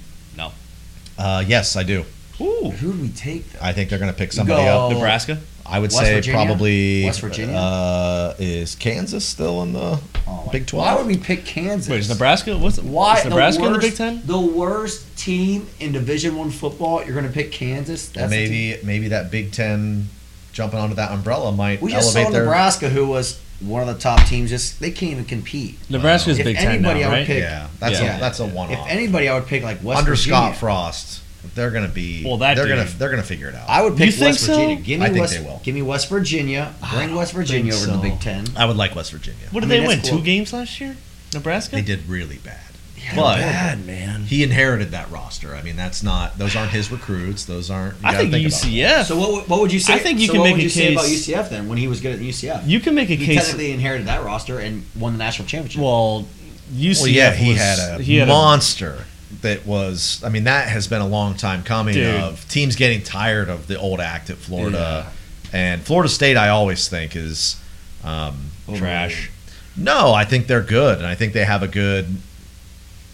[SPEAKER 3] Uh, yes, I do.
[SPEAKER 2] Ooh, who do we take? Though?
[SPEAKER 3] I think they're going to pick somebody
[SPEAKER 2] Go.
[SPEAKER 1] Oh.
[SPEAKER 3] up.
[SPEAKER 1] Nebraska.
[SPEAKER 3] I would
[SPEAKER 2] West
[SPEAKER 3] say
[SPEAKER 2] Virginia?
[SPEAKER 3] probably
[SPEAKER 2] West Virginia?
[SPEAKER 3] Uh, is Kansas still in the
[SPEAKER 2] Oh, my-
[SPEAKER 3] Big
[SPEAKER 2] Why would
[SPEAKER 3] 12?
[SPEAKER 2] we pick Kansas?
[SPEAKER 1] Wait, is Nebraska? What's
[SPEAKER 2] Why
[SPEAKER 1] is Nebraska
[SPEAKER 2] the
[SPEAKER 1] in
[SPEAKER 2] worst,
[SPEAKER 1] the Big Ten?
[SPEAKER 2] The worst team in Division One football. You're going to pick Kansas. That's the team.
[SPEAKER 3] maybe maybe that Big Ten jumping onto that umbrella might
[SPEAKER 2] we just
[SPEAKER 3] elevate
[SPEAKER 2] saw
[SPEAKER 3] their.
[SPEAKER 2] Nebraska, who was one of the top teams. Just they can't even compete.
[SPEAKER 1] Nebraska's
[SPEAKER 2] If
[SPEAKER 1] Big Ten now,
[SPEAKER 2] anybody I would
[SPEAKER 1] right?
[SPEAKER 2] pick-
[SPEAKER 3] Yeah, that's
[SPEAKER 1] Yeah.
[SPEAKER 3] a that's a one
[SPEAKER 2] If
[SPEAKER 3] off.
[SPEAKER 2] anybody, I would pick like West
[SPEAKER 3] Oh. Under
[SPEAKER 2] Virginia.
[SPEAKER 3] Scott Frost, they're going to be.
[SPEAKER 1] Well, that
[SPEAKER 3] they're going
[SPEAKER 1] dude-
[SPEAKER 3] to they're going to figure it out.
[SPEAKER 2] I would
[SPEAKER 1] You
[SPEAKER 2] pick
[SPEAKER 1] think
[SPEAKER 2] West
[SPEAKER 1] so?
[SPEAKER 2] Virginia. Give me
[SPEAKER 3] I think
[SPEAKER 2] West,
[SPEAKER 3] they will.
[SPEAKER 2] Give me West Virginia.
[SPEAKER 1] I
[SPEAKER 2] Bring
[SPEAKER 1] don't
[SPEAKER 2] West Virginia
[SPEAKER 1] think
[SPEAKER 2] over to the
[SPEAKER 1] so.
[SPEAKER 2] Big Ten.
[SPEAKER 3] I would like West Virginia.
[SPEAKER 1] What
[SPEAKER 2] I
[SPEAKER 1] did
[SPEAKER 2] mean,
[SPEAKER 1] they win?
[SPEAKER 2] that's
[SPEAKER 1] Two
[SPEAKER 2] cool.
[SPEAKER 1] games last year. Nebraska.
[SPEAKER 3] They did really bad.
[SPEAKER 2] Yeah,
[SPEAKER 3] But-
[SPEAKER 2] they're horrible.
[SPEAKER 1] bad man.
[SPEAKER 3] He inherited that roster. I mean, that's not those aren't his recruits. Those aren't. you
[SPEAKER 1] I think,
[SPEAKER 3] gotta about it.
[SPEAKER 1] UCF.
[SPEAKER 2] So what, would- what would you say?
[SPEAKER 1] I think you
[SPEAKER 2] so
[SPEAKER 1] can
[SPEAKER 2] what
[SPEAKER 1] make
[SPEAKER 2] would
[SPEAKER 1] a
[SPEAKER 2] you say about
[SPEAKER 1] case-
[SPEAKER 2] UCF then when he was good at UCF.
[SPEAKER 1] you can make a
[SPEAKER 2] he
[SPEAKER 1] case.
[SPEAKER 2] technically inherited that roster and won the national championship.
[SPEAKER 1] Well, UCF.
[SPEAKER 3] Well, yeah, he
[SPEAKER 1] was-
[SPEAKER 3] had a
[SPEAKER 1] he had
[SPEAKER 3] monster that was. I mean, that has been a long time coming
[SPEAKER 1] Dude.
[SPEAKER 3] of teams getting tired of the old act at Florida, and Florida State. I always think is um,
[SPEAKER 1] Trash.
[SPEAKER 3] No, I think they're good, and I think they have a good.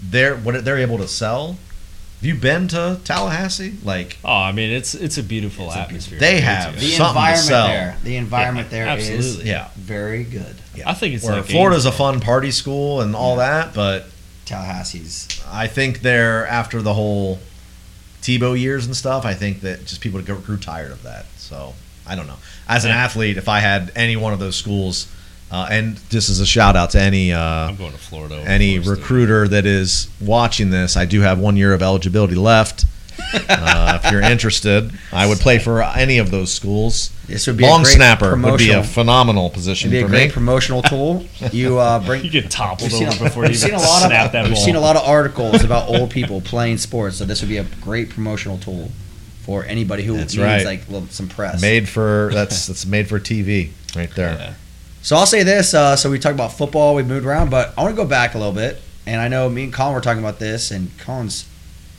[SPEAKER 3] They're what they're able to sell. Have you been to Tallahassee? Like
[SPEAKER 1] Oh, I mean, it's it's a beautiful atmosphere.
[SPEAKER 3] They
[SPEAKER 1] It's
[SPEAKER 3] have
[SPEAKER 1] good.
[SPEAKER 2] the
[SPEAKER 3] something to
[SPEAKER 2] environment
[SPEAKER 3] sell.
[SPEAKER 2] there, the environment there is
[SPEAKER 1] Absolutely.
[SPEAKER 3] yeah,
[SPEAKER 2] very good.
[SPEAKER 3] yeah.
[SPEAKER 1] I think it's
[SPEAKER 3] Where
[SPEAKER 1] like
[SPEAKER 3] Florida's a fun party school and all that, but
[SPEAKER 2] Tallahassee's
[SPEAKER 3] I think they're after the whole Tebow years and stuff. I think that just people go- grew tired of that. So I don't know. As an
[SPEAKER 1] Yeah.
[SPEAKER 3] athlete, if I had any one of those schools, uh, and this is a shout out to any uh,
[SPEAKER 1] I'm going to Florida. over
[SPEAKER 3] any
[SPEAKER 1] Florida State.
[SPEAKER 3] recruiter that is watching this, I do have one year of eligibility left. uh, if you're interested, I would play for any of those schools.
[SPEAKER 2] this would
[SPEAKER 3] Long snapper would be a phenomenal position
[SPEAKER 2] It'd be a
[SPEAKER 3] for
[SPEAKER 2] great
[SPEAKER 3] me.
[SPEAKER 2] promotional tool. You uh, bring.
[SPEAKER 1] You get toppled
[SPEAKER 2] We've seen
[SPEAKER 1] over
[SPEAKER 2] a-
[SPEAKER 1] before you
[SPEAKER 2] we've
[SPEAKER 1] even
[SPEAKER 2] seen a lot
[SPEAKER 1] snap
[SPEAKER 2] of
[SPEAKER 1] that
[SPEAKER 2] we've
[SPEAKER 1] ball.
[SPEAKER 2] seen a lot of articles about old people playing sports, so this would be a great promotional tool for anybody who
[SPEAKER 3] That's
[SPEAKER 2] needs
[SPEAKER 3] right.
[SPEAKER 2] like little, some press.
[SPEAKER 3] Made for that's that's made for TV right there.
[SPEAKER 1] Yeah.
[SPEAKER 2] So I'll say this. Uh, so we talked about football. We moved around, but I want to go back a little bit. And I know me and Colin were talking about this, and Colin's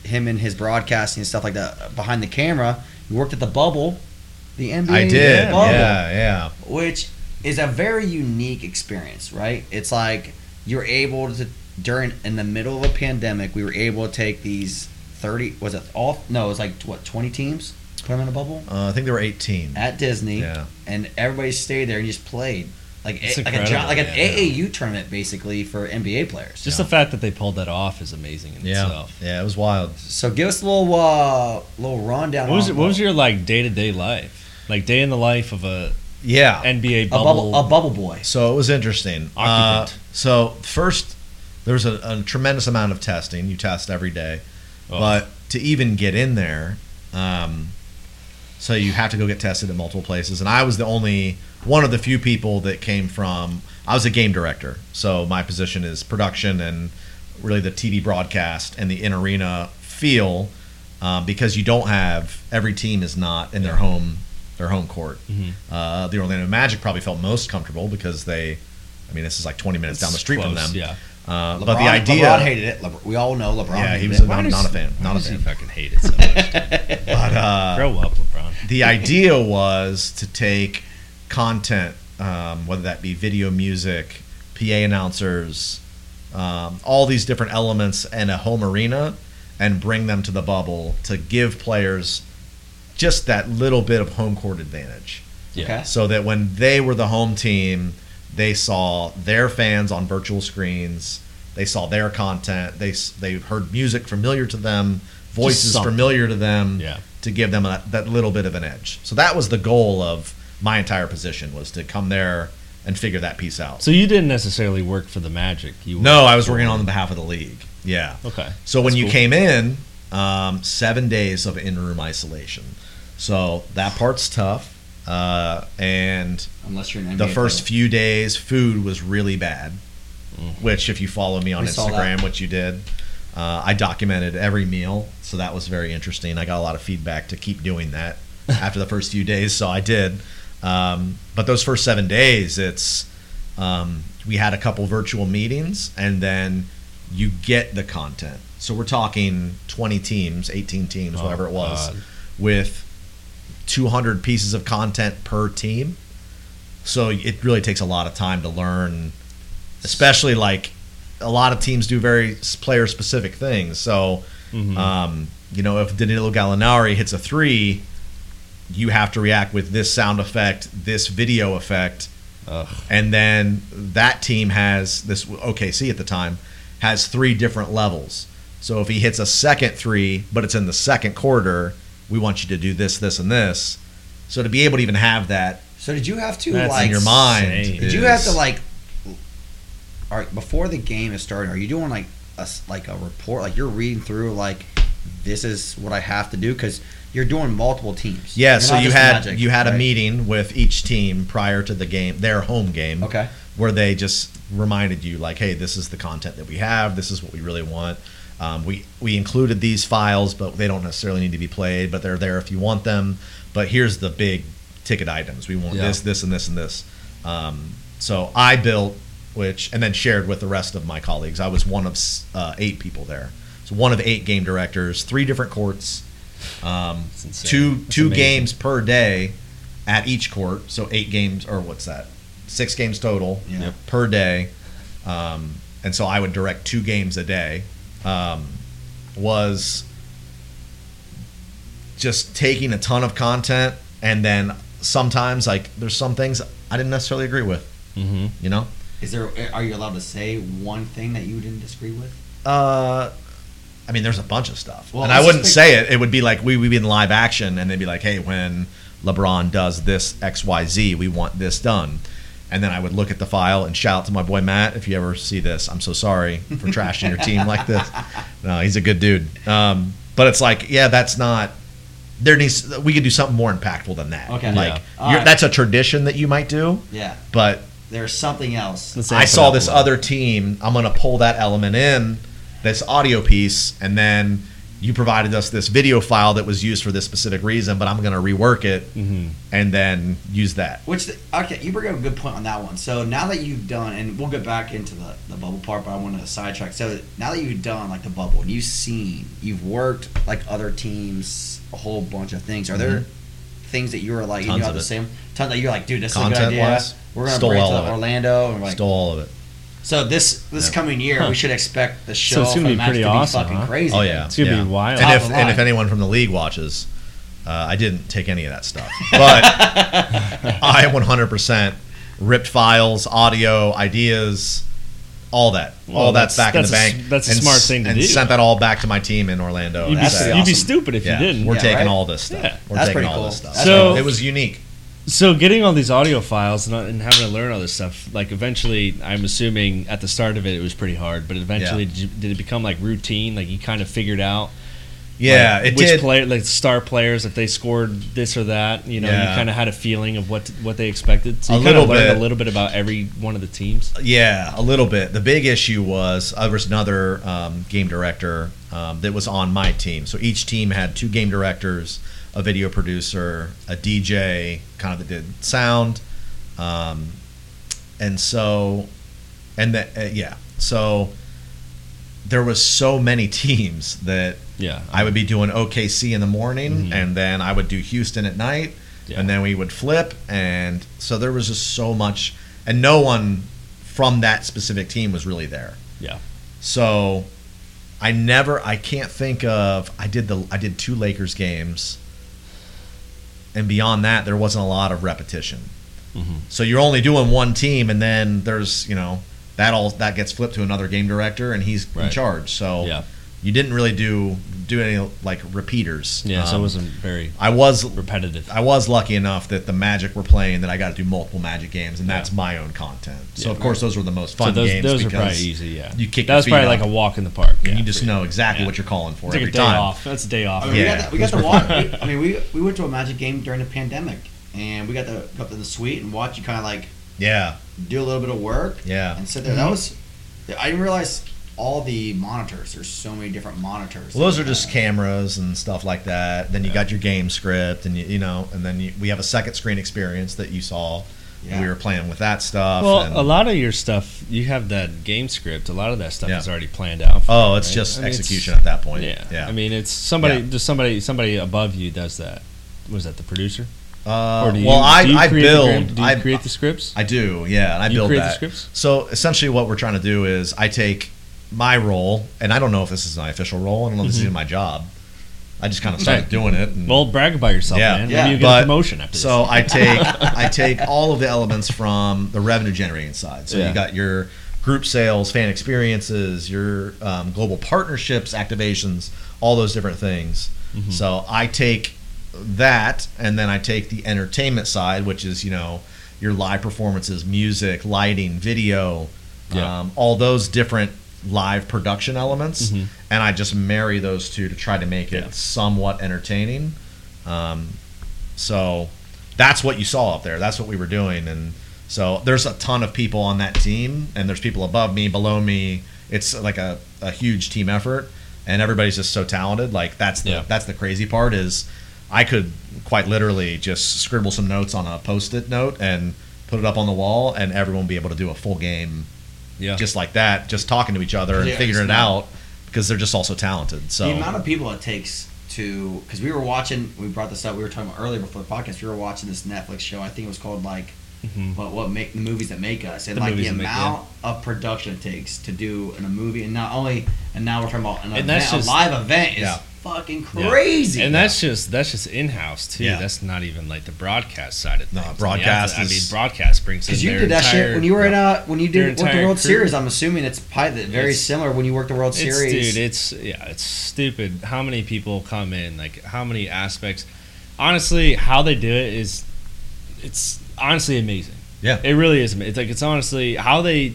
[SPEAKER 2] him and his broadcasting and stuff like that uh, behind the camera. You worked at the bubble, the NBA.
[SPEAKER 3] I did.
[SPEAKER 2] bubble,
[SPEAKER 3] yeah, yeah.
[SPEAKER 2] which is a very unique experience, right? It's like you're able to during in the middle of a pandemic, we were able to take these thirty. Was it all? No, it was like what twenty teams. Put them in a bubble
[SPEAKER 3] Uh, I think they were 18.
[SPEAKER 2] at Disney.
[SPEAKER 3] Yeah.
[SPEAKER 2] and everybody stayed there and just played like
[SPEAKER 1] It's
[SPEAKER 2] a, like a jo-
[SPEAKER 1] incredible,
[SPEAKER 2] like an
[SPEAKER 1] yeah.
[SPEAKER 2] AAU tournament basically for NBA players.
[SPEAKER 1] Just the fact that they pulled that off is amazing in
[SPEAKER 3] Yeah.
[SPEAKER 1] itself.
[SPEAKER 3] Yeah, it was wild.
[SPEAKER 2] So give us a little uh, little rundown.
[SPEAKER 1] What was
[SPEAKER 2] on
[SPEAKER 1] it, what was your like day to day life? Like day in the life of a
[SPEAKER 3] Yeah.
[SPEAKER 1] NBA
[SPEAKER 2] a
[SPEAKER 1] bubble.
[SPEAKER 2] bubble a bubble boy?
[SPEAKER 3] so it was interesting. Uh,
[SPEAKER 1] Occupant.
[SPEAKER 3] so first, there was a, a tremendous amount of testing. You test every day,
[SPEAKER 1] Oh.
[SPEAKER 3] but to even get in there, um, so you have to go get tested at multiple places. And I was the only one of the few people that came from. I was a game director, so my position is production and really the TV broadcast and the in arena feel, um, because you don't have every team is not in their home their home court.
[SPEAKER 1] Mhm.
[SPEAKER 3] Uh, the Orlando Magic probably felt most comfortable because they, I mean, this is like 20 minutes down the street from them.
[SPEAKER 1] Close, Yeah.
[SPEAKER 3] Uh,
[SPEAKER 2] LeBron,
[SPEAKER 3] but the idea,
[SPEAKER 2] LeBron hated it. LeBron, we all know LeBron.
[SPEAKER 3] yeah, he
[SPEAKER 2] hated
[SPEAKER 3] was
[SPEAKER 2] it.
[SPEAKER 3] not,
[SPEAKER 1] does-
[SPEAKER 3] not a fan, not a
[SPEAKER 1] He
[SPEAKER 3] fan.
[SPEAKER 1] fucking hate it so much. dude.
[SPEAKER 3] But uh,
[SPEAKER 1] Grow up, LeBron.
[SPEAKER 3] the idea was to take content, um, whether that be video, music, PA announcers, um, all these different elements, and a home arena, and bring them to the bubble to give players just that little bit of home court advantage.
[SPEAKER 1] Yeah.
[SPEAKER 2] Okay.
[SPEAKER 3] so that when they were the home team, they saw their fans on virtual screens. They saw their content. They s- they heard music familiar to them, voices
[SPEAKER 1] something.
[SPEAKER 3] familiar to them,
[SPEAKER 1] Yeah.
[SPEAKER 3] to give them that, that little bit of an edge. So that was the goal of my entire position was to come there and figure that piece out.
[SPEAKER 1] So you didn't necessarily work for the Magic. You
[SPEAKER 3] No,
[SPEAKER 1] worked
[SPEAKER 3] I was working
[SPEAKER 1] for-
[SPEAKER 3] on behalf of the league. Yeah.
[SPEAKER 1] Okay.
[SPEAKER 3] So when
[SPEAKER 1] That's
[SPEAKER 3] you
[SPEAKER 1] cool.
[SPEAKER 3] came in, um, seven days of in room isolation. So that part's tough. Uh, and
[SPEAKER 2] Unless you're an NBA
[SPEAKER 3] the first
[SPEAKER 2] player.
[SPEAKER 3] few days, food was really bad.
[SPEAKER 1] Mhm.
[SPEAKER 3] Which, if you follow me on
[SPEAKER 2] We saw
[SPEAKER 3] Instagram, which you did, uh, I documented every meal, so that was very interesting. I got a lot of feedback to keep doing that after the first few days, so I did. Um, but those first seven days, it's um, we had a couple virtual meetings, and then you get the content. So we're talking 20 teams, 18 teams,
[SPEAKER 1] Oh,
[SPEAKER 3] whatever it was,
[SPEAKER 1] God.
[SPEAKER 3] with 200 pieces of content per team. So it really takes a lot of time to learn, especially like a lot of teams do very player specific things. So,
[SPEAKER 1] Mhm.
[SPEAKER 3] um, you know, if Danilo Gallinari hits a three, you have to react with this sound effect, this video effect,
[SPEAKER 1] Ugh.
[SPEAKER 3] and then that team has this OKC at the time has three different levels. So if he hits a second three, but it's in the second quarter, we want you to do this, this, and this. So to be able to even have that
[SPEAKER 2] So did you have to
[SPEAKER 1] That's
[SPEAKER 2] like
[SPEAKER 3] in your mind,
[SPEAKER 1] insane.
[SPEAKER 2] Did you have to
[SPEAKER 3] is-
[SPEAKER 2] like? All right, before the game is starting, are you doing like a s- like a report? Like you're reading through like this is what I have to do because you're doing multiple teams.
[SPEAKER 3] Yeah,
[SPEAKER 2] You're
[SPEAKER 3] so
[SPEAKER 2] not
[SPEAKER 3] you
[SPEAKER 2] just
[SPEAKER 3] had
[SPEAKER 2] Magic,
[SPEAKER 3] you had a
[SPEAKER 2] right?
[SPEAKER 3] meeting with each team prior to the game, their home game,
[SPEAKER 2] Okay,
[SPEAKER 3] where they just reminded you like, hey, this is the content that we have, this is what we really want. Um, we we included these files, but they don't necessarily need to be played, but they're there if you want them. But here's the big ticket items: we want
[SPEAKER 1] Yeah.
[SPEAKER 3] this, this, and this, and this. Um, so I built, which and then shared with the rest of my colleagues. I was one of s- uh, eight people there, so one of eight game directors, three different courts. Um,
[SPEAKER 1] It's insane.
[SPEAKER 3] two
[SPEAKER 1] That's
[SPEAKER 3] two
[SPEAKER 1] amazing.
[SPEAKER 3] games per day at each court, so eight games or what's that? Six games total
[SPEAKER 2] Yeah. Yep.
[SPEAKER 3] per day, um, and so I would direct two games a day. Um, was just taking a ton of content, and then sometimes like there's some things I didn't necessarily agree with,
[SPEAKER 1] Mhm.
[SPEAKER 3] you know.
[SPEAKER 2] is there? eh, Are you allowed to say one thing that you didn't disagree with?
[SPEAKER 3] Uh, I mean, there's a bunch of stuff,
[SPEAKER 2] Well,
[SPEAKER 3] and
[SPEAKER 2] let's
[SPEAKER 3] I wouldn't
[SPEAKER 2] just
[SPEAKER 3] say it. It would be like we would be in live action, and they'd be like, "Hey, when LeBron does this X Y Z, we want this done." And then I would look at the file and shout to my boy Matt, "If you ever see this, I'm so sorry for trashing your team like this." No, he's a good dude. Um, but it's like, yeah, that's not. There needs we could do something more impactful than that.
[SPEAKER 2] Okay.
[SPEAKER 3] like
[SPEAKER 2] Yeah.
[SPEAKER 3] you're,
[SPEAKER 2] Alright.
[SPEAKER 3] that's a tradition that you might do,
[SPEAKER 2] Yeah,
[SPEAKER 3] but
[SPEAKER 2] there's something else.
[SPEAKER 1] Let's amp
[SPEAKER 3] I
[SPEAKER 1] it
[SPEAKER 3] saw
[SPEAKER 1] up a
[SPEAKER 3] this
[SPEAKER 1] little.
[SPEAKER 3] other team. I'm going to pull that element in, this audio piece, and then you provided us this video file that was used for this specific reason, but I'm going to rework it
[SPEAKER 1] Mhm.
[SPEAKER 3] and then use that.
[SPEAKER 2] Which the, okay, you bring up a good point on that one. So now that you've done, and we'll get back into the, the bubble part, but I want to sidetrack. So now that you've done like the bubble, and you've seen, you've worked like other teams, a whole bunch of things. Are there things that you were like, you
[SPEAKER 3] Mm-hmm. Tons
[SPEAKER 2] know,
[SPEAKER 3] of
[SPEAKER 2] the
[SPEAKER 3] it.
[SPEAKER 2] same time that you're like, dude, this is a good idea.
[SPEAKER 3] Content-wise,
[SPEAKER 2] We're gonna
[SPEAKER 3] stole
[SPEAKER 2] bring it
[SPEAKER 3] all of
[SPEAKER 2] to
[SPEAKER 3] it.
[SPEAKER 2] Orlando, and like,
[SPEAKER 3] stole all of it.
[SPEAKER 2] so this this
[SPEAKER 1] Yeah.
[SPEAKER 2] coming year,
[SPEAKER 1] Huh.
[SPEAKER 2] we should expect the show.
[SPEAKER 1] it's gonna
[SPEAKER 2] from
[SPEAKER 1] be
[SPEAKER 2] Match
[SPEAKER 1] pretty
[SPEAKER 2] to
[SPEAKER 1] awesome,
[SPEAKER 2] fucking
[SPEAKER 1] huh?
[SPEAKER 2] crazy.
[SPEAKER 3] Oh yeah,
[SPEAKER 1] It's gonna be
[SPEAKER 3] yeah.
[SPEAKER 1] wild.
[SPEAKER 3] And
[SPEAKER 2] Top
[SPEAKER 3] if
[SPEAKER 2] of the
[SPEAKER 3] and
[SPEAKER 2] line.
[SPEAKER 3] if anyone from the league watches, uh, I didn't take any of that stuff, but I 100% ripped files, audio, ideas, all that,
[SPEAKER 1] Well,
[SPEAKER 3] all that's,
[SPEAKER 1] that's-
[SPEAKER 3] back in the
[SPEAKER 1] that's a s-
[SPEAKER 3] bank.
[SPEAKER 1] that's a
[SPEAKER 3] and
[SPEAKER 1] smart
[SPEAKER 3] s-
[SPEAKER 1] thing to
[SPEAKER 3] and
[SPEAKER 1] do.
[SPEAKER 3] sent that all back to my team in Orlando.
[SPEAKER 1] You'd, be,
[SPEAKER 3] and
[SPEAKER 2] That's
[SPEAKER 1] stu-
[SPEAKER 3] said,
[SPEAKER 2] pretty
[SPEAKER 1] you'd be
[SPEAKER 2] awesome.
[SPEAKER 1] stupid if
[SPEAKER 3] yeah,
[SPEAKER 1] you didn't.
[SPEAKER 3] We're
[SPEAKER 2] Yeah,
[SPEAKER 3] taking
[SPEAKER 2] right?
[SPEAKER 3] all this stuff.
[SPEAKER 1] Yeah.
[SPEAKER 3] We're
[SPEAKER 2] That's
[SPEAKER 3] taking
[SPEAKER 2] pretty
[SPEAKER 3] all
[SPEAKER 2] cool.
[SPEAKER 3] this stuff.
[SPEAKER 2] That's
[SPEAKER 1] So- pretty cool.
[SPEAKER 3] it was unique.
[SPEAKER 1] So getting all these audio files and, and having to learn all this stuff, like eventually, I'm assuming at the start of it, it was pretty hard. But eventually, did, you, did it become like routine? Like you kind of figured out,
[SPEAKER 3] Yeah,
[SPEAKER 1] like,
[SPEAKER 3] it
[SPEAKER 1] which
[SPEAKER 3] did.
[SPEAKER 1] player, like star players, if they scored this or that, you know,
[SPEAKER 3] Yeah.
[SPEAKER 1] you kind of had a feeling of what what they expected. So
[SPEAKER 3] A
[SPEAKER 1] you kind of
[SPEAKER 3] little
[SPEAKER 1] learned
[SPEAKER 3] bit.
[SPEAKER 1] a little bit about every one of the teams.
[SPEAKER 3] Yeah, a little bit. The big issue was I was another um, game director um, that was on my team. So each team had two game directors, a video producer, a DJ, kind of that did sound, um, and so, and that uh, yeah. So there was so many teams that
[SPEAKER 1] Yeah,
[SPEAKER 3] I would be doing OKC in the morning,
[SPEAKER 1] Mhm.
[SPEAKER 3] and then I would do Houston at night,
[SPEAKER 1] Yeah.
[SPEAKER 3] and then we would flip, and so there was just so much, and no one from that specific team was really there.
[SPEAKER 1] Yeah.
[SPEAKER 3] So I never, I can't think of. I did the, I did two Lakers games, and beyond that, there wasn't a lot of repetition.
[SPEAKER 1] Mhm.
[SPEAKER 3] So you're only doing one team, and then there's, you know, that all that gets flipped to another game director, and he's in
[SPEAKER 1] Right.
[SPEAKER 3] charge. So
[SPEAKER 1] Yeah.
[SPEAKER 3] you didn't really do do any like repeaters.
[SPEAKER 1] yeah. so it
[SPEAKER 3] Um,
[SPEAKER 1] wasn't very
[SPEAKER 3] I was
[SPEAKER 1] repetitive.
[SPEAKER 3] I was lucky enough that the Magic were playing that I got to do multiple Magic games, and
[SPEAKER 1] Yeah.
[SPEAKER 3] that's my own content. So
[SPEAKER 1] Yeah.
[SPEAKER 3] of course those were the most fun
[SPEAKER 1] so those
[SPEAKER 3] games
[SPEAKER 1] those are
[SPEAKER 3] because
[SPEAKER 1] probably easy. Yeah,
[SPEAKER 3] you kick
[SPEAKER 1] that
[SPEAKER 3] your
[SPEAKER 1] was probably
[SPEAKER 3] feet
[SPEAKER 1] like
[SPEAKER 3] up.
[SPEAKER 1] a walk in the park.
[SPEAKER 3] and
[SPEAKER 1] Yeah,
[SPEAKER 3] you just
[SPEAKER 1] pretty-
[SPEAKER 3] know exactly
[SPEAKER 1] Yeah.
[SPEAKER 3] what you're calling for
[SPEAKER 1] It's like a
[SPEAKER 3] every
[SPEAKER 1] day
[SPEAKER 3] time.
[SPEAKER 1] off. That's a day off.
[SPEAKER 2] I mean,
[SPEAKER 3] Yeah,
[SPEAKER 2] we got the, we
[SPEAKER 3] it
[SPEAKER 2] got the
[SPEAKER 3] was
[SPEAKER 2] walk.
[SPEAKER 3] pretty
[SPEAKER 2] we- I mean, we we went to a Magic game during the pandemic. and we got to go up in the suite and watch you kind of like
[SPEAKER 3] Yeah,
[SPEAKER 2] do a little bit of work
[SPEAKER 3] yeah.
[SPEAKER 2] and sit there. That was I didn't realize all the monitors. There's so many different monitors.
[SPEAKER 3] Well, those are
[SPEAKER 2] Uh,
[SPEAKER 3] just cameras and stuff like that. Then you got your game script, and you, you know, and then you, we have a second screen experience that you saw.
[SPEAKER 2] yeah.
[SPEAKER 3] We were playing with that stuff.
[SPEAKER 1] Well,
[SPEAKER 3] and,
[SPEAKER 1] a lot of your stuff, you have that game script. A lot of that stuff
[SPEAKER 3] Yeah.
[SPEAKER 1] is already planned out. for
[SPEAKER 3] oh,
[SPEAKER 1] you,
[SPEAKER 3] it's
[SPEAKER 1] right?
[SPEAKER 3] just
[SPEAKER 1] I mean, it's-
[SPEAKER 3] execution at that point.
[SPEAKER 1] yeah.
[SPEAKER 3] yeah.
[SPEAKER 1] I mean, it's somebody,
[SPEAKER 3] Yeah.
[SPEAKER 1] just somebody, somebody above you does that. Was that the producer?
[SPEAKER 3] Uh,
[SPEAKER 1] do you-
[SPEAKER 3] well, I,
[SPEAKER 1] do you
[SPEAKER 3] I
[SPEAKER 1] create the gram-
[SPEAKER 3] build.
[SPEAKER 1] Do you
[SPEAKER 3] I,
[SPEAKER 1] create the scripts?
[SPEAKER 3] I do. Yeah, and I
[SPEAKER 1] you
[SPEAKER 3] build
[SPEAKER 1] create
[SPEAKER 3] that.
[SPEAKER 1] the scripts.
[SPEAKER 3] So essentially, what we're trying to do is I take my role, and I don't know if this is my official role. I don't know if this is even my job. I just kind of started
[SPEAKER 1] Mm-hmm. Right.
[SPEAKER 3] doing it. and-
[SPEAKER 1] Well, brag about yourself,
[SPEAKER 3] Yeah.
[SPEAKER 1] man.
[SPEAKER 2] Yeah.
[SPEAKER 1] Maybe you get
[SPEAKER 3] But-
[SPEAKER 1] a promotion after
[SPEAKER 3] so I take I take all of the elements from the revenue generating side. So
[SPEAKER 1] Yeah.
[SPEAKER 3] you got your group sales, fan experiences, your um, global partnerships, activations, all those different things.
[SPEAKER 1] this. Mhm.
[SPEAKER 3] So I take that, and then I take the entertainment side, which is you know your live performances, music, lighting, video,
[SPEAKER 1] Yeah.
[SPEAKER 3] um, all those different live production elements,
[SPEAKER 1] Mhm.
[SPEAKER 3] and I just marry those two to try to make it
[SPEAKER 1] Yeah.
[SPEAKER 3] somewhat entertaining. Um, so that's what you saw up there. That's what we were doing, and so there's a ton of people on that team, and there's people above me, below me. It's like a, a huge team effort, and everybody's just so talented. Like that's the
[SPEAKER 1] Yeah.
[SPEAKER 3] that's the crazy part is I could quite literally just scribble some notes on a post-it note and put it up on the wall, and everyone be able to do a full game
[SPEAKER 1] yeah.
[SPEAKER 3] just like that, just talking to each other and
[SPEAKER 2] Yeah,
[SPEAKER 3] figuring it
[SPEAKER 2] it's not-
[SPEAKER 3] out because they're just also talented. So
[SPEAKER 2] The amount of people it takes to because we were watching. We brought this up. We were talking about earlier before the podcast. We were watching this Netflix show. I think it was called like
[SPEAKER 1] Mhm.
[SPEAKER 2] what what make the movies that make us and
[SPEAKER 1] The
[SPEAKER 2] like the
[SPEAKER 1] movies that make-
[SPEAKER 2] amount of production it takes to do in a movie and not only and now we're talking about an
[SPEAKER 1] And
[SPEAKER 2] event,
[SPEAKER 1] that's just-
[SPEAKER 2] a live event is
[SPEAKER 3] Yeah.
[SPEAKER 2] fucking
[SPEAKER 1] Yeah.
[SPEAKER 2] crazy.
[SPEAKER 1] And that's just that's just in house too.
[SPEAKER 3] Yeah.
[SPEAKER 1] That's not even like the broadcast side of
[SPEAKER 3] No,
[SPEAKER 1] things. I mean,
[SPEAKER 3] broadcast
[SPEAKER 1] I mean,
[SPEAKER 3] is-
[SPEAKER 1] broadcast brings in
[SPEAKER 2] because you
[SPEAKER 1] their
[SPEAKER 2] did that shit
[SPEAKER 1] entire-
[SPEAKER 2] when you were in uh when you
[SPEAKER 1] their
[SPEAKER 2] did worked the
[SPEAKER 1] entire
[SPEAKER 2] World
[SPEAKER 1] crew.
[SPEAKER 2] Series. I'm assuming it's probably very
[SPEAKER 1] It's-
[SPEAKER 2] similar when you worked the World
[SPEAKER 1] It's-
[SPEAKER 2] Series.
[SPEAKER 1] Dude, it's yeah, it's stupid. How many people come in? Like how many aspects? Honestly, how they do it is, it's honestly amazing.
[SPEAKER 3] Yeah.
[SPEAKER 1] it really is. ama- It's like it's honestly how they,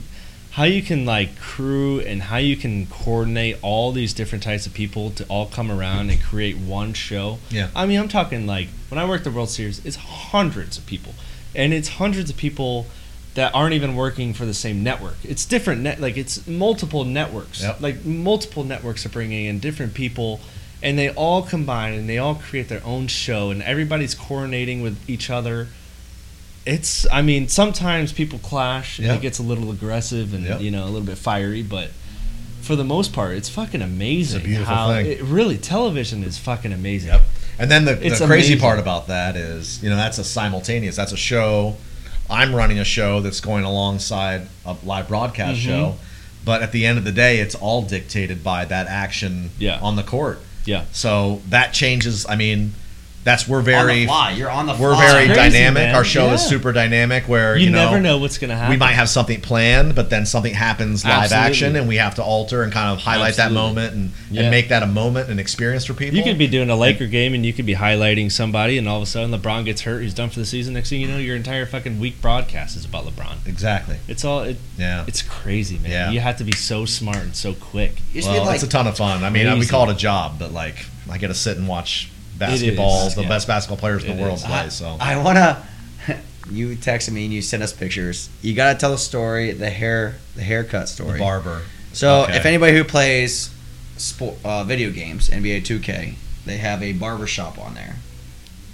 [SPEAKER 1] how you can like crew and how you can coordinate all these different types of people to all come around and create one show.
[SPEAKER 3] Yeah.
[SPEAKER 1] I mean, I'm talking like when I worked the World Series, it's hundreds of people, and it's hundreds of people. That aren't even working for the same network. It's different net, like it's multiple networks.
[SPEAKER 3] Yep.
[SPEAKER 1] Like multiple networks are bringing in different people, and they all combine and they all create their own show, and everybody's coordinating with each other. It's, I mean, sometimes people clash and
[SPEAKER 3] Yeah.
[SPEAKER 1] it gets a little aggressive and
[SPEAKER 3] Yep.
[SPEAKER 1] you know a little bit fiery, but for the most part, it's fucking amazing.
[SPEAKER 3] beautiful
[SPEAKER 1] how
[SPEAKER 3] thing.
[SPEAKER 1] It, really, television is fucking amazing.
[SPEAKER 3] Yep. And then the,
[SPEAKER 1] It's
[SPEAKER 3] the crazy
[SPEAKER 1] amazing.
[SPEAKER 3] part about that is, you know, that's a simultaneous. That's a show. I'm running a show that's going alongside a live broadcast
[SPEAKER 1] Mhm.
[SPEAKER 3] show. But at the end of the day, it's all dictated by that action
[SPEAKER 1] Yeah.
[SPEAKER 3] on the court.
[SPEAKER 1] Yeah.
[SPEAKER 3] So that changes. I mean, that's we're
[SPEAKER 2] on the
[SPEAKER 3] very
[SPEAKER 2] fly. You're on the
[SPEAKER 3] we're
[SPEAKER 2] fly.
[SPEAKER 3] very
[SPEAKER 1] It's crazy,
[SPEAKER 3] dynamic.
[SPEAKER 1] man.
[SPEAKER 3] Our show is
[SPEAKER 1] Yeah.
[SPEAKER 3] super dynamic. Where
[SPEAKER 1] You,
[SPEAKER 3] you,
[SPEAKER 1] never know what's gonna happen.
[SPEAKER 3] we might have something planned, but then something happens live
[SPEAKER 1] Absolutely.
[SPEAKER 3] action, and we have to alter and kind of highlight
[SPEAKER 1] Absolutely.
[SPEAKER 3] that moment and,
[SPEAKER 1] Yeah.
[SPEAKER 3] and make that a moment and experience for people.
[SPEAKER 1] You could be doing a Laker game and you could be highlighting somebody, and all of a sudden LeBron gets hurt. He's done for the season. Next thing you know, your entire fucking week broadcast is about LeBron.
[SPEAKER 3] exactly.
[SPEAKER 1] It's all it,
[SPEAKER 3] Yeah.
[SPEAKER 1] it's crazy, man.
[SPEAKER 3] Yeah.
[SPEAKER 1] You have to be so smart and so quick.
[SPEAKER 2] You should be
[SPEAKER 3] Well,
[SPEAKER 2] like
[SPEAKER 3] it's a ton of fun. I mean, we
[SPEAKER 1] crazy.
[SPEAKER 3] call it a job, but like I get to sit and watch basketball,
[SPEAKER 1] is,
[SPEAKER 3] the
[SPEAKER 1] yeah.
[SPEAKER 3] best basketball players in
[SPEAKER 1] It
[SPEAKER 3] the world
[SPEAKER 1] is.
[SPEAKER 3] play. So
[SPEAKER 2] I wanna. You texted me and you sent us pictures. You gotta tell the story, the hair, the haircut
[SPEAKER 3] the
[SPEAKER 2] story.
[SPEAKER 3] barber,
[SPEAKER 2] so
[SPEAKER 3] okay.
[SPEAKER 2] if anybody who plays sport, uh, video games, NBA 2K, they have a barber shop on there.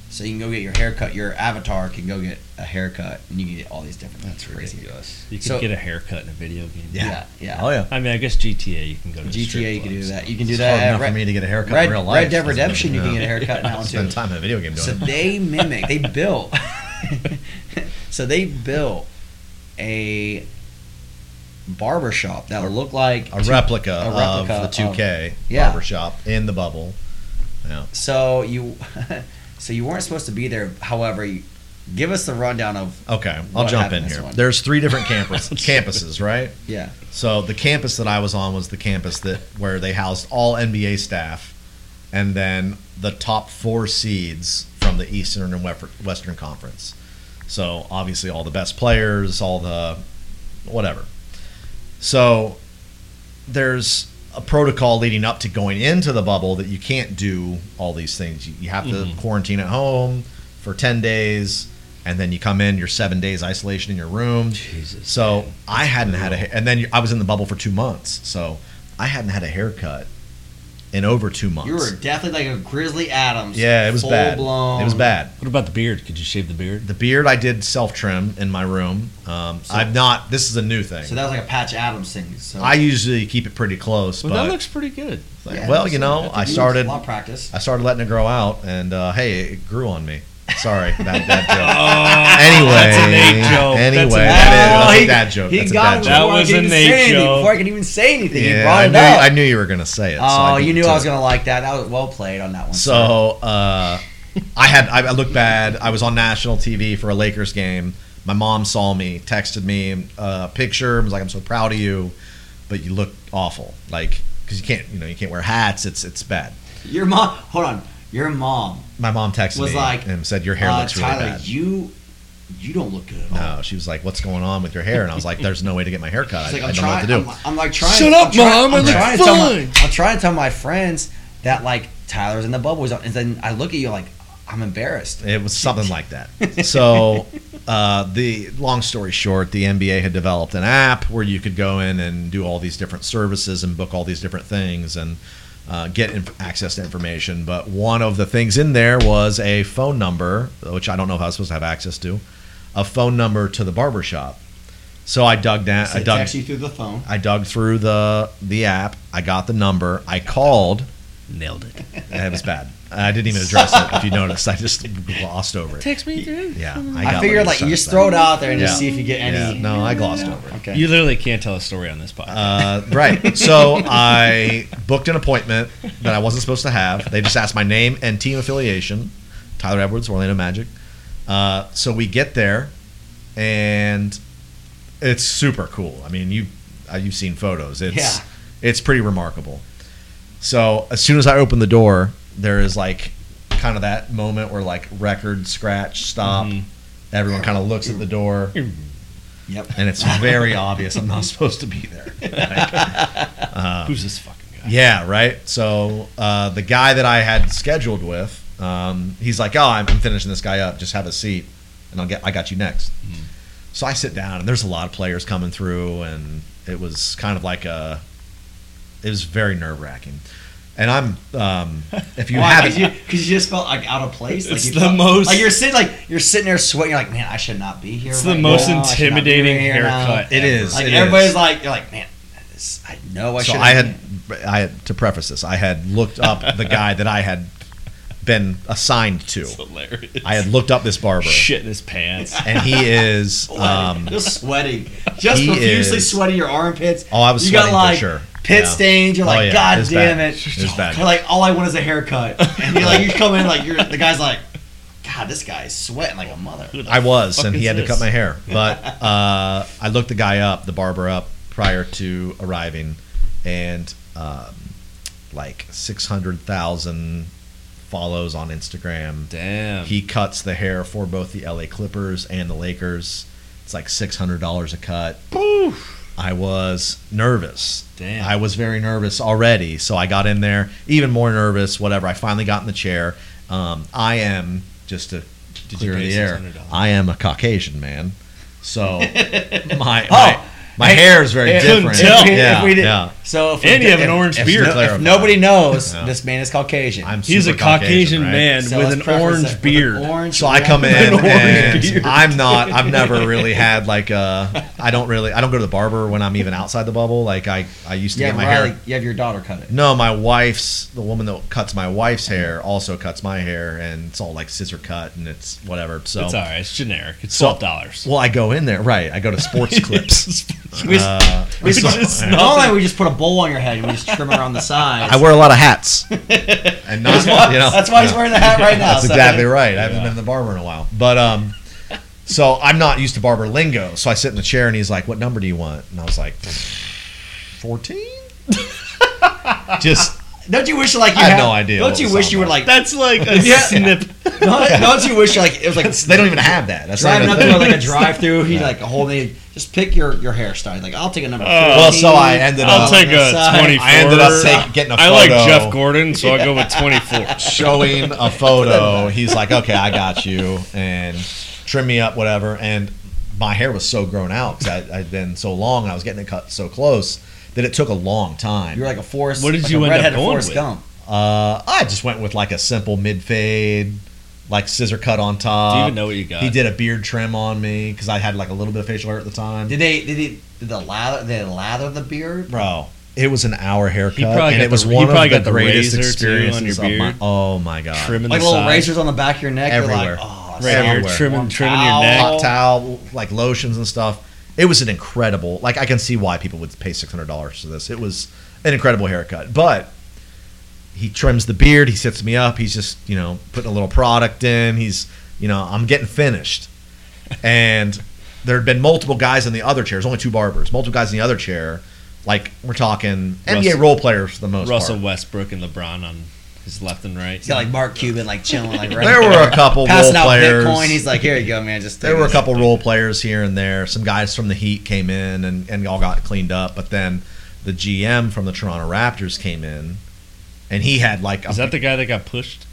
[SPEAKER 2] So you can go get your haircut. Your avatar can go get a haircut, and you can get all these different.
[SPEAKER 1] That's ridiculous. You can
[SPEAKER 2] So-
[SPEAKER 1] get a haircut in a video game.
[SPEAKER 3] Yeah.
[SPEAKER 2] Yeah, yeah.
[SPEAKER 3] oh yeah,
[SPEAKER 1] I mean, I guess GTA you can go to the
[SPEAKER 2] GTA,
[SPEAKER 1] strip
[SPEAKER 2] you can do
[SPEAKER 1] clubs.
[SPEAKER 2] that. You can do
[SPEAKER 3] it's
[SPEAKER 2] that.
[SPEAKER 3] hard
[SPEAKER 2] at
[SPEAKER 3] enough
[SPEAKER 2] Red-
[SPEAKER 3] for me to get a haircut
[SPEAKER 2] Red-
[SPEAKER 3] in real life.
[SPEAKER 2] Red Dead
[SPEAKER 3] Doesn't make
[SPEAKER 2] Redemption,
[SPEAKER 3] it-
[SPEAKER 2] you can
[SPEAKER 3] yeah.
[SPEAKER 2] get a haircut now,
[SPEAKER 3] Spend
[SPEAKER 2] too.
[SPEAKER 3] time in a video game doing
[SPEAKER 2] So
[SPEAKER 3] it.
[SPEAKER 2] they mimic. They built. so they built a barber shop that looked like
[SPEAKER 3] a
[SPEAKER 2] a
[SPEAKER 3] replica,
[SPEAKER 2] replica
[SPEAKER 3] of the
[SPEAKER 2] of-
[SPEAKER 3] 2K
[SPEAKER 2] yeah.
[SPEAKER 3] barber shop in the bubble.
[SPEAKER 2] So you, so you weren't supposed to be there. However, you, give us the rundown of
[SPEAKER 3] Okay, I'll
[SPEAKER 2] What
[SPEAKER 3] jump
[SPEAKER 2] happened
[SPEAKER 3] in
[SPEAKER 2] this
[SPEAKER 3] here.
[SPEAKER 2] one?
[SPEAKER 3] There's three different campus, campuses, right?
[SPEAKER 2] yeah.
[SPEAKER 3] So the campus that I was on was the campus that where they housed all NBA staff, and then the top four seeds from the Eastern and Wef- Western Conference. So obviously all the best players, all the whatever. So there's a protocol leading up to going into the bubble that you can't do all these things. You, you have to
[SPEAKER 1] Mhm.
[SPEAKER 3] quarantine at home for ten days. and then you come in, you're seven days isolation in your room.
[SPEAKER 1] Jesus.
[SPEAKER 3] So I hadn't had a,
[SPEAKER 1] brutal.
[SPEAKER 3] ha- and then you- I was in the bubble for two months. So I hadn't had a haircut in over two months.
[SPEAKER 2] You were definitely like a Grizzly Adams.
[SPEAKER 3] yeah, it was
[SPEAKER 2] full
[SPEAKER 3] bad.
[SPEAKER 2] Blown.
[SPEAKER 3] It was bad.
[SPEAKER 1] What about the beard? Could you shave the beard?
[SPEAKER 3] The beard I did self trim in my room. Um,
[SPEAKER 2] So-
[SPEAKER 3] I've not. This is a new thing.
[SPEAKER 2] So that was like a Patch Adams thing. So
[SPEAKER 3] I usually keep it pretty close,
[SPEAKER 1] Well,
[SPEAKER 3] but
[SPEAKER 1] that looks pretty good.
[SPEAKER 3] like,
[SPEAKER 2] Yeah,
[SPEAKER 3] well,
[SPEAKER 2] so
[SPEAKER 3] you know, I
[SPEAKER 2] you used
[SPEAKER 3] started.
[SPEAKER 2] a lot of practice.
[SPEAKER 3] I started letting it grow out, and uh, hey, it grew on me. Sorry, bad, bad
[SPEAKER 1] Oh,
[SPEAKER 3] joke. Anyway,
[SPEAKER 1] that's a Nate joke. That's
[SPEAKER 3] anyway,
[SPEAKER 1] a-
[SPEAKER 3] that is,
[SPEAKER 2] Oh,
[SPEAKER 3] that's a dad joke.
[SPEAKER 2] He
[SPEAKER 3] That's a
[SPEAKER 2] got
[SPEAKER 3] dad
[SPEAKER 2] it
[SPEAKER 3] joke.
[SPEAKER 1] That
[SPEAKER 2] before I
[SPEAKER 1] was
[SPEAKER 2] could
[SPEAKER 1] a
[SPEAKER 2] even
[SPEAKER 1] Nate
[SPEAKER 2] say anything,
[SPEAKER 1] joke.
[SPEAKER 2] Before I could even say anything, he
[SPEAKER 3] Yeah,
[SPEAKER 2] brought
[SPEAKER 3] I
[SPEAKER 2] it
[SPEAKER 3] knew,
[SPEAKER 2] up.
[SPEAKER 3] I knew you were gonna say it. so
[SPEAKER 2] oh,
[SPEAKER 3] did
[SPEAKER 2] you
[SPEAKER 3] it
[SPEAKER 2] knew
[SPEAKER 3] too.
[SPEAKER 2] I was gonna like that. That was well played on that one. sir.
[SPEAKER 3] So uh, I had I, I looked bad. I was on national TV for a Lakers game. My mom saw me, texted me uh, a picture. Was like, "I'm so proud of you, but you look awful. Like, because you can't, you know, you can't wear hats. It's it's bad."
[SPEAKER 2] your mom, hold on, your mom
[SPEAKER 3] My mom texted
[SPEAKER 2] Was
[SPEAKER 3] me
[SPEAKER 2] like,
[SPEAKER 3] and said, "Your hair
[SPEAKER 2] uh,
[SPEAKER 3] looks really
[SPEAKER 2] Tyler,
[SPEAKER 3] bad."
[SPEAKER 2] you, you don't look good at all.
[SPEAKER 3] no, she was like, "What's going on with your hair?" And I was like, "There's no way to get my hair cut. I,
[SPEAKER 2] She's like,
[SPEAKER 3] I
[SPEAKER 2] I'm
[SPEAKER 3] don't
[SPEAKER 2] trying.
[SPEAKER 3] know what
[SPEAKER 2] I'm,
[SPEAKER 3] to do."
[SPEAKER 2] I'm like trying.
[SPEAKER 1] Shut up,
[SPEAKER 2] I'm trying-
[SPEAKER 1] Mom, I
[SPEAKER 2] I'm
[SPEAKER 1] look
[SPEAKER 2] trying to tell my.
[SPEAKER 1] fine.
[SPEAKER 2] I'm trying to tell my friends that like Tyler's in the bubble, he's on- and then I look at you like I'm embarrassed.
[SPEAKER 3] It was something like that. So, uh, the long story short, the NBA had developed an app where you could go in and do all these different services and book all these different things and uh, get inf- access to information. But one of the things in there was a phone number, which I don't know if I was supposed to have access to, a phone number to the barber shop. So I dug down.
[SPEAKER 2] So
[SPEAKER 3] I
[SPEAKER 2] I
[SPEAKER 3] dug.
[SPEAKER 2] text you through the phone.
[SPEAKER 3] I dug through the the app. I got the number. I called.
[SPEAKER 1] Nailed it.
[SPEAKER 3] and It was bad. I didn't even address it. If you noticed, I just glossed over it.
[SPEAKER 1] Text me, dude.
[SPEAKER 3] Yeah,
[SPEAKER 2] I,
[SPEAKER 3] got
[SPEAKER 2] figured
[SPEAKER 3] what
[SPEAKER 2] like
[SPEAKER 3] he
[SPEAKER 2] you
[SPEAKER 3] said.
[SPEAKER 2] just throw it out there and just
[SPEAKER 3] Yeah.
[SPEAKER 2] see if you get any.
[SPEAKER 3] Yeah, no, I glossed over. it.
[SPEAKER 2] Okay.
[SPEAKER 1] You literally can't tell a story on this podcast.
[SPEAKER 3] Uh, right. So I booked an appointment that I wasn't supposed to have. They just asked my name and team affiliation. Tyler Edwards, Orlando Magic. Uh, so we get there, and it's super cool. I mean, you uh, you've seen photos. It's
[SPEAKER 2] Yeah.
[SPEAKER 3] it's pretty remarkable. So as soon as I open the door, there is like kind of that moment where like record scratch stop.
[SPEAKER 2] Mm-hmm.
[SPEAKER 1] Mhm.
[SPEAKER 3] Everyone kind of looks at the door
[SPEAKER 2] yep.
[SPEAKER 3] and it's very obvious I'm not supposed to be there.
[SPEAKER 1] Who's this fucking guy?
[SPEAKER 3] Yeah, right. So uh, the guy that I had scheduled with, um, he's like, "Oh, I'm, I'm finishing this guy up. Just have a seat, and I'll get. I got you next." So I sit down, and there's a lot of players coming through, and it was kind of like a. It was very nerve wracking, and I'm. Um, if you
[SPEAKER 2] Why?
[SPEAKER 3] haven't,
[SPEAKER 2] Because you, 'cause you just felt like out of place. Like
[SPEAKER 1] It's
[SPEAKER 2] you
[SPEAKER 1] the
[SPEAKER 2] felt-
[SPEAKER 1] most-
[SPEAKER 2] Like you're sitting, like you're sitting there sweating. You're like, man, I should not be here.
[SPEAKER 1] It's
[SPEAKER 2] right
[SPEAKER 1] the most
[SPEAKER 2] now. I should not be
[SPEAKER 1] intimidating
[SPEAKER 2] here now."
[SPEAKER 1] haircut.
[SPEAKER 3] It
[SPEAKER 1] ever.
[SPEAKER 3] is.
[SPEAKER 2] Like
[SPEAKER 3] It
[SPEAKER 2] everybody's like, you're like, man, this, I know I
[SPEAKER 3] so
[SPEAKER 2] should.
[SPEAKER 3] I had, I had to preface this. I had looked up the guy that I had been assigned to.
[SPEAKER 1] It's hilarious.
[SPEAKER 3] I had looked up this barber.
[SPEAKER 1] shit in his pants.
[SPEAKER 3] and he is.
[SPEAKER 2] um,
[SPEAKER 3] Um,
[SPEAKER 2] just sweating, just
[SPEAKER 3] he
[SPEAKER 2] profusely
[SPEAKER 3] is-
[SPEAKER 2] sweating your armpits.
[SPEAKER 3] oh, I was
[SPEAKER 2] You got,
[SPEAKER 3] sweating
[SPEAKER 2] like,
[SPEAKER 3] for sure.
[SPEAKER 2] Pit
[SPEAKER 3] Yeah.
[SPEAKER 2] stains. You're
[SPEAKER 3] Oh,
[SPEAKER 2] like,
[SPEAKER 3] yeah,
[SPEAKER 2] god
[SPEAKER 3] it's
[SPEAKER 2] damn
[SPEAKER 3] bad.
[SPEAKER 2] it.
[SPEAKER 3] It's bad.
[SPEAKER 2] You're like, all I want is a haircut. And you're like, you come in like you're the guy's like, god, this guy is sweating like a mother.
[SPEAKER 3] I was, and he
[SPEAKER 1] is
[SPEAKER 3] had to
[SPEAKER 1] this?
[SPEAKER 3] cut my hair. But uh, I looked the guy up, the barber up, prior to arriving, and um, like six hundred thousand follows on Instagram.
[SPEAKER 1] Damn.
[SPEAKER 3] He cuts the hair for both the LA Clippers and the Lakers. It's like six hundred dollars a cut. I was nervous.
[SPEAKER 1] Damn.
[SPEAKER 3] I was very nervous already, so I got in there even more nervous. Whatever. I finally got in the chair. Um, I am just to to
[SPEAKER 1] Clear
[SPEAKER 3] clear the
[SPEAKER 1] bases,
[SPEAKER 3] air.
[SPEAKER 1] $100.
[SPEAKER 3] I am a Caucasian man, so my
[SPEAKER 2] Oh.
[SPEAKER 3] my, my hair is very
[SPEAKER 2] Hey,
[SPEAKER 1] couldn't
[SPEAKER 3] different.
[SPEAKER 1] tell.
[SPEAKER 2] If we- if
[SPEAKER 3] Yeah,
[SPEAKER 2] we did-
[SPEAKER 3] yeah.
[SPEAKER 2] So if we
[SPEAKER 1] and you
[SPEAKER 2] did-
[SPEAKER 1] have an
[SPEAKER 2] if-
[SPEAKER 1] orange
[SPEAKER 3] if
[SPEAKER 1] beard.
[SPEAKER 3] no-
[SPEAKER 2] If nobody knows,
[SPEAKER 3] Yeah.
[SPEAKER 2] this man is Caucasian.
[SPEAKER 3] I'm
[SPEAKER 1] He's a
[SPEAKER 3] super
[SPEAKER 1] Caucasian,
[SPEAKER 3] right?
[SPEAKER 1] man
[SPEAKER 2] So
[SPEAKER 1] with
[SPEAKER 2] let's
[SPEAKER 1] an
[SPEAKER 2] preface it
[SPEAKER 1] orange
[SPEAKER 2] with an
[SPEAKER 1] beard.
[SPEAKER 2] orange
[SPEAKER 3] So I come in
[SPEAKER 1] An orange
[SPEAKER 3] and
[SPEAKER 1] beard.
[SPEAKER 3] I'm not. I've never really had like a. I don't really. I don't go to the barber when I'm even outside the bubble. Like I, I used to
[SPEAKER 2] Yeah,
[SPEAKER 3] get my
[SPEAKER 2] Riley,
[SPEAKER 3] hair.
[SPEAKER 2] you have your daughter cut it.
[SPEAKER 3] No, my wife's the woman that cuts my wife's hair also cuts my hair, and it's all like scissor cut and it's whatever. So
[SPEAKER 1] It's all right. It's generic. It's
[SPEAKER 3] So-
[SPEAKER 1] twelve dollars.
[SPEAKER 3] Well, I go in there right. I go to sports clips.
[SPEAKER 2] We just,
[SPEAKER 3] Uh,
[SPEAKER 2] we just,
[SPEAKER 1] just
[SPEAKER 2] not only we just put a bowl on your head and we just trim it around the sides.
[SPEAKER 3] I wear a lot of hats, and not
[SPEAKER 2] that's, why,
[SPEAKER 3] you know.
[SPEAKER 2] that's why he's wearing the hat right now.
[SPEAKER 3] That's
[SPEAKER 2] so-
[SPEAKER 3] exactly right. I haven't
[SPEAKER 1] Yeah.
[SPEAKER 3] been in the barber in a while. But um so I'm not used to barber lingo. So I sit in the chair and he's like, "What number do you want?" And I was like, "14?" Just
[SPEAKER 2] Don't you wish like you
[SPEAKER 3] I had
[SPEAKER 2] had-
[SPEAKER 3] no idea
[SPEAKER 2] Don't
[SPEAKER 3] what
[SPEAKER 2] you
[SPEAKER 3] was
[SPEAKER 2] wish
[SPEAKER 3] on
[SPEAKER 2] you were
[SPEAKER 3] that.
[SPEAKER 2] like?
[SPEAKER 1] That's like a
[SPEAKER 2] Yeah.
[SPEAKER 1] snip.
[SPEAKER 2] Don't, don't you wish like it was like
[SPEAKER 3] they don't even have that. That's not
[SPEAKER 2] driving
[SPEAKER 3] even
[SPEAKER 2] up
[SPEAKER 3] a
[SPEAKER 2] to
[SPEAKER 3] thing.
[SPEAKER 2] like a drive-through? He like a whole thing. Just pick your your hairstyle. Like I'll take a number.
[SPEAKER 3] Well,
[SPEAKER 2] 14,
[SPEAKER 3] so I ended
[SPEAKER 1] Uh, I'll
[SPEAKER 3] up
[SPEAKER 1] take
[SPEAKER 2] on the
[SPEAKER 1] a
[SPEAKER 2] side.
[SPEAKER 1] twenty-four.
[SPEAKER 3] I ended up taking, getting a
[SPEAKER 1] I
[SPEAKER 3] photo.
[SPEAKER 1] like Jeff Gordon, so I go with twenty-four.
[SPEAKER 3] showing a photo. He's like, "Okay, I got you." And trim me up, whatever. And my hair was so grown out because I'd been so long and I was getting it cut so close that it took a long time.
[SPEAKER 2] You're like a forest.
[SPEAKER 1] What did
[SPEAKER 2] like
[SPEAKER 1] you
[SPEAKER 2] a
[SPEAKER 1] end up
[SPEAKER 2] redheaded
[SPEAKER 1] going
[SPEAKER 2] Forrest
[SPEAKER 1] with?
[SPEAKER 2] Gump.
[SPEAKER 3] Uh, I just went with like a simple mid fade, like scissor cut on top.
[SPEAKER 1] Do you even know what you got?
[SPEAKER 3] He did a beard trim on me because I had like a little bit of facial hair at the time.
[SPEAKER 2] Did they? Did they? Did the lather? They lather the beard.
[SPEAKER 3] Bro, it was an hour haircut,
[SPEAKER 1] He probably
[SPEAKER 3] and
[SPEAKER 1] got
[SPEAKER 3] it was
[SPEAKER 1] the- he
[SPEAKER 3] one of
[SPEAKER 1] probably
[SPEAKER 3] the
[SPEAKER 1] got the
[SPEAKER 3] greatest
[SPEAKER 1] razor, too, on your
[SPEAKER 3] experiences of my.
[SPEAKER 1] beard.
[SPEAKER 3] Oh my god!
[SPEAKER 1] Trimming
[SPEAKER 2] Like
[SPEAKER 1] the
[SPEAKER 2] little
[SPEAKER 1] sides.
[SPEAKER 2] razor razors on the back of your neck. You're
[SPEAKER 3] Everywhere.
[SPEAKER 2] like, oh,
[SPEAKER 1] Right
[SPEAKER 2] son
[SPEAKER 1] here,
[SPEAKER 3] everywhere.
[SPEAKER 1] trimming,
[SPEAKER 2] One
[SPEAKER 1] trimming
[SPEAKER 2] towel.
[SPEAKER 1] your
[SPEAKER 3] hot
[SPEAKER 1] neck.
[SPEAKER 3] towel, like lotions and stuff. It was an incredible. Like I can see why people would pay six hundred dollars for this. It was an incredible haircut, but he trims the beard. He sits me up. He's just you know putting a little product in. He's you know I'm getting finished, and there had been multiple guys in the other chair. There's only two barbers. Multiple guys in the other chair. Like we're talking NBA
[SPEAKER 1] Russell-
[SPEAKER 3] role players for the most
[SPEAKER 1] Russell
[SPEAKER 3] part.
[SPEAKER 1] Westbrook and LeBron on his left and right.
[SPEAKER 2] He's got like Mark Cuban like chilling like right
[SPEAKER 3] There were a couple
[SPEAKER 2] passing
[SPEAKER 3] role
[SPEAKER 2] out
[SPEAKER 3] players.
[SPEAKER 2] Bitcoin. He's like, here you go, man. Just
[SPEAKER 3] There
[SPEAKER 2] take
[SPEAKER 3] were a
[SPEAKER 2] this."
[SPEAKER 3] couple role players here and there. Some guys from the Heat came in and, and all got cleaned up. But then the GM from the Toronto Raptors came in, and he had like a,
[SPEAKER 1] Is that the guy that got pushed?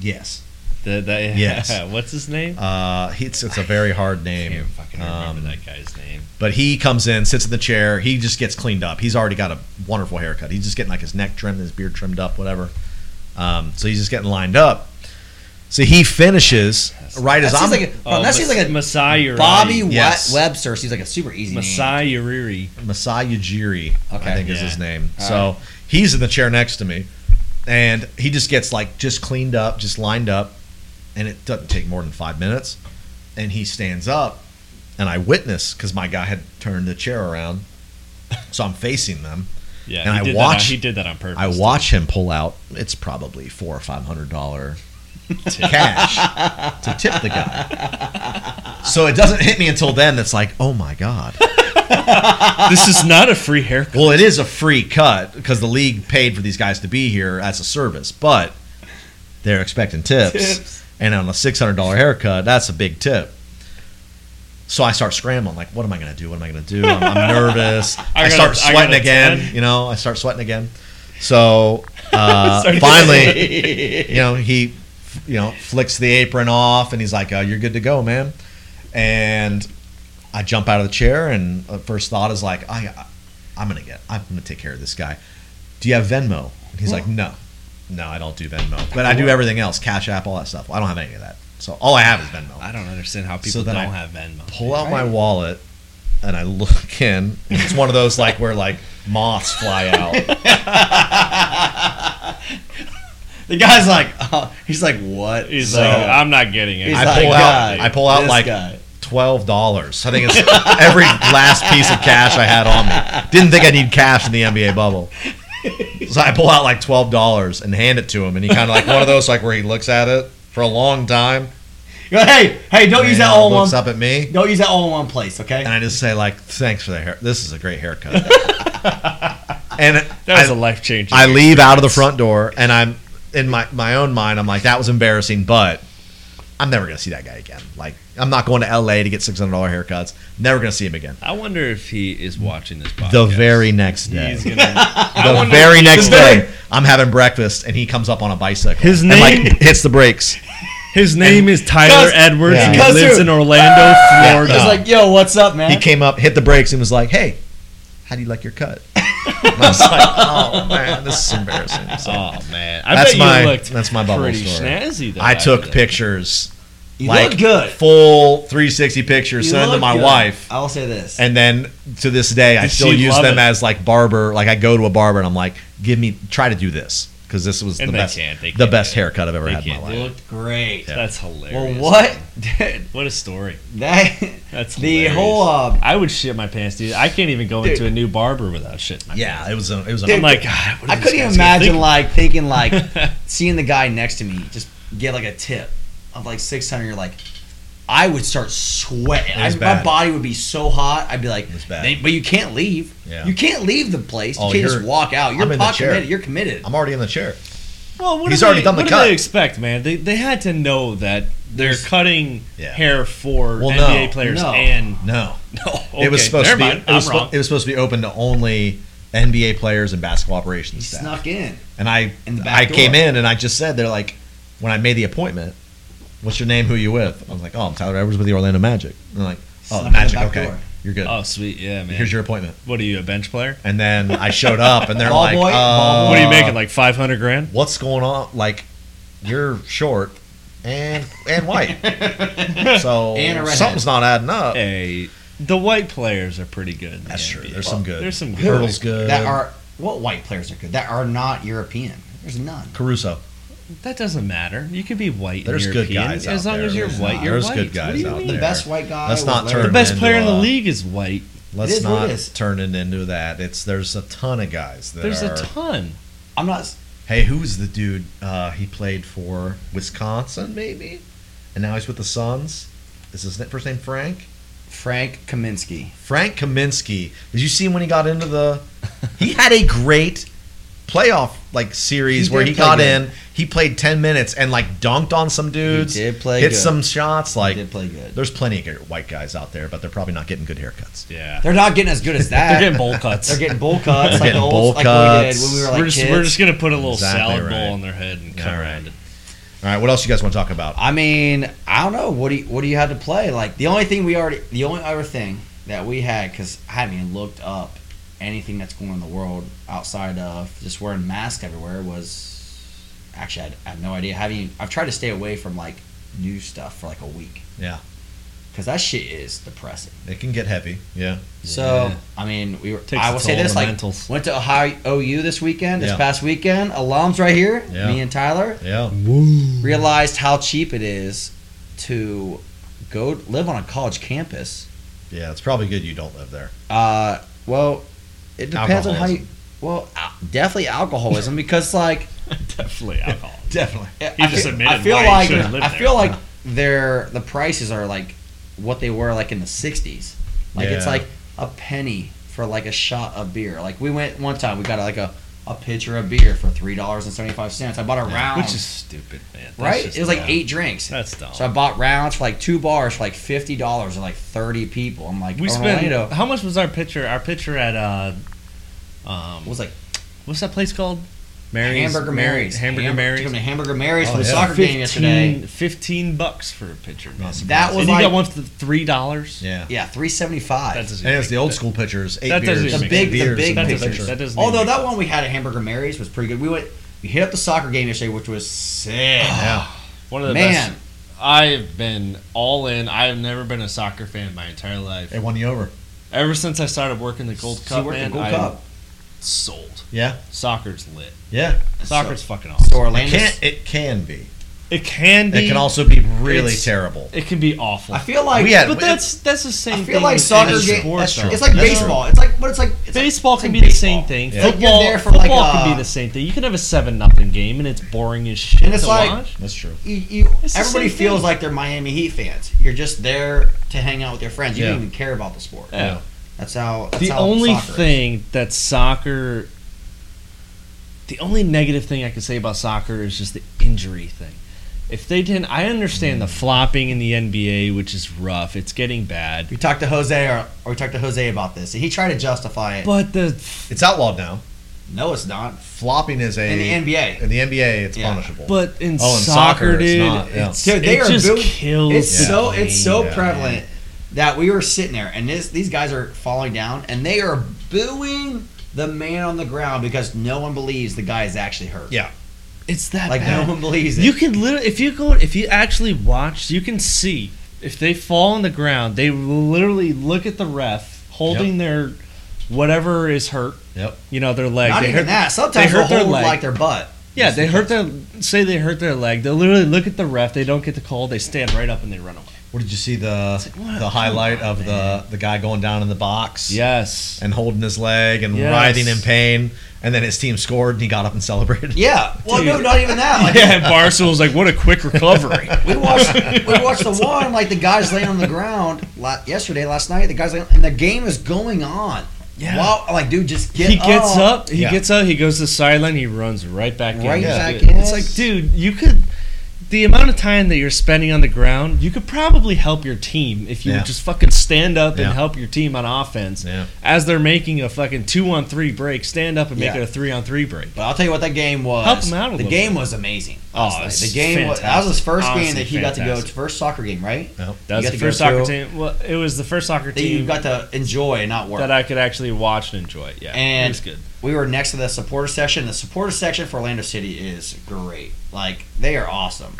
[SPEAKER 3] yes.
[SPEAKER 1] The, that,
[SPEAKER 3] Yes.
[SPEAKER 1] What's his name?
[SPEAKER 3] Uh, he- it's, it's a very hard
[SPEAKER 1] I
[SPEAKER 3] name.
[SPEAKER 1] can't fucking
[SPEAKER 3] Um,
[SPEAKER 1] remember that guy's name.
[SPEAKER 3] But he comes in, sits in the chair. He just gets cleaned up. He's already got a wonderful haircut. He's just getting like his neck trimmed, his beard trimmed up, whatever. Um, so he's just getting lined up. So he finishes right
[SPEAKER 2] That
[SPEAKER 3] as
[SPEAKER 2] seems
[SPEAKER 3] I'm
[SPEAKER 2] like a,
[SPEAKER 1] Oh,
[SPEAKER 2] bro, that seems like a
[SPEAKER 1] Masai Uribe.
[SPEAKER 2] Bobby Wa-
[SPEAKER 3] Yes.
[SPEAKER 2] Webster seems like a super easy name.
[SPEAKER 1] Masai Uribe.
[SPEAKER 3] Masai Ujiri,
[SPEAKER 2] Okay.
[SPEAKER 3] I think is
[SPEAKER 1] Yeah.
[SPEAKER 3] his name.
[SPEAKER 2] All
[SPEAKER 3] so he's in the chair next to me, and he just gets like just cleaned up, just lined up, and it doesn't take more than five minutes. And he stands up, and I witness because my guy had turned the chair around, so I'm facing them.
[SPEAKER 1] Yeah,
[SPEAKER 3] And
[SPEAKER 1] he
[SPEAKER 3] I
[SPEAKER 1] did That,
[SPEAKER 3] watched-
[SPEAKER 1] on- he did that on purpose.
[SPEAKER 3] I watch him pull out. It's probably four or five hundred dollar cash to tip the guy. So it doesn't hit me until then. That's like, oh my god.
[SPEAKER 1] this is not a free haircut.
[SPEAKER 3] Well, it is a free cut because the league paid for these guys to be here as a service, but they're expecting tips.
[SPEAKER 1] Tips.
[SPEAKER 3] And on a $600 haircut, that's a big tip. So I start scrambling, like, what am I going to do? What am I going to do? I'm, I'm nervous. I,
[SPEAKER 1] got
[SPEAKER 3] start
[SPEAKER 1] a- I got
[SPEAKER 3] sweating
[SPEAKER 1] a
[SPEAKER 3] again.
[SPEAKER 1] 10.
[SPEAKER 3] You know, I start sweating again. So uh,
[SPEAKER 1] Sorry.
[SPEAKER 3] finally, you know, he, you know, flicks the apron off and he's like, uh, you're good to go, man. And I jump out of the chair and uh, first thought is like, I, I- I'm going to get, I'm going to take care of this guy. Do you have Venmo? And he's like, no, no, I don't do Venmo, but I do everything else, Cash App, all that stuff. I don't have any of that. So all I have is Venmo.
[SPEAKER 1] I don't understand how people
[SPEAKER 3] So
[SPEAKER 1] don't
[SPEAKER 3] then I
[SPEAKER 1] have Venmo.
[SPEAKER 3] Pull out my wallet and I look in. And it's one of those like where like moths fly out.
[SPEAKER 2] The guy's like, oh, he's like, what?
[SPEAKER 1] He's
[SPEAKER 2] So-
[SPEAKER 1] like, I'm not getting it.
[SPEAKER 2] He's
[SPEAKER 3] I
[SPEAKER 2] like,
[SPEAKER 3] pull out,
[SPEAKER 2] God,
[SPEAKER 3] I pull out
[SPEAKER 2] this
[SPEAKER 3] like
[SPEAKER 2] guy.
[SPEAKER 3] twelve dollars. I think it's every last piece of cash I had on me. Didn't think I need cash in the NBA bubble, so I pull out like twelve dollars and hand it to him, and he kind of like one of those like where he looks at it for a long time.
[SPEAKER 2] You're like, hey, hey, don't use
[SPEAKER 3] and
[SPEAKER 2] that Oh, all in one.
[SPEAKER 3] looks up at me,
[SPEAKER 2] Don't use that all in one place, okay?
[SPEAKER 3] and I just say like, "Thanks for the hair. This is a great haircut." and
[SPEAKER 1] that was
[SPEAKER 3] I-
[SPEAKER 1] a life changer.
[SPEAKER 3] I leave out of the front door, and I'm in my my own mind. I'm like, that was embarrassing, but I'm never gonna see that guy again. Like, I'm not going to L.A. to get six hundred dollar haircuts. Never gonna see him again.
[SPEAKER 1] I wonder if he is watching this podcast.
[SPEAKER 3] The very next day,
[SPEAKER 1] He's gonna,
[SPEAKER 3] the
[SPEAKER 1] wonder-
[SPEAKER 3] very next
[SPEAKER 1] the
[SPEAKER 3] day, I'm having breakfast, and he comes up on a bicycle.
[SPEAKER 1] His
[SPEAKER 3] and, like,
[SPEAKER 1] name-
[SPEAKER 3] hits the brakes.
[SPEAKER 1] his name is Tyler
[SPEAKER 2] Because-
[SPEAKER 1] Edwards.
[SPEAKER 3] Yeah.
[SPEAKER 1] and
[SPEAKER 2] because
[SPEAKER 1] He lives
[SPEAKER 2] you-
[SPEAKER 1] in Orlando, Florida.
[SPEAKER 2] He's
[SPEAKER 3] no.
[SPEAKER 2] like, yo, what's up, man?
[SPEAKER 3] He came up, hit the brakes, and was like, "Hey, how do you like your cut?" And I was like, "Oh man, this is embarrassing." So,
[SPEAKER 1] Oh man, I
[SPEAKER 3] That's
[SPEAKER 1] bet
[SPEAKER 3] my-
[SPEAKER 1] you looked
[SPEAKER 3] that's my bubble
[SPEAKER 1] pretty
[SPEAKER 3] story.
[SPEAKER 1] snazzy. Though
[SPEAKER 3] I took
[SPEAKER 1] after that.
[SPEAKER 3] pictures,
[SPEAKER 2] you
[SPEAKER 3] like
[SPEAKER 2] look good.
[SPEAKER 3] full 360 pictures,
[SPEAKER 2] You
[SPEAKER 3] sent them to
[SPEAKER 2] look
[SPEAKER 3] my
[SPEAKER 2] good.
[SPEAKER 3] wife.
[SPEAKER 2] I will say this.
[SPEAKER 3] And then to this day, I
[SPEAKER 1] Did
[SPEAKER 3] still
[SPEAKER 1] she
[SPEAKER 3] use
[SPEAKER 1] love
[SPEAKER 3] them
[SPEAKER 1] it?
[SPEAKER 3] as like barber. Like I go to a barber and I'm like, give me, try to do this because this was
[SPEAKER 1] And
[SPEAKER 3] the
[SPEAKER 1] they
[SPEAKER 3] best,
[SPEAKER 1] can't, they
[SPEAKER 3] the
[SPEAKER 1] can't
[SPEAKER 3] best
[SPEAKER 1] do it.
[SPEAKER 3] haircut I've ever
[SPEAKER 1] They
[SPEAKER 3] had in
[SPEAKER 1] can't
[SPEAKER 3] my
[SPEAKER 1] do
[SPEAKER 3] life.
[SPEAKER 1] it.
[SPEAKER 2] looked great.
[SPEAKER 1] That's hilarious.
[SPEAKER 2] Well, what? Dude,
[SPEAKER 1] What a story.
[SPEAKER 2] that,
[SPEAKER 1] That's
[SPEAKER 2] the
[SPEAKER 1] hilarious.
[SPEAKER 2] whole, uh,
[SPEAKER 1] I would shit my pants, dude. I can't even go
[SPEAKER 2] Dude.
[SPEAKER 1] into a new barber without shitting my
[SPEAKER 3] Yeah, it was a, it was a,
[SPEAKER 1] pants. I'm like, God, what are
[SPEAKER 2] I
[SPEAKER 1] these
[SPEAKER 2] couldn't even
[SPEAKER 1] guys gonna
[SPEAKER 2] imagine
[SPEAKER 1] think?
[SPEAKER 2] like thinking like seeing the guy next to me just get like a tip of like six hundred. You're like, I would start sweating.
[SPEAKER 3] It was
[SPEAKER 2] I- my
[SPEAKER 3] bad.
[SPEAKER 2] body would be so hot. I'd be like,
[SPEAKER 3] was bad.
[SPEAKER 2] "They- but you can't leave.
[SPEAKER 3] Yeah.
[SPEAKER 2] You can't leave the place. You
[SPEAKER 3] Oh,
[SPEAKER 2] can't just
[SPEAKER 3] you're-
[SPEAKER 2] walk out. You're
[SPEAKER 3] I'm in the
[SPEAKER 2] pot
[SPEAKER 3] chair.
[SPEAKER 2] committed. You're committed.
[SPEAKER 3] I'm already in the chair.
[SPEAKER 1] Well, what
[SPEAKER 3] He's
[SPEAKER 1] do
[SPEAKER 3] already
[SPEAKER 1] they,
[SPEAKER 3] done the
[SPEAKER 1] what
[SPEAKER 3] cut.
[SPEAKER 1] do they expect, man? They they had to know that they're cutting
[SPEAKER 3] Yeah.
[SPEAKER 1] hair for
[SPEAKER 3] Well, no.
[SPEAKER 1] NBA players
[SPEAKER 2] No.
[SPEAKER 1] and
[SPEAKER 3] No,
[SPEAKER 1] no.
[SPEAKER 3] it
[SPEAKER 1] okay,
[SPEAKER 3] was supposed
[SPEAKER 1] never
[SPEAKER 3] to be,
[SPEAKER 1] mind,
[SPEAKER 3] it was,
[SPEAKER 1] I'm
[SPEAKER 3] spo-
[SPEAKER 1] wrong.
[SPEAKER 3] it was supposed to be open to only NBA players and basketball
[SPEAKER 2] you
[SPEAKER 3] operations staff.
[SPEAKER 2] snuck in.
[SPEAKER 3] And I,
[SPEAKER 2] in the back
[SPEAKER 3] I came
[SPEAKER 2] door.
[SPEAKER 3] in and I just said, they're like, when I made the appointment, What's your name? Who you with? I was like, oh, I'm Tyler Edwards with the Orlando Magic. And they're like,
[SPEAKER 2] Snuck in
[SPEAKER 3] oh, the
[SPEAKER 2] the
[SPEAKER 3] Magic.
[SPEAKER 2] back
[SPEAKER 3] okay,
[SPEAKER 2] door.
[SPEAKER 3] you're good.
[SPEAKER 1] Oh, sweet. Yeah, man.
[SPEAKER 3] Here's your appointment.
[SPEAKER 1] what are you, a bench player?
[SPEAKER 3] And then I showed up, and they're
[SPEAKER 2] Ball
[SPEAKER 3] like,
[SPEAKER 2] boy? Ball
[SPEAKER 3] uh,
[SPEAKER 2] boy?
[SPEAKER 1] what are you making, like 500 grand?
[SPEAKER 3] What's going on? Like, you're short and and white, so
[SPEAKER 2] And a redhead.
[SPEAKER 3] something's not adding up.
[SPEAKER 1] Hey, the white players are pretty good. in the
[SPEAKER 3] Uh, That's true.
[SPEAKER 1] NBA.
[SPEAKER 3] There's some good.
[SPEAKER 1] There's some good.
[SPEAKER 3] Hurdle's good.
[SPEAKER 2] that are what white players are good that are not European. There's none.
[SPEAKER 3] Caruso.
[SPEAKER 1] That doesn't matter. You could be white. and
[SPEAKER 3] There's good
[SPEAKER 1] European.
[SPEAKER 3] guys
[SPEAKER 1] As
[SPEAKER 3] out
[SPEAKER 1] long
[SPEAKER 3] there.
[SPEAKER 1] as you're
[SPEAKER 3] There's
[SPEAKER 1] white,
[SPEAKER 2] not.
[SPEAKER 1] you're
[SPEAKER 3] There's
[SPEAKER 1] white.
[SPEAKER 3] good guys
[SPEAKER 1] what do you
[SPEAKER 3] out
[SPEAKER 1] mean?
[SPEAKER 2] The
[SPEAKER 3] there.
[SPEAKER 2] best white guy.
[SPEAKER 3] Let's
[SPEAKER 2] was
[SPEAKER 3] not
[SPEAKER 2] Larry
[SPEAKER 1] The
[SPEAKER 3] turn
[SPEAKER 2] Bird.
[SPEAKER 1] best player in the
[SPEAKER 3] Into, uh,
[SPEAKER 1] league is white.
[SPEAKER 3] Let's
[SPEAKER 2] is what it
[SPEAKER 3] not
[SPEAKER 2] is.
[SPEAKER 3] turn it into that. It's there's a ton of guys that
[SPEAKER 1] There's
[SPEAKER 3] are.
[SPEAKER 1] a ton.
[SPEAKER 2] I'm not.
[SPEAKER 3] hey, who's the dude? Uh, he played for Wisconsin, maybe, and now he's with the Suns. Is his na- first name Frank?
[SPEAKER 2] Frank Kaminsky.
[SPEAKER 3] Frank Kaminsky. Did you see him when he got into the? He had a great playoff like series
[SPEAKER 2] He
[SPEAKER 3] where
[SPEAKER 2] did
[SPEAKER 3] he
[SPEAKER 2] play
[SPEAKER 3] got
[SPEAKER 2] good.
[SPEAKER 3] in. He played ten minutes and like dunked on some dudes.
[SPEAKER 2] He did play
[SPEAKER 3] hit
[SPEAKER 2] good.
[SPEAKER 3] some shots. Like
[SPEAKER 2] he did play good.
[SPEAKER 3] there's plenty of good white guys out there, but they're probably not getting good haircuts.
[SPEAKER 1] Yeah.
[SPEAKER 2] They're not getting as good as that.
[SPEAKER 1] They're getting bowl cuts.
[SPEAKER 2] They're getting bowl cuts.
[SPEAKER 3] They're
[SPEAKER 2] like
[SPEAKER 3] getting
[SPEAKER 2] the old,
[SPEAKER 3] bowl
[SPEAKER 2] like what we did
[SPEAKER 3] cuts.
[SPEAKER 2] when we were
[SPEAKER 1] we're
[SPEAKER 2] like
[SPEAKER 1] just
[SPEAKER 2] kids.
[SPEAKER 1] we're just gonna put a little
[SPEAKER 3] Exactly
[SPEAKER 1] salad
[SPEAKER 3] right.
[SPEAKER 1] bowl on their head and come
[SPEAKER 3] All right.
[SPEAKER 1] around it.
[SPEAKER 3] All right, what else you guys want to talk about?
[SPEAKER 2] I mean, I don't know. What do you, what do you have to play? Like the only thing we already, the only other thing that we had, because I haven't even looked up anything that's going on in the world outside of just wearing masks everywhere was. Actually, I, I have no idea. Having I've tried to stay away from like new stuff for like a week.
[SPEAKER 3] Yeah.
[SPEAKER 2] Because that shit is depressing.
[SPEAKER 3] It can get heavy. Yeah.
[SPEAKER 2] So
[SPEAKER 1] Yeah.
[SPEAKER 2] I mean, we were.
[SPEAKER 1] Takes
[SPEAKER 2] I
[SPEAKER 1] a
[SPEAKER 2] will say
[SPEAKER 1] toll on
[SPEAKER 2] this:
[SPEAKER 1] the
[SPEAKER 2] like,
[SPEAKER 1] mentals.
[SPEAKER 2] went to Ohio OU this weekend, this
[SPEAKER 3] Yeah.
[SPEAKER 2] past weekend. Alums right here,
[SPEAKER 3] Yeah.
[SPEAKER 2] me and Tyler
[SPEAKER 3] Yeah.
[SPEAKER 2] realized how cheap it is to go live on a college campus.
[SPEAKER 3] Yeah, it's probably good you don't live there.
[SPEAKER 2] Uh, well, it depends on how you.
[SPEAKER 3] Alcoholism.
[SPEAKER 2] Well, al- definitely alcoholism because like
[SPEAKER 1] Definitely alcohol.
[SPEAKER 3] Definitely.
[SPEAKER 2] I
[SPEAKER 1] He just
[SPEAKER 2] feel,
[SPEAKER 1] admitted
[SPEAKER 2] I feel
[SPEAKER 1] why he
[SPEAKER 2] like
[SPEAKER 1] shouldn't live
[SPEAKER 2] I
[SPEAKER 1] there.
[SPEAKER 2] feel like their the prices are like what they were like in the '60s. Like it's
[SPEAKER 3] Yeah.
[SPEAKER 2] like a penny for like a shot of beer. Like we went one time, we got like a, a pitcher of beer for three dollars and seventy five cents. I bought a round,
[SPEAKER 1] Which is stupid, man. That's
[SPEAKER 2] right?
[SPEAKER 1] just
[SPEAKER 2] It was like
[SPEAKER 1] dumb.
[SPEAKER 2] eight drinks.
[SPEAKER 1] That's dumb.
[SPEAKER 2] So I bought rounds for like two bars for like fifty dollars and like thirty people. I'm like,
[SPEAKER 1] we
[SPEAKER 2] oh,
[SPEAKER 1] spent
[SPEAKER 2] Orlando
[SPEAKER 1] how much was our picture? Our picture at uh, um,
[SPEAKER 2] was like
[SPEAKER 1] what's that place called?
[SPEAKER 2] hamburger Mary's,
[SPEAKER 1] Hamburger
[SPEAKER 2] Hamb-
[SPEAKER 1] Mary's.
[SPEAKER 2] took 'em to hamburger Mary's
[SPEAKER 3] Oh,
[SPEAKER 2] for the
[SPEAKER 3] yeah.
[SPEAKER 2] soccer game
[SPEAKER 1] 15,
[SPEAKER 2] yesterday.
[SPEAKER 1] 15 bucks for a picture. Man.
[SPEAKER 3] surprised.
[SPEAKER 2] That was
[SPEAKER 1] and
[SPEAKER 2] like
[SPEAKER 1] you got one for three dollars.
[SPEAKER 3] Yeah.
[SPEAKER 2] yeah, three seventy five.
[SPEAKER 1] That doesn't
[SPEAKER 3] And it's
[SPEAKER 1] make
[SPEAKER 3] the old
[SPEAKER 1] sense.
[SPEAKER 3] school pitchers, eight
[SPEAKER 1] That doesn't
[SPEAKER 3] beers,
[SPEAKER 1] even
[SPEAKER 2] the
[SPEAKER 1] make
[SPEAKER 2] big, the
[SPEAKER 3] beers
[SPEAKER 2] big
[SPEAKER 3] in
[SPEAKER 1] That
[SPEAKER 3] the
[SPEAKER 1] doesn't-
[SPEAKER 2] pictures.
[SPEAKER 3] picture.
[SPEAKER 1] that doesn't
[SPEAKER 2] Although
[SPEAKER 1] even-
[SPEAKER 2] that one we had at Hamburger Mary's was pretty good. We went, we hit up the soccer game yesterday, which was sick.
[SPEAKER 3] Yeah.
[SPEAKER 1] One of Oh, the
[SPEAKER 2] Man,
[SPEAKER 1] best. I've been all in. I've never been a soccer fan my entire life.
[SPEAKER 3] It won you over.
[SPEAKER 1] Ever since I started working the Gold
[SPEAKER 2] she
[SPEAKER 1] Cup,
[SPEAKER 2] worked
[SPEAKER 1] man,
[SPEAKER 2] the Gold
[SPEAKER 1] I'm
[SPEAKER 2] Cup.
[SPEAKER 1] sold.
[SPEAKER 3] Yeah.
[SPEAKER 1] Soccer's lit.
[SPEAKER 3] Yeah.
[SPEAKER 1] Soccer's fucking awesome.
[SPEAKER 2] So
[SPEAKER 3] It
[SPEAKER 2] Orlando,
[SPEAKER 3] can, it can be.
[SPEAKER 1] It can be.
[SPEAKER 3] It can also be really
[SPEAKER 1] It's-
[SPEAKER 3] terrible.
[SPEAKER 1] It can be awful.
[SPEAKER 2] I feel like
[SPEAKER 3] We had-
[SPEAKER 1] but that's that's the same.
[SPEAKER 2] I
[SPEAKER 1] thing
[SPEAKER 2] feel like
[SPEAKER 1] with
[SPEAKER 2] soccer
[SPEAKER 1] any
[SPEAKER 2] game.
[SPEAKER 1] sport,
[SPEAKER 3] that's
[SPEAKER 1] though.
[SPEAKER 3] true.
[SPEAKER 2] It's like
[SPEAKER 3] That's
[SPEAKER 2] baseball. It's like, but it's like it's like-
[SPEAKER 1] baseball
[SPEAKER 2] it's
[SPEAKER 1] can
[SPEAKER 2] like
[SPEAKER 1] be the
[SPEAKER 2] baseball.
[SPEAKER 1] same thing.
[SPEAKER 2] It's like you're
[SPEAKER 1] Football,
[SPEAKER 2] there for like
[SPEAKER 1] football
[SPEAKER 2] a-
[SPEAKER 1] can be the same thing. You can have a seven nothing game and it's boring as shit
[SPEAKER 2] And it's
[SPEAKER 1] to
[SPEAKER 2] like-
[SPEAKER 1] watch.
[SPEAKER 3] That's true.
[SPEAKER 2] You, you,
[SPEAKER 1] It's the
[SPEAKER 2] everybody
[SPEAKER 1] same
[SPEAKER 2] feels
[SPEAKER 1] thing.
[SPEAKER 2] like they're Miami Heat fans. You're just there to hang out with your friends. You
[SPEAKER 3] Yeah.
[SPEAKER 2] don't even care about the sport.
[SPEAKER 1] Yeah.
[SPEAKER 2] That's how. That's
[SPEAKER 1] the
[SPEAKER 2] how
[SPEAKER 1] only
[SPEAKER 2] soccer is.
[SPEAKER 1] thing that soccer the only negative thing i could say about soccer is just the injury thing if they didn't i understand
[SPEAKER 2] Mm.
[SPEAKER 1] the flopping in the nba which is rough it's getting bad
[SPEAKER 2] We talked to Jose, or, or we talked to Jose about this, and he tried to justify it.
[SPEAKER 1] but the
[SPEAKER 3] It's outlawed now.
[SPEAKER 2] no, it's not
[SPEAKER 3] Flopping is a
[SPEAKER 2] in the NBA.
[SPEAKER 3] In the NBA, it's
[SPEAKER 2] Yeah.
[SPEAKER 3] punishable.
[SPEAKER 1] but in,
[SPEAKER 3] Oh, in
[SPEAKER 1] soccer,
[SPEAKER 3] soccer, it's
[SPEAKER 1] dude
[SPEAKER 3] not, yeah.
[SPEAKER 1] it's,
[SPEAKER 2] Dude, they
[SPEAKER 1] it
[SPEAKER 2] are
[SPEAKER 1] just
[SPEAKER 2] built-
[SPEAKER 1] kills
[SPEAKER 2] It's
[SPEAKER 1] the
[SPEAKER 2] so it's so
[SPEAKER 1] game,
[SPEAKER 2] prevalent
[SPEAKER 1] man.
[SPEAKER 2] that we were sitting there and this these guys are falling down and they are booing the man on the ground because no one believes the guy is actually hurt.
[SPEAKER 3] Yeah.
[SPEAKER 1] it's that
[SPEAKER 2] Like
[SPEAKER 1] bad.
[SPEAKER 2] no one believes it.
[SPEAKER 1] You can literally, if you go, if you actually watch, you can see if they fall on the ground, they literally look at the ref holding their whatever is hurt.
[SPEAKER 3] Yep.
[SPEAKER 1] You know their leg.
[SPEAKER 2] Not
[SPEAKER 1] they
[SPEAKER 2] even
[SPEAKER 1] hurt,
[SPEAKER 2] that. Sometimes
[SPEAKER 1] they
[SPEAKER 2] they
[SPEAKER 1] hurt their
[SPEAKER 2] hold
[SPEAKER 1] leg.
[SPEAKER 2] like their butt.
[SPEAKER 1] Yeah, they hurt their. Say they hurt their leg. They literally look at the ref. They don't get the call. They stand right up and they run away.
[SPEAKER 3] What did you see the
[SPEAKER 1] It's like, what?
[SPEAKER 3] the highlight
[SPEAKER 1] Come on,
[SPEAKER 3] of the the guy going down in the box?
[SPEAKER 1] Yes.
[SPEAKER 3] And holding his leg and
[SPEAKER 1] Yes.
[SPEAKER 3] writhing in pain, and then his team scored and he got up and celebrated.
[SPEAKER 2] Yeah. Well, no,
[SPEAKER 1] Dude.
[SPEAKER 2] not even that. Like,
[SPEAKER 1] Yeah, and Barstool's like, what a quick recovery.
[SPEAKER 2] We watched we watched the one like the guys laying on the ground la- yesterday last night. The guys laying, and the game is going on.
[SPEAKER 1] Yeah.
[SPEAKER 2] Wow. Like, dude, just get.
[SPEAKER 1] he gets up. He
[SPEAKER 3] Yeah.
[SPEAKER 1] gets up. He goes to the sideline. He runs right back in.
[SPEAKER 2] Right
[SPEAKER 1] He's
[SPEAKER 2] back
[SPEAKER 1] good.
[SPEAKER 2] in.
[SPEAKER 1] It's like, dude, you could. The amount of time that you're spending on the ground, you could probably help your team if you
[SPEAKER 3] Yeah.
[SPEAKER 1] would just fucking stand up and
[SPEAKER 3] Yeah.
[SPEAKER 1] help your team on offense.
[SPEAKER 3] Yeah.
[SPEAKER 1] As they're making a fucking two on three break, stand up and make
[SPEAKER 2] Yeah.
[SPEAKER 1] it a three on three break.
[SPEAKER 2] But I'll tell you what that game was.
[SPEAKER 1] Help 'em out a
[SPEAKER 2] the
[SPEAKER 1] little
[SPEAKER 2] game
[SPEAKER 1] bit.
[SPEAKER 2] was amazing. last
[SPEAKER 1] Oh,
[SPEAKER 2] night.
[SPEAKER 1] it's
[SPEAKER 2] The game was, that was his
[SPEAKER 1] fantastic.
[SPEAKER 2] first game
[SPEAKER 1] Honestly,
[SPEAKER 2] that he got to go to,
[SPEAKER 1] fantastic.
[SPEAKER 2] first soccer game, right?
[SPEAKER 1] That was
[SPEAKER 2] You
[SPEAKER 1] the
[SPEAKER 2] got to
[SPEAKER 1] first
[SPEAKER 2] go
[SPEAKER 1] soccer
[SPEAKER 2] through-
[SPEAKER 1] team. Well, it was the first soccer
[SPEAKER 2] That you
[SPEAKER 1] team
[SPEAKER 2] got to enjoy and not work.
[SPEAKER 1] that I could actually watch and enjoy. Yeah,
[SPEAKER 2] And-
[SPEAKER 1] it was good.
[SPEAKER 2] we were next to the supporter section. The supporter section for Orlando City is great. Like they are awesome,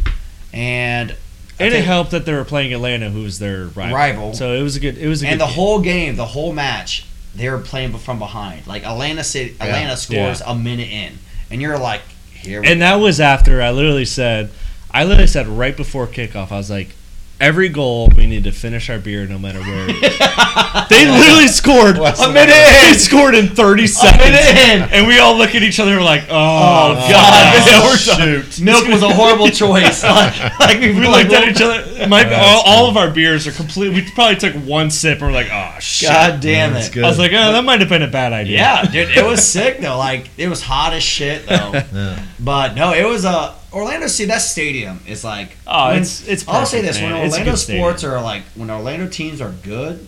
[SPEAKER 2] and I
[SPEAKER 1] And it
[SPEAKER 2] think-
[SPEAKER 1] helped that they were playing Atlanta, who was their rival.
[SPEAKER 2] Rival.
[SPEAKER 1] So it was a good. It was a
[SPEAKER 2] and
[SPEAKER 1] good
[SPEAKER 2] the
[SPEAKER 1] game.
[SPEAKER 2] whole game, the whole match, they were playing from behind. Like Atlanta City, Atlanta scores a minute in, and you're like, here. we
[SPEAKER 1] And that was after I literally said, I literally said right before kickoff, I was like, every goal we need to finish our beer no matter where. it is." they literally scored
[SPEAKER 3] What's
[SPEAKER 1] a
[SPEAKER 3] the
[SPEAKER 1] minute. They scored in thirty seconds,
[SPEAKER 2] minute
[SPEAKER 1] and we all look at each other and we're like, oh,
[SPEAKER 2] Oh,
[SPEAKER 1] god,
[SPEAKER 2] God.
[SPEAKER 1] yeah, we're done."
[SPEAKER 2] Milk was a horrible choice. like, like we,
[SPEAKER 1] We
[SPEAKER 2] like,
[SPEAKER 1] looked at
[SPEAKER 2] well,
[SPEAKER 1] each other. My,
[SPEAKER 3] That's
[SPEAKER 1] all, all of our beers are complete. We probably took one sip and we're like, oh shit.
[SPEAKER 2] God damn
[SPEAKER 3] That's
[SPEAKER 2] it.
[SPEAKER 1] I was like, oh, that might have been a bad idea.
[SPEAKER 2] Yeah, dude, it was sick though. Like it was hot as shit though.
[SPEAKER 3] Yeah.
[SPEAKER 2] But no, it was uh, Orlando. See, that stadium is like.
[SPEAKER 1] Oh,
[SPEAKER 2] when-
[SPEAKER 1] it's it's.
[SPEAKER 2] I'll say this:
[SPEAKER 1] perfect, man.
[SPEAKER 2] when
[SPEAKER 1] It's a
[SPEAKER 2] Orlando
[SPEAKER 1] good stadium.
[SPEAKER 2] sports are like, when Orlando teams are good,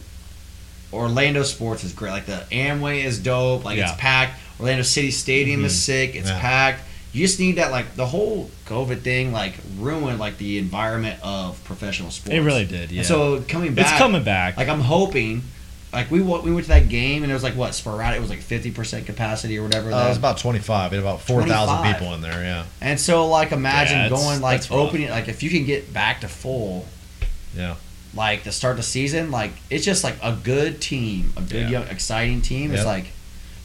[SPEAKER 2] Orlando sports is great. Like the Amway is dope. Like
[SPEAKER 1] Yeah. Mm-hmm.
[SPEAKER 2] it's packed. Orlando City Stadium is sick. It's
[SPEAKER 3] Yeah.
[SPEAKER 2] packed. You just need that like the whole COVID thing like ruined like the environment of professional sports.
[SPEAKER 1] it really did. Yeah,
[SPEAKER 2] And so coming back,
[SPEAKER 1] it's coming back.
[SPEAKER 2] Like I'm hoping. Like we went, we went to that game and it was like what sporadic. It was like fifty percent capacity or whatever.
[SPEAKER 3] Uh, it
[SPEAKER 2] then.
[SPEAKER 3] was about 25. We had about 4,000
[SPEAKER 2] 25.
[SPEAKER 3] people in there, yeah.
[SPEAKER 2] And so, like, imagine
[SPEAKER 1] Yeah, it's-
[SPEAKER 2] going like
[SPEAKER 1] that's rough.
[SPEAKER 2] opening like if you can get back to full,
[SPEAKER 3] Yeah.
[SPEAKER 2] like to start the season, like it's just like a good team, a good
[SPEAKER 1] Yeah.
[SPEAKER 2] young, exciting team. It's
[SPEAKER 3] Yep.
[SPEAKER 2] like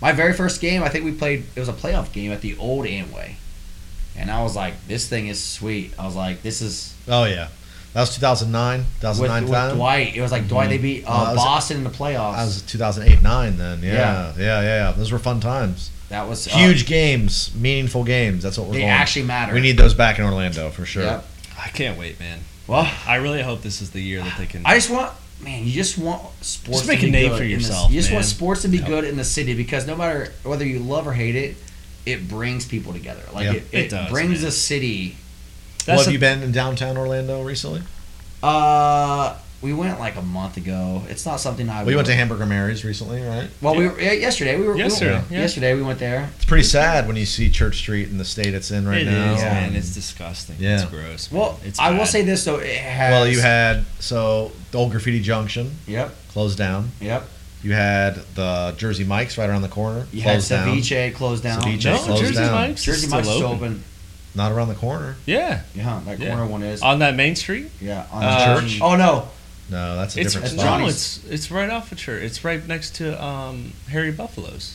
[SPEAKER 2] my very first game. I think we played. It was a playoff game at the old Amway, and I was like, this thing is sweet. I was like, this is
[SPEAKER 3] Oh, yeah. That was 2009,
[SPEAKER 2] with,
[SPEAKER 3] 2009
[SPEAKER 2] with
[SPEAKER 3] time.
[SPEAKER 2] Dwight. It was like Dwight. They beat uh,
[SPEAKER 3] Well, that was-
[SPEAKER 2] Boston in the playoffs.
[SPEAKER 3] That was 2008, 9 then. Yeah.
[SPEAKER 2] Yeah.
[SPEAKER 3] Yeah, yeah, yeah. Those were fun times.
[SPEAKER 2] that was uh,
[SPEAKER 3] Huge games, meaningful games. That's what we're
[SPEAKER 2] They
[SPEAKER 3] going.
[SPEAKER 2] actually matter.
[SPEAKER 3] we need those back in Orlando for sure.
[SPEAKER 2] Yep.
[SPEAKER 1] I can't wait, man.
[SPEAKER 2] Well,
[SPEAKER 1] I really hope this is the year that they can.
[SPEAKER 2] I just want, man, you just want sports.
[SPEAKER 1] Just make
[SPEAKER 2] to be
[SPEAKER 1] a name
[SPEAKER 2] good
[SPEAKER 1] for
[SPEAKER 2] in this-
[SPEAKER 1] yourself,
[SPEAKER 2] you just want
[SPEAKER 1] man.
[SPEAKER 2] sports to be
[SPEAKER 3] Yep.
[SPEAKER 2] good in the city because no matter whether you love or hate it, it brings people together. Like
[SPEAKER 3] Yep.
[SPEAKER 2] it, it,
[SPEAKER 1] It does,
[SPEAKER 2] brings
[SPEAKER 1] man.
[SPEAKER 2] the city.
[SPEAKER 3] Well,
[SPEAKER 1] That's
[SPEAKER 3] have
[SPEAKER 1] a-
[SPEAKER 3] you been in downtown Orlando recently?
[SPEAKER 2] Uh, we went like a month ago. It's not something I.
[SPEAKER 3] We went to
[SPEAKER 2] would-
[SPEAKER 3] Hamburger Mary's recently, right?
[SPEAKER 2] Well, we were yeah, yesterday. We were we went-
[SPEAKER 1] Yesterday, yeah.
[SPEAKER 2] Yesterday we went there.
[SPEAKER 3] It's pretty sad when you see Church Street in the state it's in right
[SPEAKER 1] It
[SPEAKER 3] now.
[SPEAKER 1] is, man.
[SPEAKER 3] And-
[SPEAKER 1] It's disgusting.
[SPEAKER 3] Yeah.
[SPEAKER 1] It's gross. man.
[SPEAKER 2] Well,
[SPEAKER 1] it's
[SPEAKER 2] I will
[SPEAKER 1] bad.
[SPEAKER 2] say this though. It has.
[SPEAKER 3] well, you had so the old Graffiti Junction
[SPEAKER 2] Yep.
[SPEAKER 3] closed down.
[SPEAKER 2] Yep.
[SPEAKER 3] You had the Jersey Mike's right around the corner.
[SPEAKER 2] You
[SPEAKER 3] closed
[SPEAKER 2] had
[SPEAKER 3] down.
[SPEAKER 2] ceviche closed down.
[SPEAKER 3] Ceviche
[SPEAKER 1] no,
[SPEAKER 3] closed
[SPEAKER 1] Jersey
[SPEAKER 3] down.
[SPEAKER 1] Mike's is
[SPEAKER 2] Jersey Mike's
[SPEAKER 1] still
[SPEAKER 2] open.
[SPEAKER 1] open.
[SPEAKER 3] Not around the corner.
[SPEAKER 1] Yeah,
[SPEAKER 2] Yeah, that
[SPEAKER 1] Yeah. Uh,
[SPEAKER 2] corner one is.
[SPEAKER 1] on that main street.
[SPEAKER 2] yeah, on
[SPEAKER 1] Um,
[SPEAKER 2] the church. Oh no,
[SPEAKER 3] No, that's a
[SPEAKER 1] It's
[SPEAKER 3] different
[SPEAKER 2] That's
[SPEAKER 3] spot.
[SPEAKER 1] no,
[SPEAKER 2] Johnny's.
[SPEAKER 1] it's it's right off of church. It's right next to um, Harry Buffalo's.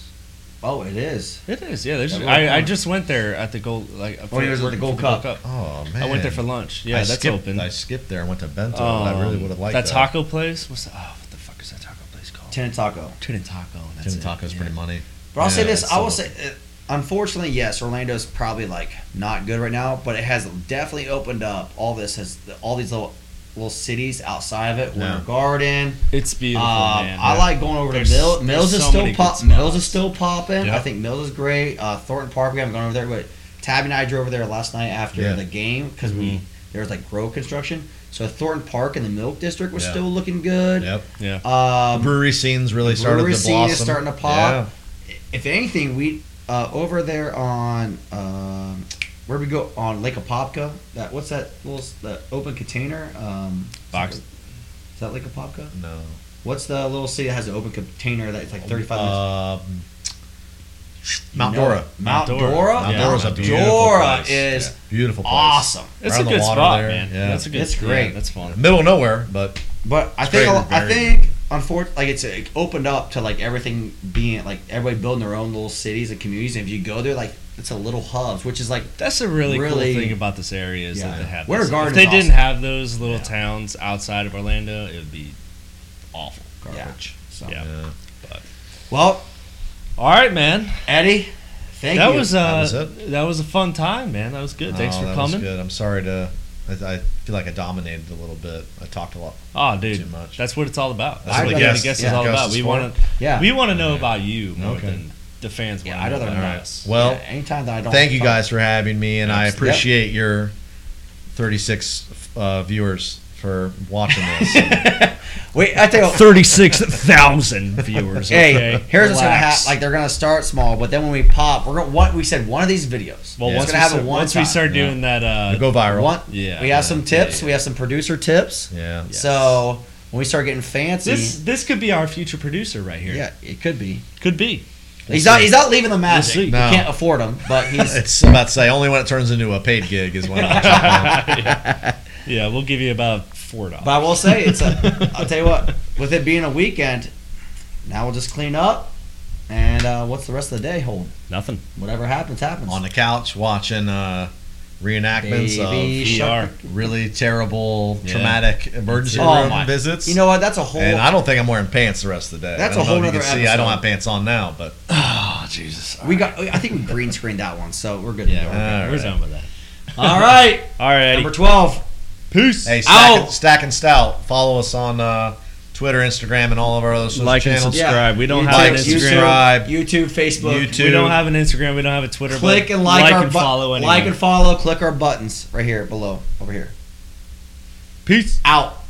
[SPEAKER 2] oh it is.
[SPEAKER 1] It is. Yeah, Oh, there's.
[SPEAKER 2] That little
[SPEAKER 1] I, I
[SPEAKER 2] corner.
[SPEAKER 1] just went there at the gold like
[SPEAKER 2] When he was at the
[SPEAKER 1] working
[SPEAKER 2] Gold
[SPEAKER 1] for
[SPEAKER 2] Cup.
[SPEAKER 3] Oh man,
[SPEAKER 1] I went there for lunch. Yeah,
[SPEAKER 3] I
[SPEAKER 1] that's
[SPEAKER 3] skipped,
[SPEAKER 1] open.
[SPEAKER 3] I skipped there. and went to Bento. but I really
[SPEAKER 1] Um,
[SPEAKER 3] would have liked
[SPEAKER 1] that
[SPEAKER 3] that.
[SPEAKER 1] taco place. What's the, oh, what the fuck is that taco place called?
[SPEAKER 2] Ten taco.
[SPEAKER 1] Tin and Taco. and That's
[SPEAKER 3] Tin Taco's
[SPEAKER 1] it.
[SPEAKER 3] pretty money.
[SPEAKER 2] But I'll say
[SPEAKER 3] Yeah,
[SPEAKER 2] this:
[SPEAKER 3] it's
[SPEAKER 2] I will
[SPEAKER 3] still-
[SPEAKER 2] say, uh, unfortunately, yes, Orlando's probably like not good right now, but it has definitely opened up. All this has all these little little cities outside of it.
[SPEAKER 3] Yeah.
[SPEAKER 2] Winter Garden.
[SPEAKER 1] It's beautiful,
[SPEAKER 2] Um,
[SPEAKER 1] man.
[SPEAKER 2] I like going over to
[SPEAKER 1] There's-
[SPEAKER 2] Mill, Mills.
[SPEAKER 1] there's
[SPEAKER 2] Is
[SPEAKER 1] so
[SPEAKER 2] still
[SPEAKER 1] many
[SPEAKER 2] pop,
[SPEAKER 1] good
[SPEAKER 2] Mills is
[SPEAKER 1] spots.
[SPEAKER 2] still popping. I
[SPEAKER 3] Yeah.
[SPEAKER 2] think Mills is great. Uh, Thornton Park, we haven't gone over there, but Tab and I drove over there last night after
[SPEAKER 3] Yeah. Mm-hmm.
[SPEAKER 2] the game because we there was like road construction. So Thornton Park in the Milk District was
[SPEAKER 3] Yeah.
[SPEAKER 2] still looking good.
[SPEAKER 3] Yep.
[SPEAKER 1] Yeah.
[SPEAKER 2] Um,
[SPEAKER 3] brewery scenes really started
[SPEAKER 2] brewery
[SPEAKER 3] to
[SPEAKER 2] scene
[SPEAKER 3] blossom.
[SPEAKER 2] is starting to pop. if anything, we uh, over there on um, where we go on Lake Apopka. That what's that little s- that open container? Um,
[SPEAKER 1] Box.
[SPEAKER 2] Is that Lake Apopka?
[SPEAKER 3] Yeah. No.
[SPEAKER 2] What's the little city that has an open container that's like thirty five minutes?
[SPEAKER 3] Um, Mount
[SPEAKER 2] You know
[SPEAKER 3] Dora.
[SPEAKER 2] it.
[SPEAKER 1] Mount
[SPEAKER 2] Mount
[SPEAKER 1] Dora.
[SPEAKER 2] Dora.
[SPEAKER 3] Mount
[SPEAKER 1] Yeah.
[SPEAKER 3] Dora's a
[SPEAKER 1] Mount
[SPEAKER 3] beautiful
[SPEAKER 2] Dora
[SPEAKER 3] place.
[SPEAKER 2] is
[SPEAKER 3] Yeah. beautiful place.
[SPEAKER 2] awesome.
[SPEAKER 1] It's
[SPEAKER 3] Around
[SPEAKER 1] a
[SPEAKER 3] the
[SPEAKER 1] good
[SPEAKER 3] water
[SPEAKER 1] spot,
[SPEAKER 3] there,
[SPEAKER 1] man.
[SPEAKER 3] yeah.
[SPEAKER 1] That's a good.
[SPEAKER 2] It's great.
[SPEAKER 1] yeah, that's fun.
[SPEAKER 3] Middle of nowhere, but
[SPEAKER 2] But I
[SPEAKER 3] It's
[SPEAKER 2] think
[SPEAKER 3] very
[SPEAKER 2] a- I
[SPEAKER 3] varied.
[SPEAKER 2] think unfortunately, like it's it opened up to like everything being like everybody building their own little cities and communities. And if you go there, like it's a little hubs, which is like
[SPEAKER 1] That's a really,
[SPEAKER 2] Really-
[SPEAKER 1] cool thing about this area is
[SPEAKER 2] Yeah.
[SPEAKER 1] that they have.
[SPEAKER 2] Winter
[SPEAKER 1] this.
[SPEAKER 2] Garden's
[SPEAKER 1] If they
[SPEAKER 2] awesome.
[SPEAKER 1] didn't have those little
[SPEAKER 2] Yeah.
[SPEAKER 1] towns outside of Orlando, it would be awful.
[SPEAKER 2] garbage. So.
[SPEAKER 1] Yeah.
[SPEAKER 3] yeah.
[SPEAKER 2] Well,
[SPEAKER 1] All right, man.
[SPEAKER 2] Eddie, thank
[SPEAKER 1] that
[SPEAKER 2] you.
[SPEAKER 1] was, uh,
[SPEAKER 3] That
[SPEAKER 1] that
[SPEAKER 3] was
[SPEAKER 1] was
[SPEAKER 3] it.
[SPEAKER 1] a fun time, man. That was good. Thanks
[SPEAKER 3] Oh,
[SPEAKER 1] for
[SPEAKER 3] that was
[SPEAKER 1] coming.
[SPEAKER 3] good. I'm sorry to. I, I feel like I dominated a little bit. I talked a lot.
[SPEAKER 1] Oh,
[SPEAKER 3] Too
[SPEAKER 1] dude,
[SPEAKER 3] much.
[SPEAKER 1] that's what it's all about. That's
[SPEAKER 2] I'd
[SPEAKER 1] what
[SPEAKER 2] rather-
[SPEAKER 1] guest, guest
[SPEAKER 2] yeah,
[SPEAKER 1] is all
[SPEAKER 3] guest
[SPEAKER 1] about.
[SPEAKER 3] is
[SPEAKER 1] We
[SPEAKER 3] for
[SPEAKER 1] want to
[SPEAKER 2] Yeah.
[SPEAKER 1] we want to know about you more
[SPEAKER 3] Okay.
[SPEAKER 1] than the fans
[SPEAKER 2] Yeah,
[SPEAKER 1] want
[SPEAKER 2] I'd
[SPEAKER 1] to know
[SPEAKER 2] rather
[SPEAKER 1] about
[SPEAKER 2] not.
[SPEAKER 1] us.
[SPEAKER 3] Well,
[SPEAKER 2] Yeah, anytime that I don't.
[SPEAKER 3] thank you
[SPEAKER 2] talk-
[SPEAKER 3] guys for having me, and I
[SPEAKER 2] Absolutely.
[SPEAKER 3] appreciate your 36 uh, viewers for watching this.
[SPEAKER 2] Wait, I tell you, what,
[SPEAKER 1] Thirty-six thousand viewers.
[SPEAKER 2] hey,
[SPEAKER 1] okay?
[SPEAKER 2] here's what's gonna
[SPEAKER 1] Relax.
[SPEAKER 2] happen. Like they're gonna start small, but then when we pop, we're gonna what we said one of these videos.
[SPEAKER 1] well,
[SPEAKER 2] it's
[SPEAKER 1] once, we
[SPEAKER 2] gonna happen
[SPEAKER 1] start,
[SPEAKER 2] one
[SPEAKER 1] once
[SPEAKER 2] time.
[SPEAKER 1] we start
[SPEAKER 3] Yeah.
[SPEAKER 1] doing that, uh,
[SPEAKER 3] Go viral.
[SPEAKER 2] One-
[SPEAKER 1] Yeah,
[SPEAKER 2] we have
[SPEAKER 1] yeah,
[SPEAKER 2] some
[SPEAKER 1] yeah,
[SPEAKER 2] tips.
[SPEAKER 1] yeah.
[SPEAKER 2] We have some producer tips.
[SPEAKER 3] yeah.
[SPEAKER 1] Yes.
[SPEAKER 2] So when we start getting fancy,
[SPEAKER 1] this this could be our future producer right here.
[SPEAKER 2] yeah, it could be.
[SPEAKER 1] could be.
[SPEAKER 2] He's not. He's not leaving the magic.
[SPEAKER 1] see.
[SPEAKER 2] We
[SPEAKER 3] No.
[SPEAKER 2] can't afford him, but he's.
[SPEAKER 3] It's about to say only when it turns into a paid gig is when I jump
[SPEAKER 1] Yeah, we'll give you about four dollars.
[SPEAKER 2] but I will say it's a. I'll tell you what. With it being a weekend, now we'll just clean up, and uh, what's the rest of the day hold?
[SPEAKER 1] Nothing.
[SPEAKER 2] Whatever happens, happens.
[SPEAKER 3] in. on the couch watching uh, reenactments
[SPEAKER 1] VR.
[SPEAKER 2] Baby shark.
[SPEAKER 3] of really terrible
[SPEAKER 1] Yeah.
[SPEAKER 3] traumatic emergency
[SPEAKER 2] Oh
[SPEAKER 3] room
[SPEAKER 2] my-
[SPEAKER 3] visits.
[SPEAKER 2] You know what? That's a whole.
[SPEAKER 3] and I don't think I'm wearing pants the rest of the day.
[SPEAKER 2] That's
[SPEAKER 3] I don't
[SPEAKER 2] a whole
[SPEAKER 3] know if you
[SPEAKER 2] nother
[SPEAKER 3] can see, I don't
[SPEAKER 2] episode.
[SPEAKER 3] have pants on now, but
[SPEAKER 1] Oh Jesus.
[SPEAKER 2] we got. I think we green screened that one, so we're good.
[SPEAKER 1] Yeah,
[SPEAKER 2] to
[SPEAKER 1] we're,
[SPEAKER 2] go.
[SPEAKER 1] good.
[SPEAKER 3] All
[SPEAKER 1] we're
[SPEAKER 3] right.
[SPEAKER 1] done with that.
[SPEAKER 2] All right.
[SPEAKER 1] All right, Eddie.
[SPEAKER 2] Number twelve.
[SPEAKER 1] Peace.
[SPEAKER 3] hey, stack,
[SPEAKER 2] Ow.
[SPEAKER 3] and, stack and stout. Follow us on uh, Twitter, Instagram, and all of our other social
[SPEAKER 1] like and
[SPEAKER 3] channels.
[SPEAKER 1] subscribe. We don't
[SPEAKER 2] YouTube,
[SPEAKER 1] have an
[SPEAKER 3] Like,
[SPEAKER 1] Instagram.
[SPEAKER 3] subscribe.
[SPEAKER 2] YouTube, Facebook.
[SPEAKER 3] YouTube.
[SPEAKER 1] We don't have an Instagram. We don't have a Twitter. but
[SPEAKER 2] Click and like, our
[SPEAKER 1] and
[SPEAKER 2] bu-
[SPEAKER 1] follow.
[SPEAKER 2] like
[SPEAKER 1] anyway.
[SPEAKER 2] and follow. Click our buttons right here below. Over here.
[SPEAKER 1] peace.
[SPEAKER 2] Out.